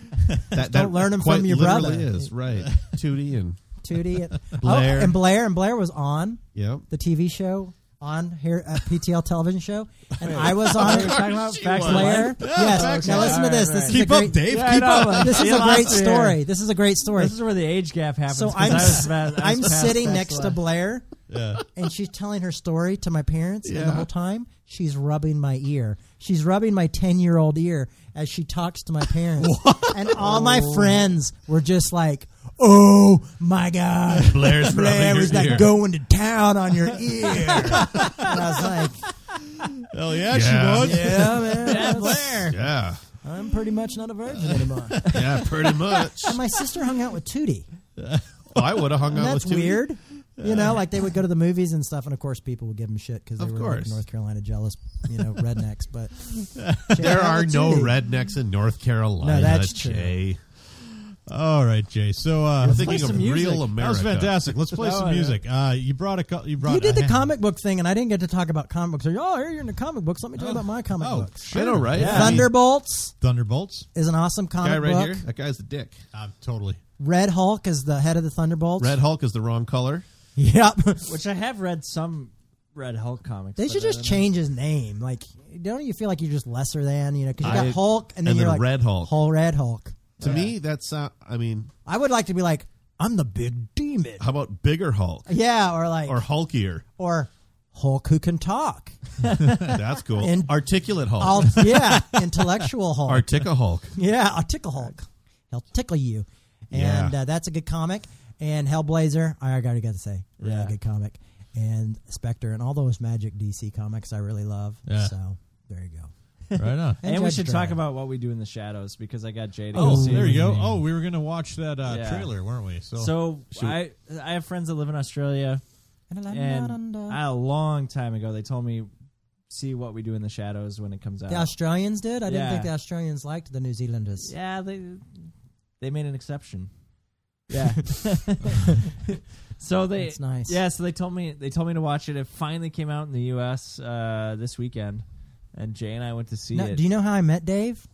that
Don't learn 'em from
quite
your
literally
brother.
Is right. Tootie and
Tootie and- oh,
Blair.
and blair and blair was on
yeah.
the TV show on here at PTL television show, and I was on it.
Oh, talking about facts of
Blair.
life?
yes.
okay.
Now listen to this.
All right,
This
right.
is
keep
a great,
up, Dave.
Yeah, I
keep
know.
up.
This is
You
a great
lost me here.
story. This is a great story.
This is where the age gap happens.
So
'cause
I'm
I was
s-
about- I
I'm
was past
sitting
facts
next to
of life.
Blair,
Yeah.
and she's telling her story to my parents, and the
Yeah.
whole time she's rubbing my ear. She's rubbing my ten year old ear as she talks to my parents, and all my
Oh.
friends were just like, "Oh my god,
Blair's
Blair
rubbing
was
your
like
ear.
going to town on your ear." and I was like.
Hell yeah,
Yeah.
she was.
Yeah, man.
Yeah.
I'm pretty much not a virgin anymore.
Yeah, pretty much.
And my sister hung out with Tootie.
Oh, I would have hung
And
out with
that's
Tootie.
weird. You know, like they would go to the movies and stuff, and of course, people would give them shit because they
Of
were like
course.
North Carolina jealous, you know, rednecks. But
There are no
rednecks.
rednecks in North Carolina.
No, that's true.
Jay.
All right, Jay. So uh,
I'm
play
thinking
some
of
music.
real
That was
America.
that was fantastic. Let's play
That
some
one, yeah.
music. Uh, you brought a co- you brought
you did
a
the
hand-
comic book thing, and I didn't get to talk about comic books. You're, oh, here you're into comic books. Let me talk about my comic
Oh,
books.
sure.
I know, right? I
Yeah.
mean,
Thunderbolts
Thunderbolts.
is an awesome comic
guy right
book.
here. That guy's a dick.
Um, totally.
Red Hulk is the head of the Thunderbolts.
Red Hulk is the wrong color.
Yep.
which I have read some read Hulk comics.
They
but
should
I
just
don't
change his name. Like, don't you feel like you're just lesser than you know? Because you got
I-
Hulk, and then
and
you're
then
like
Red Hulk.
Hulk, Red Hulk.
To me, that's uh, I mean,
I would like to be like, I'm the big demon.
how about bigger Hulk
Yeah, or like,
or
or,
hulkier?
Hulk who can talk.
That's cool.
And-
Articulate Hulk,
I'll, yeah, intellectual Hulk.
Artica Hulk.
yeah, I'll tickle Hulk. He'll tickle you. And
Yeah.
uh, that's a good comic. And Hellblazer, I already got to say, really
Yeah.
good comic. And Spectre, and all those magic DC comics I really love.
Yeah.
So there you go.
right on.
And we
Judge
should
Dredd.
talk about what we do in the shadows because I got Jay to
Oh,
go see
there
it
you go.
with me.
Oh, we were gonna watch that uh,
Yeah.
trailer, weren't we? So,
So I I have friends that live in Australia, and I, a long time ago they told me see what we do in the shadows when it comes out.
Oh.
The Australians did. I didn't
Yeah.
think the Australians liked the New Zealanders.
yeah, they they made an exception. Yeah. so they
That's nice.
Yeah, so they told me they told me to watch it. It finally came out in the U.S. Uh, this weekend, and Jay and I went to see
Now,
it.
do you know how I met Dave?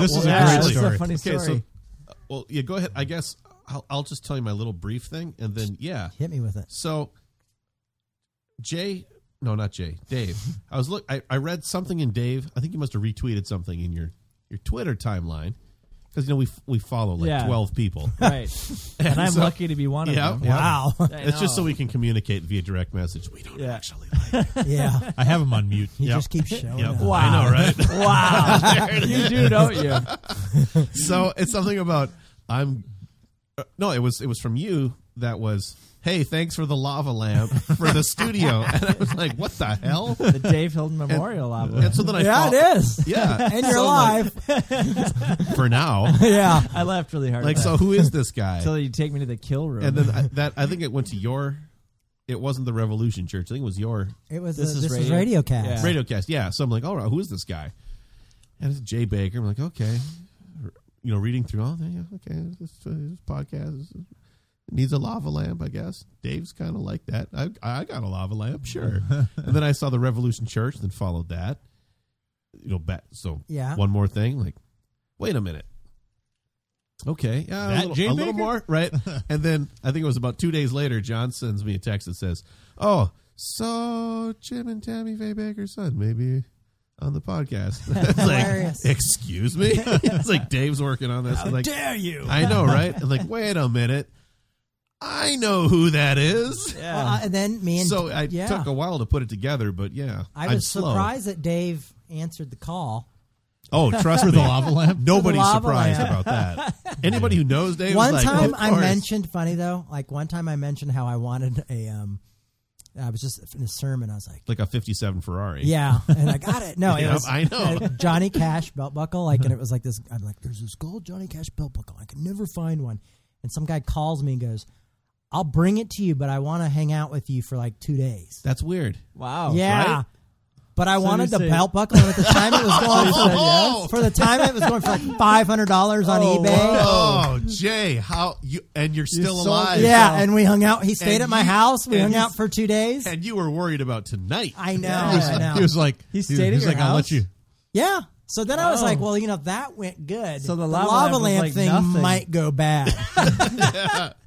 This is a
yeah,
great
that's
story.
a funny story.
Okay, so, uh, well, yeah, go ahead. I guess I'll, I'll just tell you my little brief thing, and then yeah.
Hit me with it.
So, Jay, no, not Jay, Dave. I was look. I, I read something in Dave. I think you must have retweeted something in your your Twitter timeline because you know we f- we follow like
Yeah.
twelve people.
right, and I'm
So-
lucky to be one
Yeah.
of them.
Yeah.
Wow.
I
It's just so
know.
we can communicate via direct message. We don't
Yeah.
actually like.
yeah.
I have him on mute.
You
Yep.
just keep showing
Yep.
up.
I know, right?
Wow, you do, don't you?
so it's something about I'm. uh, no, it was it was from you that was. Hey, thanks for the lava lamp for the studio, and I was like, "What the hell?"
The Dave Hilton Memorial Lava.
And so then I
Yeah,
fol-
it is.
Yeah,
And you're
So, like,
alive.
for now.
yeah.
I laughed really hard.
Like,
at
so who is this guy?
that. Until you take me to the kill room.
and then I, that I think it went to your. It wasn't the Revolution Church. I think it was your
It was this,
This
uh,
is
this was
radio.
Radiocast.
Yeah.
Radiocast. Yeah. So I'm like, all right, who is this guy? And it's Jay Baker. I'm like, okay, you know, reading through all, yeah, okay, this, uh, this podcast is- needs a lava lamp, I guess. Dave's kind of like that. I, I got a lava lamp, sure. and then I saw the Revolution Church, then followed that. You know, back, so
Yeah.
one more thing, like, wait a minute. Okay, yeah,
That
a, little,
Jay
a little
Baker?
more, right? and then I think it was about two days later. John sends me a text that says, "Oh, so Jim and Tammy Faye Baker's son maybe on the podcast." it's
Hilarious.
like, excuse me. it's like Dave's working on this. I'm like,
dare you?
I know, right? And like, wait a minute, I know who that is.
yeah.
uh, and then me and
so I
yeah.
took a while to put it together, but yeah,
I
I'm
was
slow.
surprised that Dave answered the call.
Oh, trust me,
the lava lamp.
Nobody's
lava
surprised
lamp.
about that. Anybody who knows Dave, is
one
like,
time
"Of
I
course."
mentioned funny though, like one time I mentioned how I wanted a um I was just in a sermon I was like,
like a '57 Ferrari.
yeah, and I got it. No, it
Yeah,
was
I know.
a Johnny Cash belt buckle like and it was like this I'm like there's this gold Johnny Cash belt buckle. I can never find one. And some guy calls me and goes, "I'll bring it to you, but I want to hang out with you for like 2 days."
That's weird.
wow.
yeah.
right?
But I
So
wanted
you
the
say-
belt buckle, and at the time it was going for, for the time it was going for like five hundred dollars on
Oh,
eBay.
Oh, Jay, how you and you're still
sold
alive.
it.
Yeah, and we hung out. He stayed
And
at my
you-
house. We
and
hung
you-
out for two days.
And you were worried about tonight.
I know.
He was,
I know.
he was like,
He
he
stayed
was-
at
he was
your
like, I'll let
house?
you.
yeah. So then I was
Wow.
like, well, you know, that went good.
Oh. So the
the
lava lamp
lava
was
lamp
like
thing
nothing.
might go bad.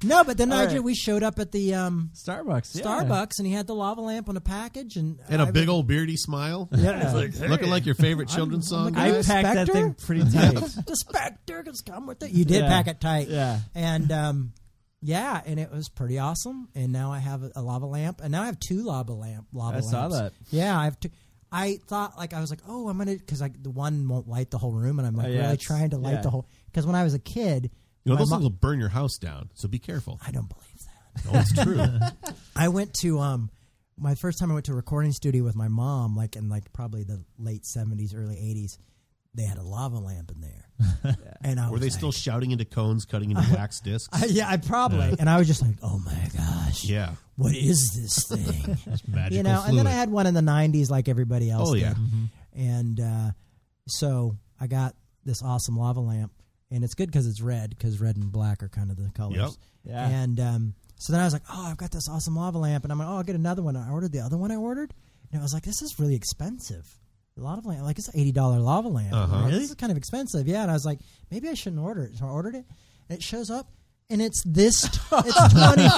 no, but then
All
I
right.
did. We showed up at the um,
Starbucks. Yeah.
Starbucks, and he had the lava lamp on a package, and "Oh,
and a
I-
big old beardy smile.
Yeah.
Looking like your favorite children's song.
I'm like,
I
guy.
packed that
Spectre?
thing pretty tight.
the specter has come with it. You did
Yeah.
pack it tight.
Yeah.
And um yeah, and it was pretty awesome. And now I have a, a lava lamp, and now I have two lava lamp lava
I saw
lamps.
that.
Yeah, I have two. I thought like I was like, oh, I'm gonna because like the one won't light the whole room, and I'm like
Oh, yeah,
really
it's-
trying to light
yeah.
the whole. Because when I was a kid,
you know,
my
those
mo-
things will burn your house down, so be careful.
I don't believe that.
No, it's true.
I went to um my first time I went to a recording studio with my mom, like in like probably the late seventies, early eighties. They had a lava lamp in there, and I
Were
was
they
like,
still shouting into cones, cutting into wax discs?
I, yeah, I probably. And I was just like, oh my gosh,
yeah.
what is this thing?
It's magical
you know.
fluid.
And then I had one in the '90s, like everybody else.
Oh, yeah.
did. And uh, so I got this awesome lava lamp, and it's good because it's red, because red and black are kind of the colors.
Yep.
Yeah.
And um, so then I was like, oh, I've got this awesome lava lamp, and I'm like, oh, I'll get another one. I ordered the other one I ordered, and I was like, this is really expensive. A lot of lamp, like it's an eighty dollar lava lamp. I'm
Uh-huh.
like, This is kind of expensive, yeah. And I was like, maybe I shouldn't order it. So I ordered it, and it shows up, and it's this. T- it's twenty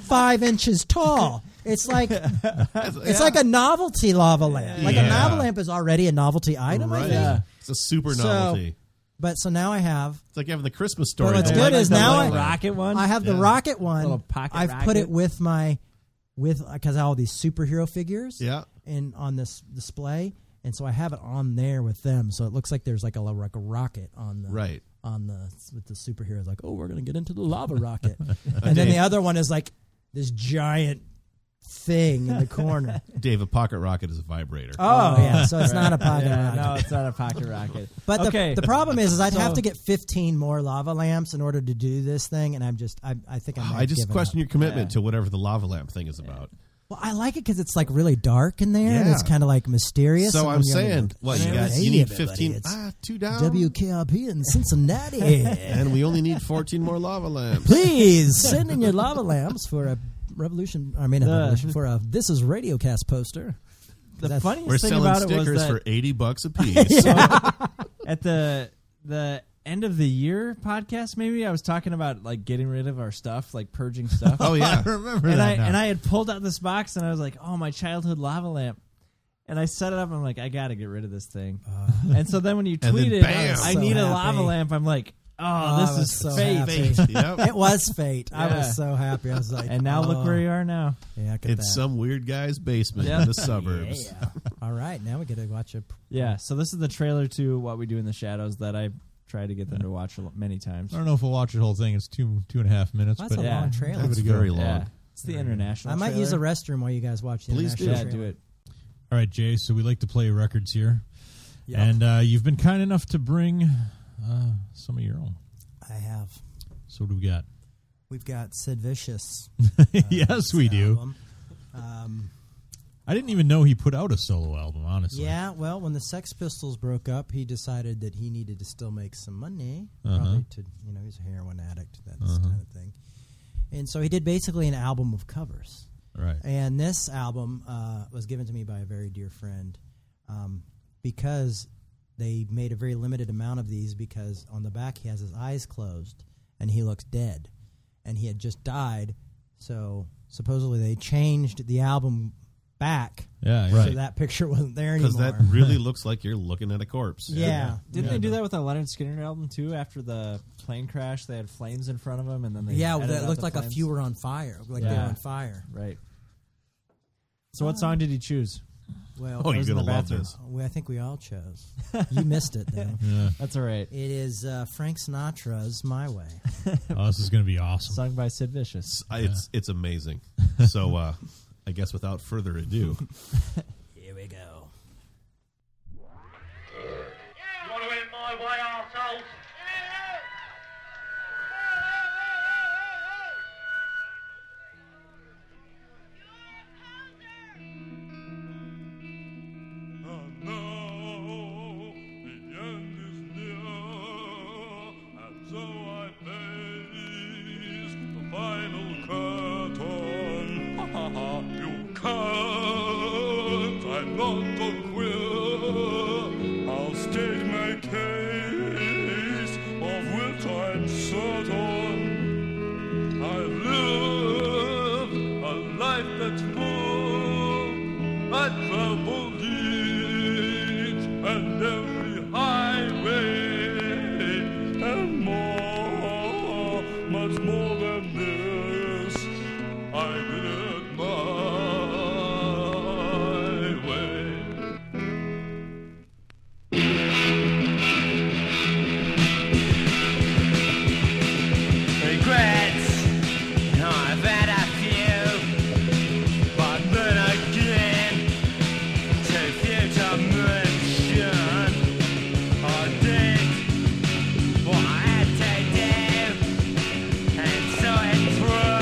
five inches tall. It's like it's like a novelty lava lamp. Like a
Yeah.
lava lamp is already a novelty item. I
right.
think.
Yeah.
It's a super
So-
novelty.
But so now I have
it's like having the Christmas
But
story.
what's
though.
good
Like
is
the
now I-
light lamp.
rocket one.
I have the
Yeah.
rocket one.
Little pocket
I've put it
rocket.
with my with because I have all these superhero figures.
Yeah.
in on this display, and so I have it on there with them. So it looks like there's like a, lo- like a rocket on the
Right.
on the with the superheroes. Like, oh, we're gonna get into the lava rocket, and then the other one is like this giant thing in the corner.
Dave, a pocket rocket is a vibrator.
Oh yeah, so it's not a pocket
Yeah,
rocket.
No, it's not a pocket rocket.
But the,
okay,
the problem is, is I'd have
So-
to get 15 more lava lamps in order to do this thing, and I'm just, I, I think I'm.
Oh, I just question your commitment
Yeah.
to whatever the lava lamp thing is about.
Well, I like it because it's like really dark in there, and it's
Yeah.
kind of like mysterious.
So
and
I'm
you're
saying,
like,
what
"I
you
don't
guys,
hate
you need
it, buddy.
15,
It's
ah, two down,
WKRP in Cincinnati.
and we only need 14 more lava lamps.
Please send in your lava lamps for a revolution. I mean, a
The-
revolution for a this is RadioCast poster.
the
That's-
funniest
We're
thing
selling
about it was
stickers
that
for 80 bucks a piece.
at the the end of the year podcast maybe i was talking about like getting rid of our stuff like purging stuff
Oh yeah,
remember
and
that
i
now.
and i had pulled out this box and i was like oh my childhood lava lamp and i set it up i'm like i gotta get rid of this thing and so then when you
then
tweeted
bam.
I, was
I was
I
so
need a
happy.
lava lamp i'm like oh,
I
this
was
is
so
fate
happy.
Fate. Yep.
It was fate. I
Yeah.
was so happy. I was like,
and now
oh,
look where you are now
Yeah, look at
It's
that.
some weird guy's basement
Yeah.
in the suburbs.
Yeah. All right, now we get to watch a.
yeah so this is the trailer to what we do in the shadows that i tried to get them to watch a lo- many times
I don't know if we'll watch the whole thing. It's two two and a half minutes.
That's
but
a
Yeah.
long trailer.
That's
Give it a go.
very long.
yeah it's the international
I might
trailer.
use a restroom while you guys watch the
Please
international
yeah
trailer.
do it
All right, Jay. So we like to play records here,
Yeah.
and uh, you've been kind enough to bring uh, some of your own.
I have.
So what do we got?
We've got Sid Vicious.
yes, we do.
album. Um,
I didn't even know he put out a solo album. Honestly,
Yeah, well, when the Sex Pistols broke up, he decided that he needed to still make some money,
Uh-huh.
probably to you know he's a heroin addict, that kind of thing. And so he did basically an album of covers.
Right.
And this album uh, was given to me by a very dear friend um, because they made a very limited amount of these because on the back he has his eyes closed and he looks dead. And he had just died. So supposedly they changed the album back.
Yeah.
So
Right.
that picture wasn't there anymore.
Because that really looks like you're looking at a corpse.
yeah.
Didn't they do that with the Leonard Skinner album too? After the plane crash, they had flames in front of them, and then they
Yeah, well,
edited
that
out
looked
the
like a
flames.
few were on fire. Like they were
Yeah.
on fire.
right. So, what song did he choose?
Well,
Oh,
I
you're
was in
gonna
the
love
bathroom.
this.
we- I think we all chose. You missed it, though.
That's all right.
It is uh, Frank Sinatra's My Way.
Oh, this is going to be awesome.
Sung by Sid Vicious.
I- It's it's amazing. So uh, I guess without further ado,
Here we go.
You want to end my way, arseholes?
And now the end is near, and so I face the final curtain. you can't, I'm not a queer. I'll state my case, of which I'm certain. I live a life that's full. I travel each and every highway and more, much more than this. I did it my way.
Regrets, I've had a few, but then again, too few to mention. I did what I had to do, and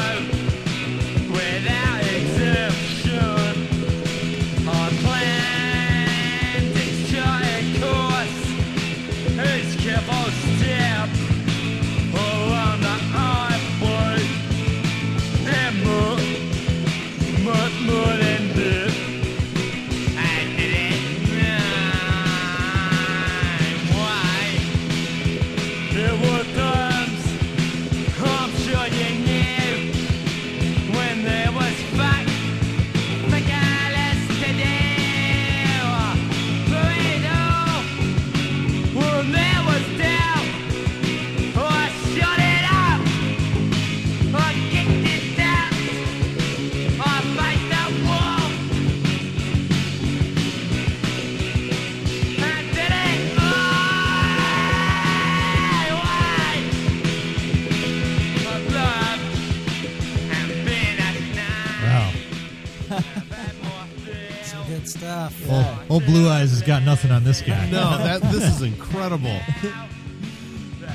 laugh.
Old, old Blue Eyes has got nothing on this guy.
No, that this is incredible.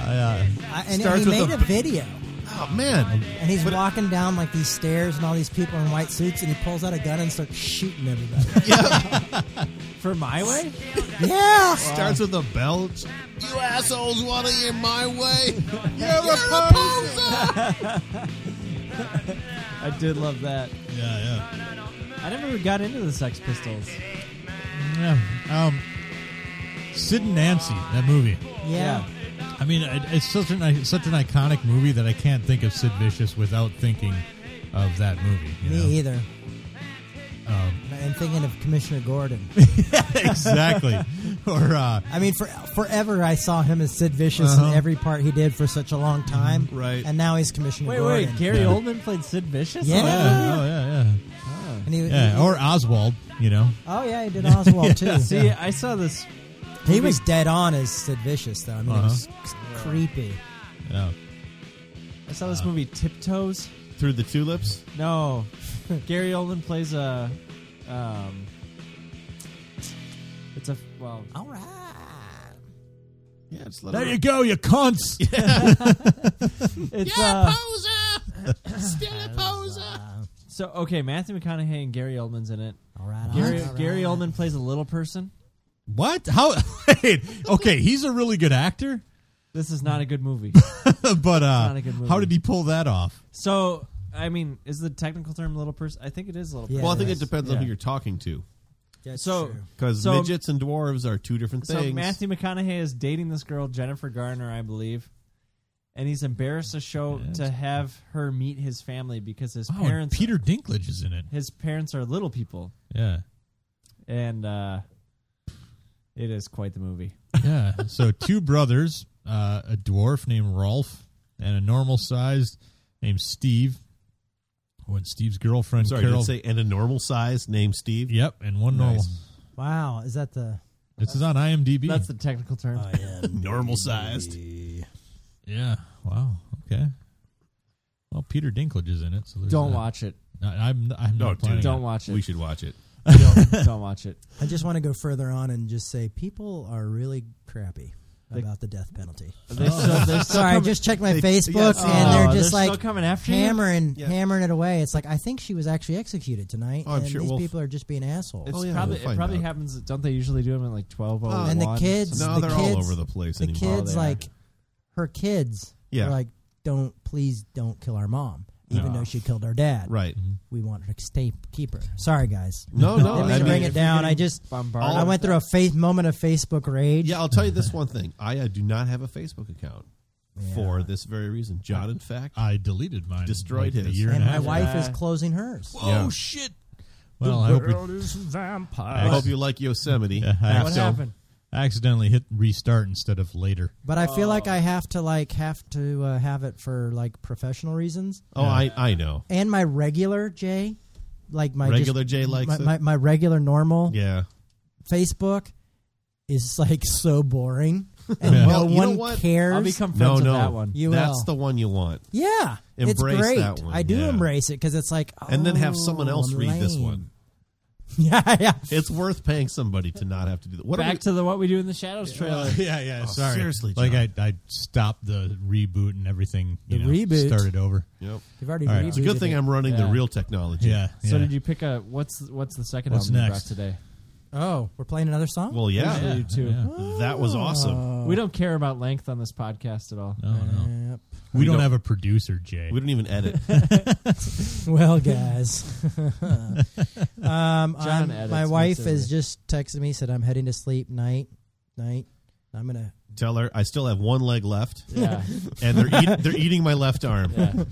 I, and
Starts
he
with
made
a
a,
b-
video,
Oh man,
and he's walking down like these stairs, and all these people in white suits, and he pulls out a gun and starts shooting everybody.
For my way?
yeah,
starts with a belch. You assholes want to hear my way? You're, a poser.
I did love that.
Yeah,
I never got into the Sex Pistols.
yeah. yeah. Um, Sid and Nancy, that movie.
yeah.
I mean, it, it's such an it's such an iconic movie that I can't think of Sid Vicious without thinking of that movie. you
Me
know?
either. I'm thinking of Commissioner Gordon.
exactly. Or uh,
I mean, for forever I saw him as Sid Vicious
Uh-huh.
in every part he did for such a long time.
Right.
And now he's Commissioner
Wait,
Gordon.
wait. Gary
Yeah.
Oldman played Sid Vicious?
Yeah.
Oh,
yeah, oh yeah, yeah,
And he,
yeah.
he-
Or Oswald, you know.
oh yeah, he did Oswald too.
See, I saw this.
He was dead on as Sid Vicious, though. I mean, it was c- creepy.
Yeah.
I saw this movie Tiptoes.
Through the tulips.
Uh. No, Gary Oldman plays a. Um, it's a well.
All right.
Yeah, just let
There
it
you go, you cunts.
It's uh,
poser. Still a poser.
so okay. Matthew McConaughey and Gary Oldman's in it.
All right.
Gary,
all right.
Gary Oldman plays a little person.
What? How? Wait. Okay, he's a really good actor,
This is not a good movie.
but uh,
not a good movie.
how did he pull that off?
so I mean, is the technical term little person? I think it is little.
Yeah.
person.
Well, I think it
Yes.
depends on
Yeah.
who you're talking to,
That's
So-
true.
because
So-
midgets and dwarves are two different
So
things.
Matthew McConaughey is dating this girl Jennifer Garner, I believe, and he's embarrassed to show to have her meet his family because his
Wow, Oh, and
parents
Peter Dinklage is in it.
his parents are little people,
Yeah.
and uh, it is quite the movie.
Yeah. So two brothers, uh, a dwarf named Rolf and a normal sized named Steve. When Steve's girlfriend
Sorry, did
Carol.
it say and a normal size named Steve?
yep, and one normal.
Nice.
Wow. Is that the.
This is on IMDb.
That's the technical term.
Normal sized.
yeah. Wow. Okay. Well, Peter Dinklage is in it, so there's
don't
that.
watch it.
No, I'm. I'm
No,
not
dude,
planning
Don't
on-
watch it.
We should watch it.
don't, don't watch it.
I just want to go further on and just say people are really crappy
They-
about the death penalty.
They're still, they're still
Sorry, I
coming-
just checked my
they-
Facebook
yes.
and
Oh,
they're just
they're still
like
coming after you?
hammering,
Yeah.
hammering it away. It's like I think she was actually executed tonight,
Oh, I'm
and
sure-
these
well,
people are just being assholes.
It's
Oh, yeah,
probably
we'll
it
find
probably
out.
happens. Don't they usually do them at like twelve oh
Oh,
and the
one?
kids,
No,
the
they're
kids,
all over the place
the
anymore.
kids,
they are.
like her kids,
Yeah.
were like, "Don't please, don't kill our mom." Even
No.
though she killed our dad,
Right.
we want her to stay, keep her. Sorry, guys.
No, no.
Didn't mean
I
to bring
mean-
it down. I just,
bombarded.
I went through a faith moment of Facebook rage.
Yeah, I'll tell you this one thing. I uh, do not have a Facebook account
Yeah.
for this very reason. John, in fact,
I deleted mine.
Destroyed
like, a
his.
year
and
and a
my
half.
wife is
Yeah.
closing hers.
Oh
Yeah.
shit! Well, I hope we
I hope you like Yosemite.
Yeah, I-
Have
What
to.
happened?
I accidentally hit restart instead of later.
But I feel like I have to like have to uh, have it for like professional reasons
Oh, I, I know.
and my regular Jay, like my just-
Regular Jay likes
my,
it.
my, my regular normal
Yeah.
Facebook is like so boring and
Yeah.
no
Well, you know
one
what?
cares.
I'll become friends
No,
with
no.
that one.
You
That's
will.
the one you want.
yeah,
Embrace
it's great.
that one,
I do
yeah.
embrace it because it's like
And then have
oh,
someone else
I'm
read this
lame.
one.
yeah, yeah.
It's worth paying somebody to not have to do that. What are
Back
we-
to the what we do in the shadows trailer.
yeah, yeah.
Oh, seriously,
like I,
John.
I stopped the reboot and everything. You
The
know,
reboot?
started over.
Yep.
You've already.
All right.
rebooted
It's
It's a good thing
it.
I'm running the
Yeah.
real technology.
Yeah.
So
yeah.
did you pick a what's what's the second
What's
album
next?
you brought today?
Oh, we're playing another song.
Well, yeah.
Usually you two.
yeah.
That was
Uh, Oh,
awesome.
We don't care about length on this podcast at all.
No, no.
Yep.
We,
We
don't,
don't-
have a producer, Jay.
We didn't even edit.
Well, guys, um, I'm-
edits
my wife
most of
is
it.
just texted me said I'm heading to sleep night, night. I'm gonna.
Tell her I still have one leg left,
Yeah.
and they're eat, they're eating my left arm.
yeah.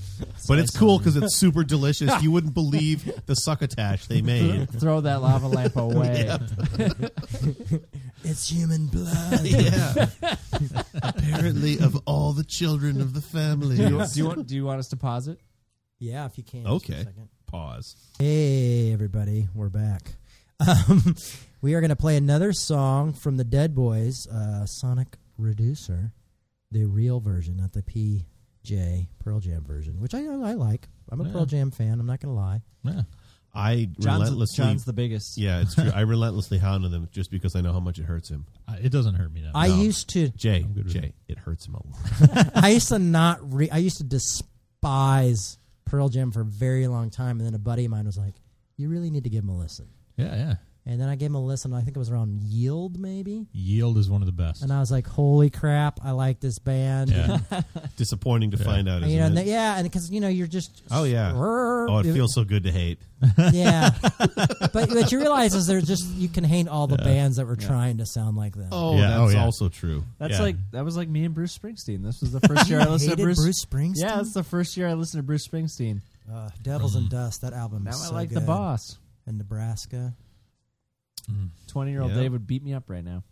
But it's cool because it's super delicious. You wouldn't believe the succotash they made.
Throw that lava lamp away.
It's human blood.
Yeah. Apparently, of all the children of the family.
Do, you, do you want do you want us to pause it?
yeah, if you can. just a
Okay.
second.
Pause.
Hey, everybody, we're back. Um, we are gonna play another song from the Dead Boys, uh, Sonic Reducer, the real version, not the PJ Pearl Jam version, which I I like. I'm a
Yeah.
Pearl Jam fan. I'm not gonna lie.
Yeah.
I
John's,
relentlessly.
John's the biggest.
yeah, it's true. I relentlessly hounded them just because I know how much it hurts him.
Uh, it doesn't hurt me now.
I used to
Jay,
good with
Jay, it hurts him a lot.
I used to not re- I used to despise Pearl Jam for a very long time, and then a buddy of mine was like, "You really need to give him a listen."
yeah, yeah.
And then I gave him a listen. I think it was around Yield, maybe.
Yield is one of the best.
And I was like, "Holy crap! I like this band."
yeah.
Disappointing to find out,
And,
isn't
you know, and
it?
they- yeah, and because you know you're just
Oh yeah. Oh, it feels so good to hate.
yeah. but what you realize is there's just you can hate all the bands that were trying to sound like them.
Oh,
Yeah,
that's
oh, yeah.
also true.
That's
Yeah.
like that was like me and Bruce Springsteen. This was the first year I
You
listened to
hated
Bruce.
Bruce Springsteen?
Yeah, that's the first year I listened to Bruce Springsteen.
Uh, Devils
Mm-hmm.
and Dust. That album.
Now
is
I
so
like
good.
the boss.
and Nebraska.
Twenty year old
Yeah.
Dave would beat me up right now.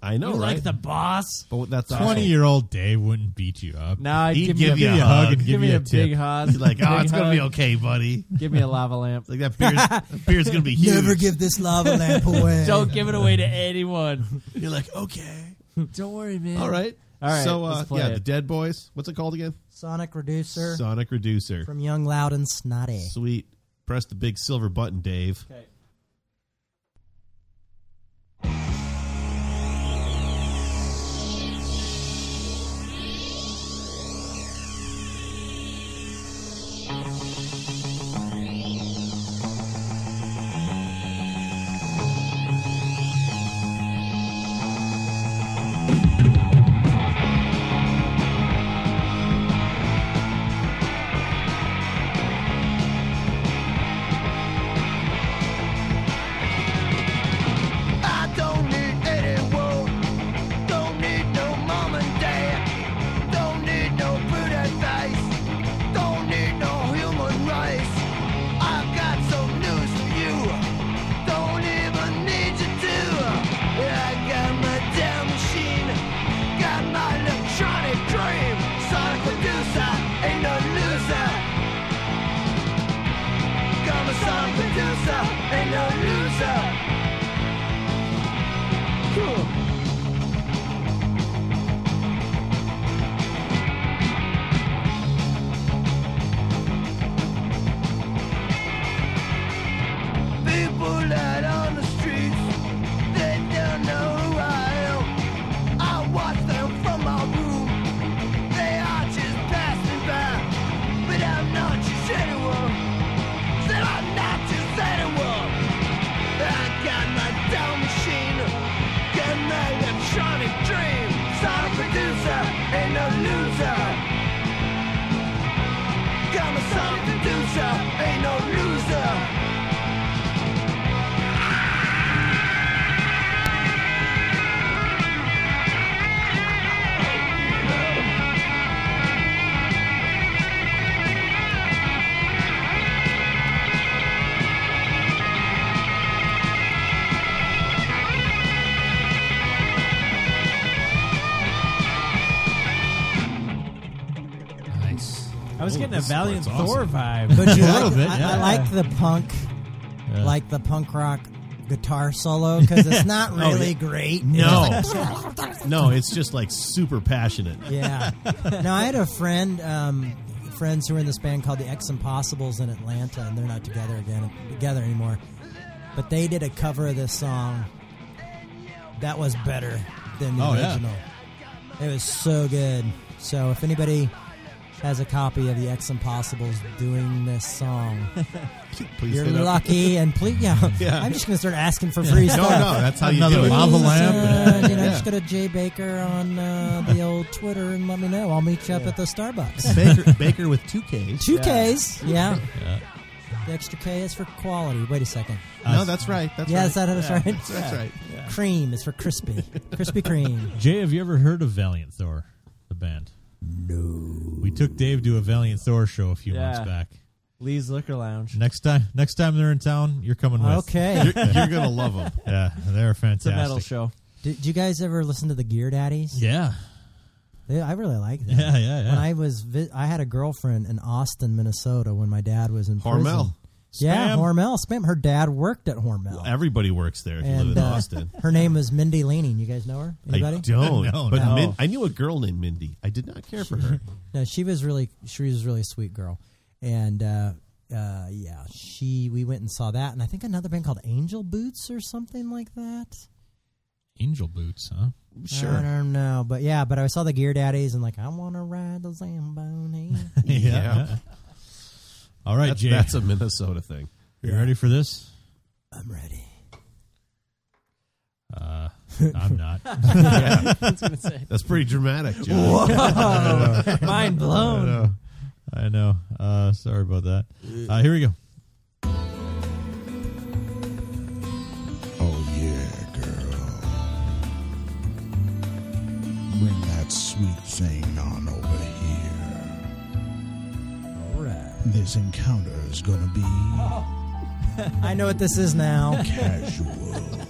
I know, right?
boss?
but that's
Twenty year old Dave wouldn't beat you up.
Nah, I'd
He'd
give,
give
me
you
a,
a hug and
give,
give
me
you
a,
a tip.
big hug.
He's like, oh,
Big
it's gonna be
hug.
okay, buddy.
Give me a lava lamp.
Like that beer's, that beer's gonna be huge.
Never give this lava lamp away.
Don't give it away to anyone.
You're like, okay,
Don't worry, man.
all right,
All right,
So uh,
let's play
yeah,
it.
the Dead Boys. What's it called again?
Sonic Reducer
Sonic Reducer.
from Young Loud and Snotty.
Sweet. Press the big silver button, Dave.
I don't need anyone. Don't need no mom and dad. Don't need no good advice. Don't need no human rights. I've got some news for you. Don't even need you to. I got my damn machine. Got my electronic dream. Sonic producer ain't no loser. Got my sonic producer ain't no loser. Cool. People out on the streets, they don't know who I am. I watch them from my room. They are just passing by, but I'm not just anyone. Said I'm not just anyone. I got my down machine, got my electronic dream. Sonic producer, ain't no loser. Got my sonic producer, ain't no loser.
Nice.
I was
Oh,
getting a
this
Valiant
part's
Thor
awesome.
vibe.
But you
A
like,
little bit,
I,
yeah.
I like the punk,
Yeah.
like the punk rock guitar solo because it's
Oh,
not really great.
No, no, it's just like super passionate.
Yeah. Now I had a friend, um, friends who were in this band called the Ex Impossibles in Atlanta, and they're not together again, together anymore. But they did a cover of this song that was better than the
Oh, yeah.
original. It was so good. So if anybody has a copy of the Ex Impossibles doing this song,
Please
you're
hit up-
lucky. And please, yeah,
Yeah.
I'm just gonna start asking for free
No,
stuff.
no, that's how you
Another
do it.
lava lamp.
Uh, you know,
Yeah.
just go to Jay Baker on uh, the old Twitter and let me know. I'll meet you up at the Starbucks.
Baker, Baker with two Ks.
Two Ks, yeah. The extra K is for quality. Wait a second.
No, that's right. That's
yeah,
right.
is that that's right?
Uh, That's right.
Cream is for crispy. Krispy Kreme.
Jay, have you ever heard of Valiant Thor, the band? No. We took Dave to a Valiant Thor show a few
Yeah.
months back.
Lee's Liquor Lounge.
Next time, next time they're in town, you're coming with.
Okay.
You're, you're gonna love them.
Yeah, they're
It's a
fantastic.
metal show.
Did you guys ever listen to the Gear Daddies?
Yeah,
They- I really like that.
yeah, yeah, yeah.
When I was, vi- I had a girlfriend in Austin, Minnesota, when my dad was in prison.
Hormel.
Yeah,
Spam.
Hormel. Spam. Her dad worked at Hormel.
Everybody works there if you live
and
in
uh,
Austin.
her name was Mindy Leaning. You guys know her? Anybody?
I don't.
No,
but
no.
Min- I knew a girl named Mindy. I did not care for her.
No, she was really she was a really sweet girl, and uh, uh, yeah, she we went and saw that, and I think another band called Angel Boots or something like that.
Angel boots, huh?
I
Sure.
don't know, but yeah, but I saw the Gear Daddies and like I want to ride the Zamboni.
Yeah.
All right,
That's,
Jay.
that's a Minnesota thing.
you ready for this?
I'm ready.
Uh, I'm not.
That's what I was gonna say.
That's pretty dramatic, Joe.
Mind
I
blown.
know. I know. Uh, sorry about that. Uh, here we go.
Oh yeah, girl. Bring that sweet thing on over here.
All right.
This encounter is gonna be
I know what this is now.
casual.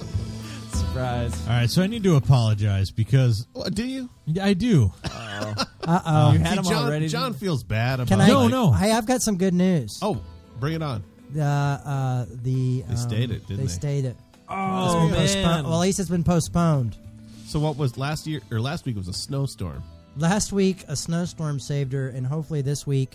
Surprise.
All right, so I need to apologize because
Well, Do you?
I do.
Uh oh.
Had
See,
him
John,
already.
John feels bad about
Can I?
No,
like-
no.
Hey, I've got some good news.
Oh, bring it on.
Uh, uh, the um,
stayed it, didn't they?
stayed it.
Oh
It's been postponed- Well, at least it's been postponed.
So what was last year or last week was a snowstorm.
Last week, a snowstorm saved her, and hopefully this week,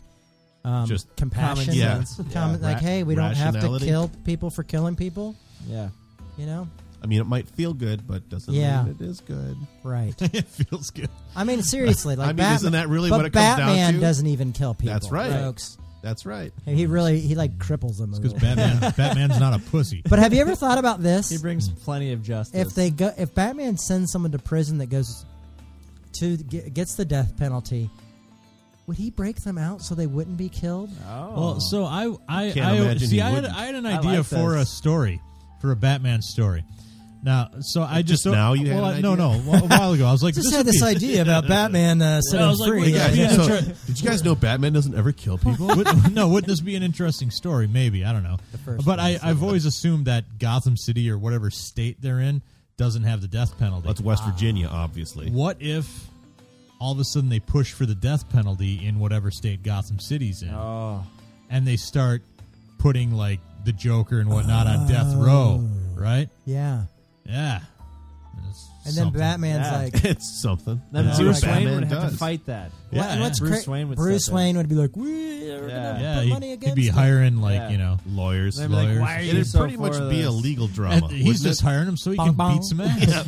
um,
Just
compassion.
common
Yeah.
sense.
Common-
Yeah.
Like,
Ra-
hey, we don't have to
rationality.
kill people for killing people.
Yeah.
You know,
I mean, it might feel good, but doesn't
Yeah.
mean it is good.
right?
it feels good.
I mean, seriously, like
I mean,
Batman,
isn't that really
but
what it comes down
Batman
to?
doesn't even kill people.
That's right.
folks.
That's right.
And He really he like cripples them a
Because
little.
Batman, Batman's not a pussy.
But have you ever thought about
He
this?
brings plenty of justice.
If they go, if Batman sends someone to prison that goes to ge- gets the death penalty, would he break them out so they wouldn't be killed?
Uh,
oh.
Well, so I, I,
Can't
I
imagine
see.
he
I had,
wouldn't.
I had an
I
idea
like
for
this.
a story, for a Batman story. Now, so I just,
Just now you had
well,
an
no,
idea?
no, a while ago I was like,
Just
this
had
would
this
be-
idea about Batman uh, setting
I was like,
free.
wait,
Yeah.
Yeah,
so,
that's right.
did you guys know Batman doesn't ever kill people?
Would- no, wouldn't this be an interesting story? Maybe I don't know.
first
But
one,
I, I've always assumed that Gotham City or whatever state they're in doesn't have the death penalty.
That's West Virginia, obviously.
What if all of a sudden they push for the death penalty in whatever state Gotham City's in,
Oh.
and they start putting like the Joker and whatnot on death
Oh.
row, right?
yeah,
Yeah. That's
and
something.
then Batman's
Yeah.
like,
It's something.
Then
That's
Bruce
what
Wayne
Batman
would have to
does.
fight that.
What-
Yeah.
what's
Bruce
cra-
Wayne would
Bruce
step in.
Wayne would be like, we're
Yeah.
gonna
Yeah,
put
he'd,
money
he'd
against.
be
it."
hiring like
Yeah.
you know,
Lawyers.
They'd be like,
lawyers.
why are you
It'd
so
pretty much
for
be a
this?
legal drama.
and he's
wouldn't
just
it?
hiring him so he
Bong
can
bong.
beat some ass.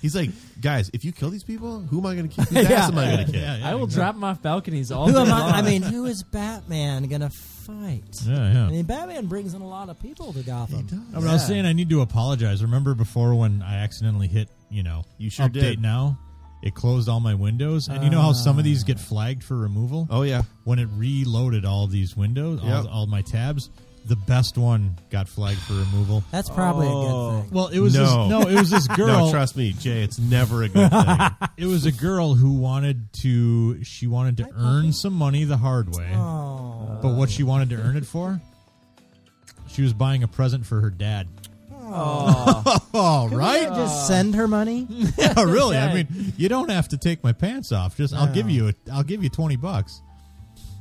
He's like, guys, if you kill these people, who am I going to kill? Whose
Yeah.
ass am I going to kill?
Yeah, yeah,
I will
exactly.
drop him off balconies all
Who
day
am
long.
I? I mean, who is Batman gonna fight?
Yeah, yeah.
I mean, Batman brings in a lot of people to Gotham.
No, but I was saying I need to apologize. Remember before when I accidentally hit, you know,
You sure
update
did.
now? It closed all my windows. And you know how some of these get flagged for removal?
Oh, yeah.
When it reloaded all these windows,
Yep.
all, all my tabs, the best one got flagged for removal.
That's probably a good thing.
Well, it was
No.
this, no, it was this girl.
No, trust me, Jay, it's never a good thing.
It was a girl who wanted to she wanted to earn some money the hard way.
Oh,
But what she wanted to earn it for? She was buying a present for her dad. Oh, right?
just send her money.
Yeah, really. I mean, you don't have to take my pants off. Just I'll give you a, I'll give you twenty bucks.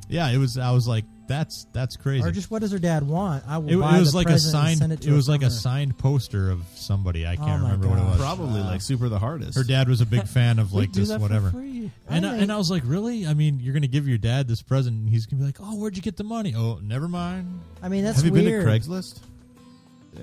Yeah, it was. I was like, that's that's crazy.
Or just what does her dad want? I will
it, it
buy
was
the
like a
present and
signed.
send it
It,
to her
was like a
from her.
signed poster of somebody. I
Oh
can't
my
remember what it
gosh.
was.
Probably like super the hardest.
Her dad was a big fan of like
do
this
that for
whatever.
free.
And I,
Really?
and I was like, really? I mean, you're gonna give your dad this present, and he's gonna be like, oh, where'd you get the money? Oh, never mind.
I mean, that's
Have you
weird.
been to Craigslist?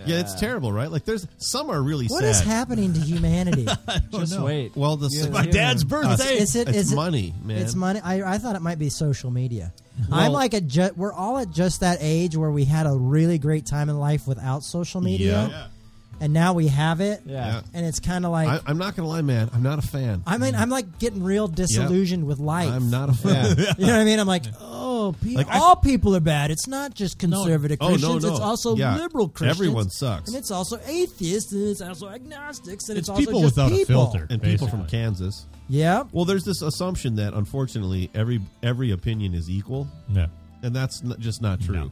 Yeah. it's terrible, right? Like, there's some are really
What
sad.
is happening to humanity?
Just
Oh, no.
wait.
Well, the
Yeah,
My
yeah.
dad's birthday.
is it?
it's
Is it?
money, man.
It's money. I, I thought it might be social media. I'm like a. Ju- we're all at just that age where we had a really great time in life without social media,
Yeah.
and now we have it.
Yeah.
And it's kind of like
I, I'm not gonna lie, man. I'm not a fan.
I, mean, I'm like getting real disillusioned with life.
I'm not a fan.
You know what I mean? I'm like, oh, pe-
Like, I-
all people are bad. It's not just conservative
Oh
Christians.
no, no.
It's also
Yeah.
liberal Christians.
Everyone sucks.
And it's also atheists. And it's also agnostics. And it's,
It's
also
people
just
without a
people.
filter.
and people from
Basically.
Kansas.
Yeah.
Well, there's this assumption that unfortunately every every opinion is equal,
Yeah.
and that's n- just not true.
No.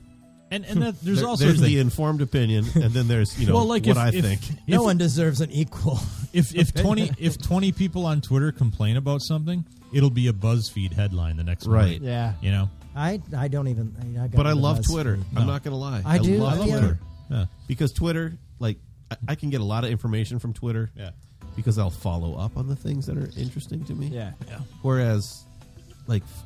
And and that, there's
There-
also
there's
the,
the informed opinion, and then there's you know
well, like
what
if,
I
if-
think.
No
if-
one deserves an equal.
If if twenty if twenty people on Twitter complain about something, it'll be a BuzzFeed headline the next
Right.
morning.
Yeah.
You know,
I I don't even. I, I got
But I
rid of
love
us.
Twitter.
No.
I'm not gonna lie.
I do.
love
I love
Twitter.
Twitter.
yeah,
because Twitter, like, I, I can get a lot of information from Twitter.
yeah,
Because I'll follow up on the things that are interesting to me.
Yeah.
Whereas, like, f-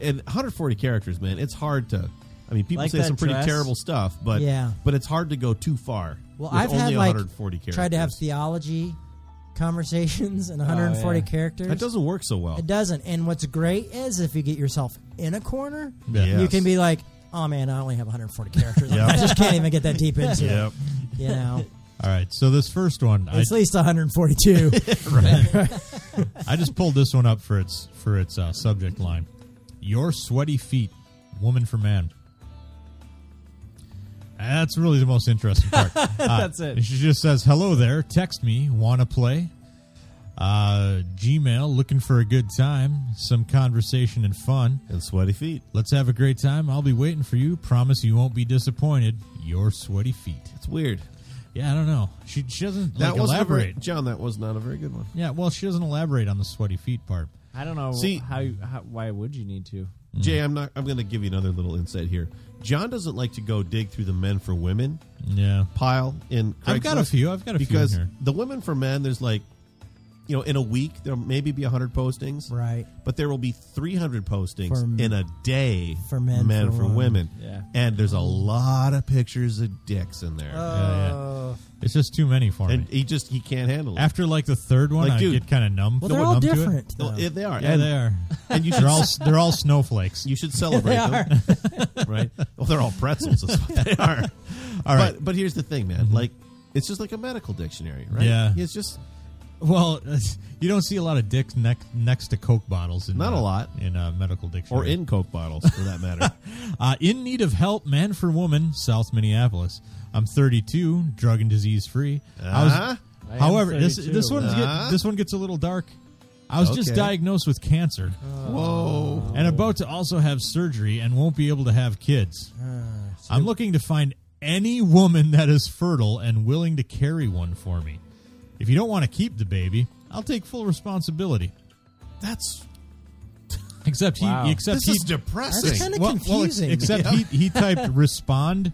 and 140 characters, man. It's hard to. I mean, people
Like
say
that
some pretty
dress.
terrible stuff, but
Yeah.
but it's hard to go too far.
Well,
with
I've
only
had like
140 characters.
tried to have theology conversations and 140
yeah.
characters.
That doesn't work so well.
It doesn't. And what's great is if you get yourself in a corner,
Yeah.
you
Yes.
can be like, "Oh man, I only have 140 characters.
Yep.
I just can't even get that deep into
Yep.
it." You know,
All right. So this first one, I,
it's at least 142.
I just pulled this one up for its for its uh, subject line. Your sweaty feet, woman for man. That's really the most interesting part. Uh,
That's it.
She just says, "Hello there. Text me. Wanna play? Uh, Gmail. Looking for a good time, some conversation and fun.
and sweaty feet.
Let's have a great time. I'll be waiting for you. Promise you won't be disappointed. Your sweaty feet.
It's weird.
Yeah, I don't know. She she doesn't
That
like,
was
elaborate.
John. That was not a very good one.
Yeah, well, she doesn't elaborate on the sweaty feet part.
I don't know
See-
how, you- how. Why would you need to?
Jay, I'm not. I'm going to give you another little insight here. John doesn't like to go dig through the men for women
Yeah.
pile in.
I've got a
Craigslist
few. I've got a
because
few in here.
the women for men, there's like, you know, in a week there'll maybe be hundred postings,
right.
but there will be 300 postings
For-
in a day
for men,
men
for
for
women.
women.
Yeah.
And there's a lot of pictures of dicks in there.
Uh,
yeah.
Uh,
It's just too many for
and
me.
he just he can't handle it.
After like the third one,
Like,
I
dude.
get kind of numb.
Well,
numb
they're all
to it.
different.
Well,
though.
yeah, they are.
Yeah,
and
they are.
And you
They're
should
all they're all snowflakes.
you should celebrate
They
them, right? Well, they're all pretzels. Is what they are.
All right. Mm-hmm.
But but here's the thing, man. Like it's just like a medical dictionary, right?
Yeah.
It's just
well, you don't see a lot of dicks next next to Coke bottles. In,
Not a
uh,
lot.
in uh, medical dictionary
or in Coke bottles for that matter.
Uh, in need of help, man for woman, South Minneapolis. I'm 32, drug and disease free. I was-
Uh-huh.
I am
however, this
32.
this one's
Uh-huh.
get, this one gets a little dark. I was just
Okay.
diagnosed with cancer
Oh.
Whoa.
and about to also have surgery and won't be able to have kids.
Ah,
I'm looking to find any woman that is fertile and willing to carry one for me. If you don't want to keep the baby, I'll take full responsibility.
That's
Except he,
Wow.
except
this
he,
is depressing.
That's kinda- confusing.
except he, he typed respond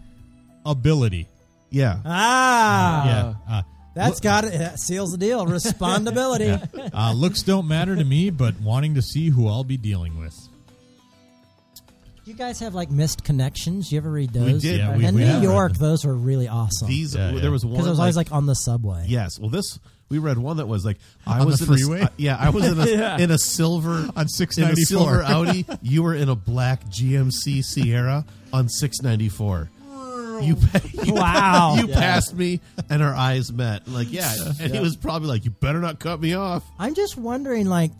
ability.
yeah.
Ah,
Yeah. Uh,
that's got it. That seals the deal. Respondability.
uh, looks don't matter to me, but wanting to see who I'll be dealing with.
You guys have like missed connections. You ever read those?
did. Yeah,
we-
In
we
New
have read
York,
them.
those were really awesome.
These
Oh, Yeah, yeah.
there was one
because it was always like on the subway.
Yes. Well, this we read one that was like I
On
was
the
in a s-
freeway?
uh, yeah, I was in a
Yeah.
in a silver
On
in a
694.
silver Audi. You were in a black GMC Sierra on six ninety four. You, pa- you
Wow.
you passed me, and our eyes met. Like yeah, and he was probably like, "You better not cut me off."
I'm just wondering, like,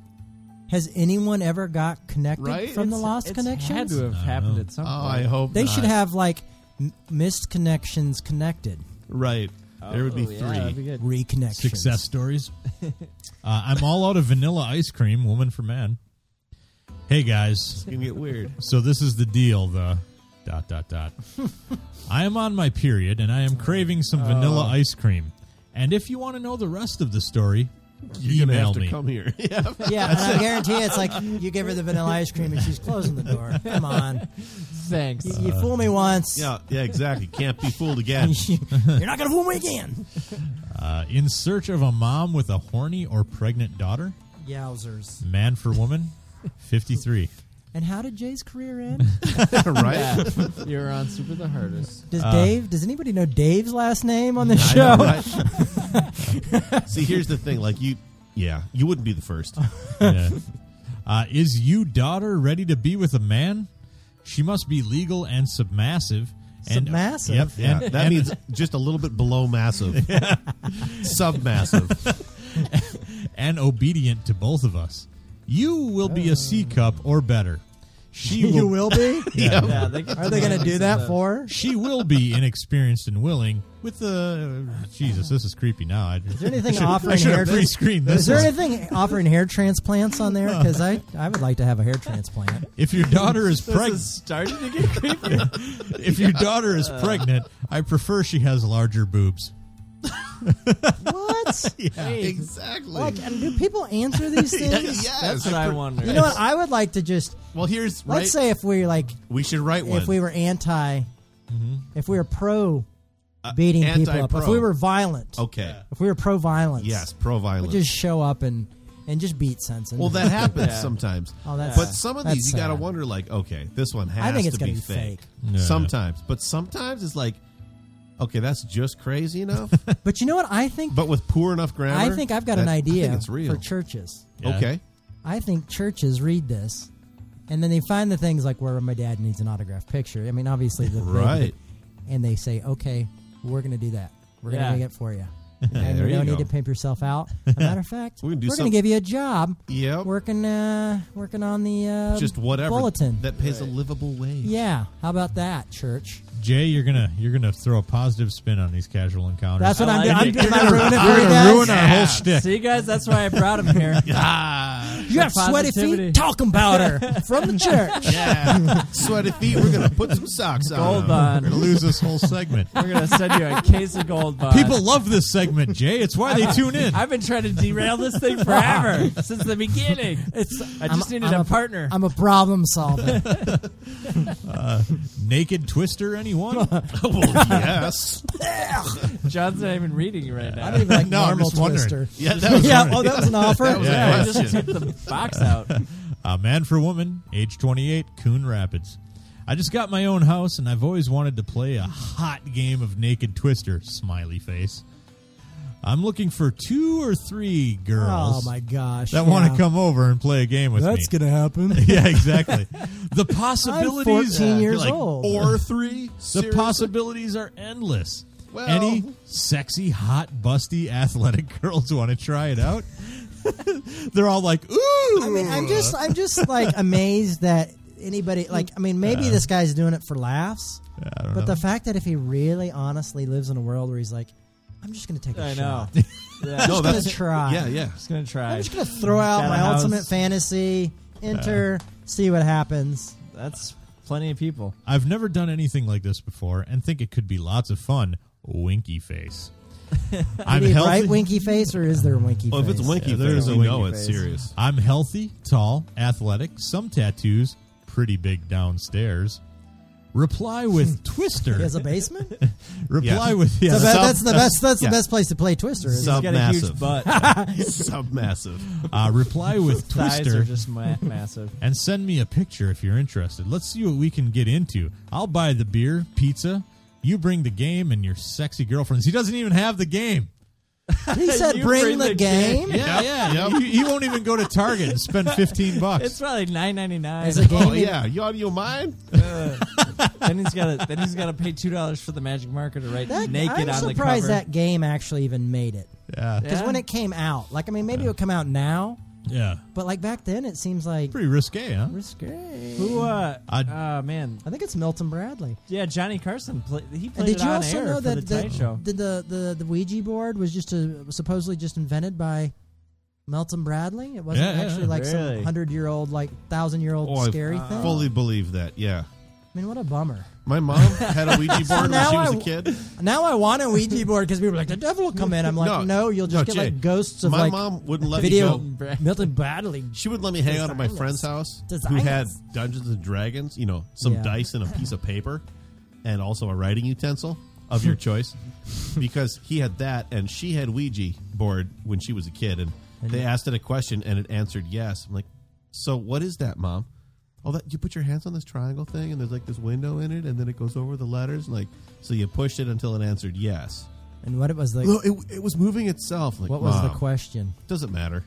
has anyone ever got connected
Right?
from the
It's-
lost
It's
connections?
had to have happened at some
Oh,
point.
I hope
They
not.
should have like m- missed connections connected,
right. there would be
Oh, yeah, that'd be
three.
good.
reconnections.
Success stories. uh, I'm all out of vanilla ice cream, woman for man. Hey guys,
It's gonna get weird.
so this is the deal, the dot dot dot. I am on my period and I am craving some
Oh.
vanilla ice cream. And if you want to know the rest of the story,
You're gonna
email
have to
me.
come here. Yeah.
Yeah, and I guarantee it's like you give her the vanilla ice cream and she's closing the door. Come on,
Thanks.
you, you fool me once,
yeah, yeah, exactly. Can't be fooled again.
you're not gonna fool me again.
Uh, in search of a mom with a horny or pregnant daughter,
Yowzers!
man for woman, 53.
And how did Jay's career end?
right?
Yeah. You're on Super the Hardest.
Uh,
Does Dave? Does anybody know Dave's last name
Mm,
on the show?
right? See, here's the thing. Like you, yeah, you wouldn't be the first.
Yeah. uh, is you daughter ready to be with a man? She must be legal and submassive. And,
Submassive?
Yep.
Yeah,
and-
that
and-
means just a little bit below massive, submassive.
and obedient to both of us. You will be a C cup or better. She
Oh. you will
will,
be.
Yeah.
Yeah, they get
Are they gonna do that for? her? Is
She will be inexperienced and willing with the Jesus. This is creepy now. I,
there anything
I
offering
should
hair?
have pre-screened
Is
this.
there
one.
anything offering hair transplants on there? Because I, I would like to have a hair transplant.
if your daughter is
This
pregnant,
is starting to get creepy.
if your daughter is pregnant, I prefer she has larger boobs.
What?
exactly.
like, and do people answer these things?
yes.
That's what I wonder.
You know what? I would like to just
Well, here's right.
let's say if we like
we should write one. Mm-hmm.
if we were anti, if we were pro beating people up, if
Uh, anti-pro.
we were violent,
okay.
if we were pro violence,
Yes, pro
we
violence.
just show up and and just beat Sensen.
Well, that happens
Yeah.
sometimes.
Oh, that's
but
sad.
some of
That's
these you got to
sad.
wonder, like, okay, this one has
I think it's
to
gotta
be,
be
fake.
fake.
Yeah.
Sometimes, but sometimes it's like, okay, that's just crazy enough.
But you know what? I think
but with poor enough
I
grammar,
think I've got an
that- I
idea
think it's real.
for churches.
Yeah.
Okay,
I think churches read this, and then they find the things like where my dad needs an autograph picture. I mean, obviously the
right.
and they say, okay, we're going to do that. We're
Yeah.
going to make it for you. And
there
you
you
don't
go.
need to pimp yourself out. As a matter of fact,
We're gonna do
going
some-
to give you a job
Yep.
working uh, working on the uh,
just whatever
bulletin.
that pays a livable wage.
yeah, how about that, church?
Jay, you're gonna you're gonna throw a positive spin on these casual encounters.
That's what
I
I'm doing.
like
I'm,
it.
doing-
You're
am I ruining it for you
gonna
guys?
ruin our whole shtick.
See, guys, that's why I brought him here.
Ah,
You have sweaty
Positivity.
feet? Talk about her from the church.
yeah. Sweaty feet. We're gonna put some socks on.
Gold
them.
bond.
We're gonna lose this whole segment.
We're gonna send you a case of gold bond.
People love this segment, Jay. It's why they tune in.
I've been trying to derail this thing forever since the beginning. It's I
I'm-
just needed
I'm
a,
a-
partner.
I'm a problem solver.
Naked Twister, anyone?
well, yes.
John's not even reading right now.
I don't even like
No, I'm
normal
just wondering.
twister.
Yeah, that was
Yeah, oh, that was an offer.
That was
Yeah.
a
I
question.
just took the box out.
A man for woman, age 28, Coon Rapids. I just got my own house and I've always wanted to play a hot game of Naked Twister, smiley face. I'm looking for two or three
Oh
girls
my gosh!
that want to
yeah.
come over and play a game with
That's
me.
gonna happen.
yeah, exactly. The possibilities
14 years
like,
old.
Or three.
The
Seriously?
possibilities are endless.
Well-
Any sexy, hot, busty, athletic girls want to try it out? They're all like, "Ooh!"
I mean, I'm just, I'm just like amazed that anybody, like, I mean, maybe this guy's doing it for laughs,
I don't
but
know.
the fact that if he really, honestly lives in a world where he's like, I'm just gonna take a
I know.
shot.
Yeah,
No,
I'm
that's
just gonna try.
yeah, yeah.
just gonna try.
I'm just gonna throw out
Got a
my
house.
ultimate fantasy, enter, see what happens.
That's plenty of people.
I've never done anything like this before and think it could be lots of fun. Winky face. I'm
Be
healthy.
right winky face, or is there a winky
Well, if
face?
it's winky,
Yeah,
there's
there's
a
a
we know
winky
it's
face.
serious.
I'm healthy, tall, athletic, some tattoos, pretty big downstairs. Reply with Twister.
He has a basement.
Reply
Yeah.
with yeah.
That's the
Sub-
best- that's the best. That's
yeah.
the best place to play Twister. is-
Sub-
He's got a
Massive.
huge butt.
Submassive.
Uh, reply with
Thighs are
Twister
just ma- massive.
and send me a picture if you're interested. Let's see what we can get into. I'll buy the beer, pizza. You bring the game and your sexy girlfriends. He doesn't even have the game.
He said,
You
"Bring,
bring
the,
the
game."
Yeah, yeah. He, he won't even go to Target and spend fifteen bucks.
It's probably nine ninety nine.
Is it game?
Oh yeah, you out of your mind?
Then he's got to then he's got to pay two dollars for the magic marker to write
That,
naked
I'm
on the
surprised
cover.
that game actually even made it.
yeah.
Because
Yeah.
when it came out, like I mean, maybe it'll come out now,
Yeah.
but like back then, it seems like
Pretty risque, huh?
risque.
Who? Uh,
I'd-
uh, man.
I think it's Milton Bradley.
Yeah, Johnny Carson. Play, he
And
played
did
it
you
on
also
air
know
for
that
the Tonight Show.
the, the the the Ouija board was just a, supposedly just invented by Milton Bradley? It wasn't
Yeah, yeah,
actually
yeah.
like
Really?
some hundred year old, like thousand year old
Oh, I
scary thing.
fully believe that. Yeah.
I mean, what a bummer.
My mom had a Ouija board when
now
she was
I-
a kid.
Now I want a Ouija board because people are like, the devil will come in. I'm like,
No,
no, you'll
no,
just get
Jay,
like ghosts of
My
like
mom wouldn't let
video.
me go.
Milton Bradley.
She would let me hang out at my
Designers.
friend's house who had
Designers.
Dungeons and Dragons, you know, some
Yeah.
dice and a piece of paper and also a writing utensil of your choice because he had that and she had Ouija board when she was a kid and they asked it a question and it answered yes. I'm like, "So what is that, mom?" Oh, that you put your hands on this triangle thing and there's like this window in it and then it goes over the letters like so you pushed it until it answered yes.
And what it was like?
No, it, it was moving itself. Like,
what was the
Mom,
question?
Doesn't matter.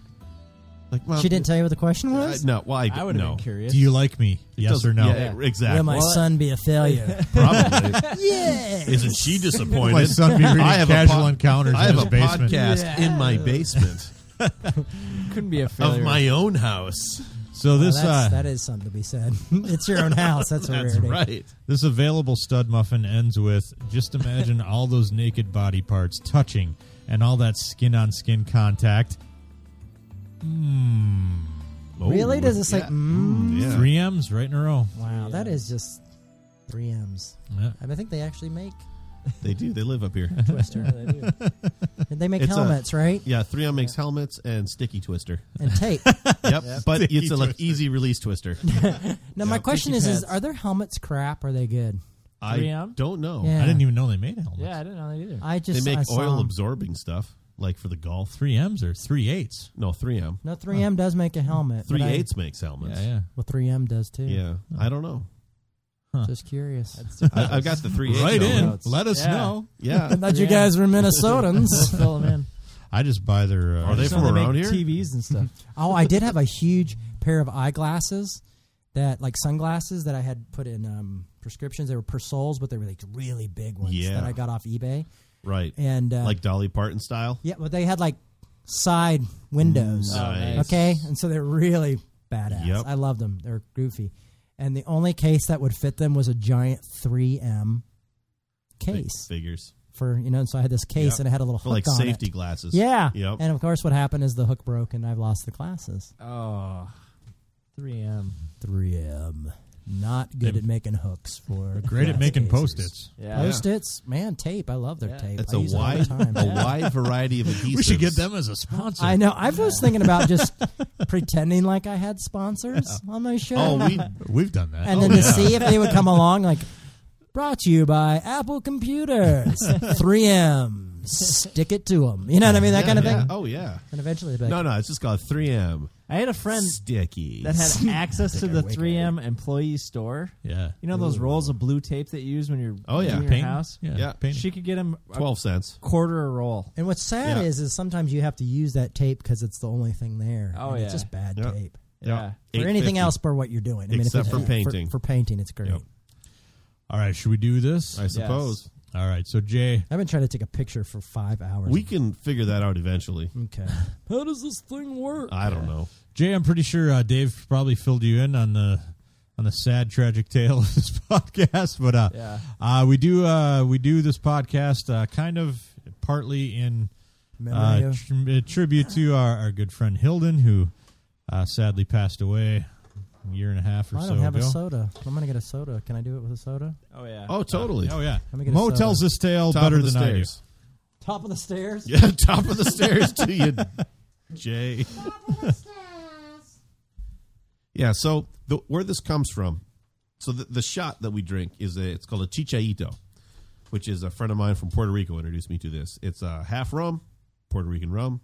Like, mom,
She didn't tell you what the question
Um, uh,
was.
no, well, I,
I
I
would
would
have
no.
been curious.
Do you like me? Yes
Doesn't-
or no?
Yeah, exactly.
Will my son be a failure?
Probably.
yeah.
Isn't she disappointed?
My son be reading
I have a
Casual
po-
Encounters
I
in
have
his
a
basement.
podcast in my basement
Couldn't be a
of
failure.
my own house.
So this
that's,
uh,
that is something to be said. it's your own house. That's a
That's
rarity.
right.
this available stud muffin ends with just imagine all those naked body parts touching and all that skin on skin contact.
Really? Does it say,
Oh, Yeah. Mm, yeah.
Three M's right in a row.
Wow, that is just three M's.
Yeah.
I, mean, I think they actually make
They do. They live up here.
Twister. they make
It's uh, a-
helmets, right?
Yeah, 3M makes helmets and sticky twister.
And tape.
Yep, but
Sticky
it's a like
twister.
easy release twister.
Now, my question is: Is
pads.
are their helmets crap? Or are they good?
I
3M?
don't know.
Yeah.
I didn't even know they made helmets.
Yeah, I didn't know that either.
I
They
just
make
I saw
oil
'em.
absorbing stuff. like for the golf.
Three M's or three eights.
No, 3M.
No, 3M does make a helmet. but
Three
I-
eights makes helmets.
Yeah, yeah.
Well, 3M does too.
Yeah, I don't know.
Just curious.
I, I've got the three eights.
Right
helmet.
in.
notes.
Let us
Yeah.
know.
Yeah,
I thought you
3M.
guys were Minnesotans.
Fill 'em in.
I just buy their. Uh,
Are they
So
from
they
around
make
here?
TVs and stuff.
Oh, I did have a huge pair of eyeglasses that, like sunglasses, that I had put in um, prescriptions. They were Persols, but they were like really big ones
Yeah.
that I got off eBay.
right.
And uh,
Like Dolly Parton style.
yeah, but they had like side windows.
Nice.
Okay, and so they're really badass.
Yep.
I love them. They're goofy, and the only case that would fit them was a giant 3M
Big
case
figures
for you know. And so I had this case,
Yep.
and it had a little
for
hook
like
on
safety
it.
glasses.
Yeah.
Yep.
And of course, what happened is the hook broke, and I've lost the glasses.
Oh, 3M.
3M. Not good
They-
at making hooks for
Great at making post its.
Yeah.
Post its, man, tape. I love their
Yeah.
tape.
It's
I
a
use it all the
wide,
time.
a wide variety of adhesives.
We should get them as a sponsor.
I know. I was thinking about just pretending like I had sponsors on my show,
Oh, we
We've done that.
and
Oh,
then
yeah.
to see if they would come along. Like, brought to you by Apple Computers, 3M. Stick it to them. You know what I mean? That kind of
yeah.
thing.
Oh yeah.
And eventually, they'd be like,
No, no, it's just called 3M
I had a friend
sticky.
that had access to the
Wicked.
3M employee store.
Yeah.
You know those rolls of blue tape that you use when you're
Oh, yeah.
in your
Paint?
house.
Yeah.
Yeah.
painting.
She could get him a
twelve cents.
quarter a roll.
And what's sad
Yeah.
is, is sometimes you have to use that tape because it's the only thing there.
Oh,
and
yeah.
It's just bad
Yeah.
tape.
Yeah.
For anything else, for what you're doing, if
Except
it's-
for painting.
For, painting, it's great.
Yep.
All right. Should we do this?
I suppose
All right. So Jay,
I've been trying to take a picture for five hours.
we can figure that out eventually.
okay. How does this thing work?
I don't know.
Jay, I'm pretty sure uh, Dave probably filled you in on the on the sad, tragic tale of this podcast. But uh,
Yeah.
uh, we do uh, we do this podcast uh, kind of partly in
Memory
uh,
of-
tr- uh, tribute to our, our good friend Hilden, who uh, sadly passed away a year and a half or
I
so
don't have
ago.
a soda. I'm gonna get a soda. Can I do it with a soda?
Oh yeah.
Oh, totally.
Oh yeah,
Let me get a
Mo
soda.
tells this tale
Top
better
of the
than
stairs.
Top of the stairs.
Yeah, top of the stairs to you, Jay. yeah. So the, where this comes from, so the, the shot that we drink is a, it's called a chichaito, which is a friend of mine from Puerto Rico introduced me to this. It's uh, half rum, Puerto Rican rum,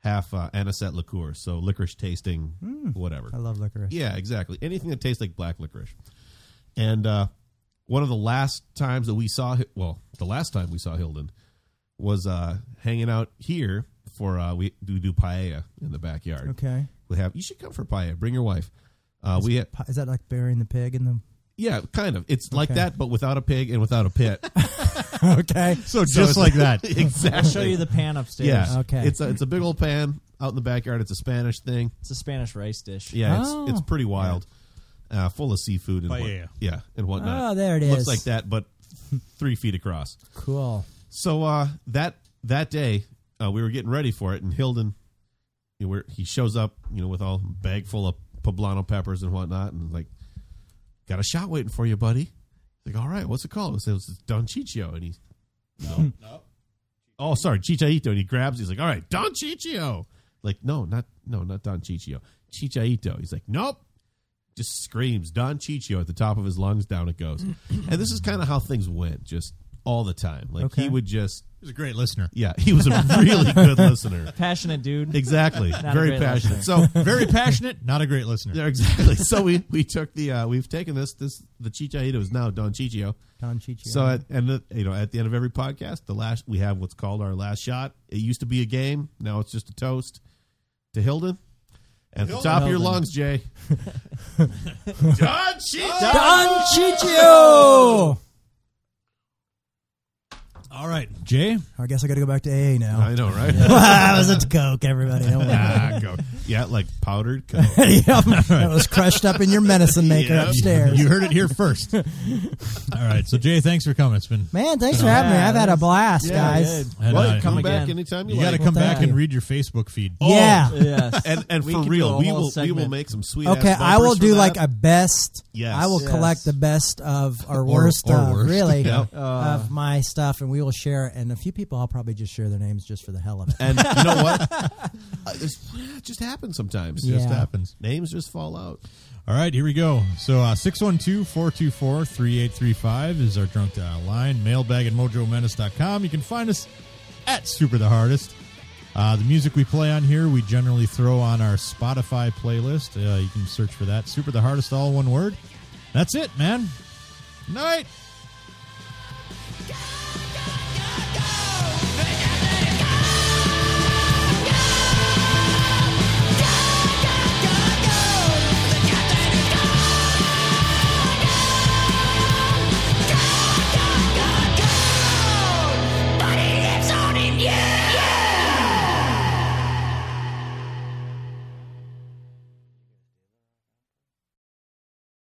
half uh, anisette liqueur, so licorice tasting, whatever.
I love licorice.
Yeah, exactly. Anything that tastes like black licorice. And uh, one of the last times that we saw, Hi- well, the last time we saw Hilden was uh, hanging out here for uh, we do do paella in the backyard.
Okay.
We have you should come for paella. Bring your wife. Uh, we ha-
Pa- Is that like burying the pig in the?
yeah, kind of. It's like
Okay.
that, but without a pig and without a pit.
okay.
you. So just like that.
exactly.
I'll show you the pan upstairs.
yeah.
Okay.
It's a, it's a big old pan out in the backyard. It's a Spanish thing.
It's a Spanish rice dish.
Yeah,
Oh.
it's it's pretty wild, uh, full of seafood and what,
Paella.
yeah and whatnot.
Oh, there it
Looks
is.
like that, but three feet across.
Cool.
So uh, that that day uh, we were getting ready for it, and Hilden, you know, where he shows up, you know, with all bag full of poblano peppers and whatnot, and like, got a shot waiting for you, buddy. Like, all right, what's it called? I said, it's Don Chichio, and he's no, no. Oh, sorry, Chichaito, and he grabs. He's like, all right, Don Chichio. Like, no, not no, not Don Chichio, Chichaito. He's like, nope. Just screams Don Chichio at the top of his lungs. Down it goes, and this is kind of how things went, just all the time. Like
Okay.
he would just
He's a great listener.
yeah, he was a really good listener.
Passionate dude.
Exactly.
a
Very
great
passionate. So
Very passionate, not a great listener.
yeah, exactly. So we we took the uh, we've taken this this the Chichaito is now Don Chichio.
Don Chichio.
So at and the, you know at the end of every podcast, the last we have what's called our last shot. It used to be a game. Now it's just a toast to Hilden. At the top of your
Hilden.
lungs, Jay. Don Chichio.
Don Chichio.
All right, Jay.
I guess I got to go back to AA now.
I know, right?
that was a coke, everybody. Don't worry.
Ah, go. Oh, Yeah, like powdered coke.
Yep. That was crushed up in your medicine maker
Yep.
upstairs.
You heard it here first. All right, so Jay, thanks for coming. It's been
Man, thanks for having me. I've had a blast,
Yeah,
guys.
And,
well,
uh,
you come
come
back
again.
anytime you,
You got to
like.
come
Well, thank
back and
you.
read your Facebook feed.
Oh,
Yeah.
Yes.
and and
We
for
could do
real,
a
we
whole
will we will
segment.
make some sweet.
Okay,
ass
I will
bumpers for
do
that.
like a best.
Yes.
I will
Yes.
collect the best of or worst
or
of
worst.
really
Yeah.
Uh.
of my stuff, and we will share. it. And a few people, I'll probably just share their names just for the hell of it.
And you know what? Uh, it's- it just happens sometimes.
Yeah.
Just happens.
Names just fall out.
All right, here we go. So uh, 612 424 3835 is our drunk dial line. Mailbag at mojomenace.com. You can find us at Super the Hardest. Uh, the music we play on here, we generally throw on our Spotify playlist. Uh, you can search for that. Super the hardest, all one word. That's it, man. Night.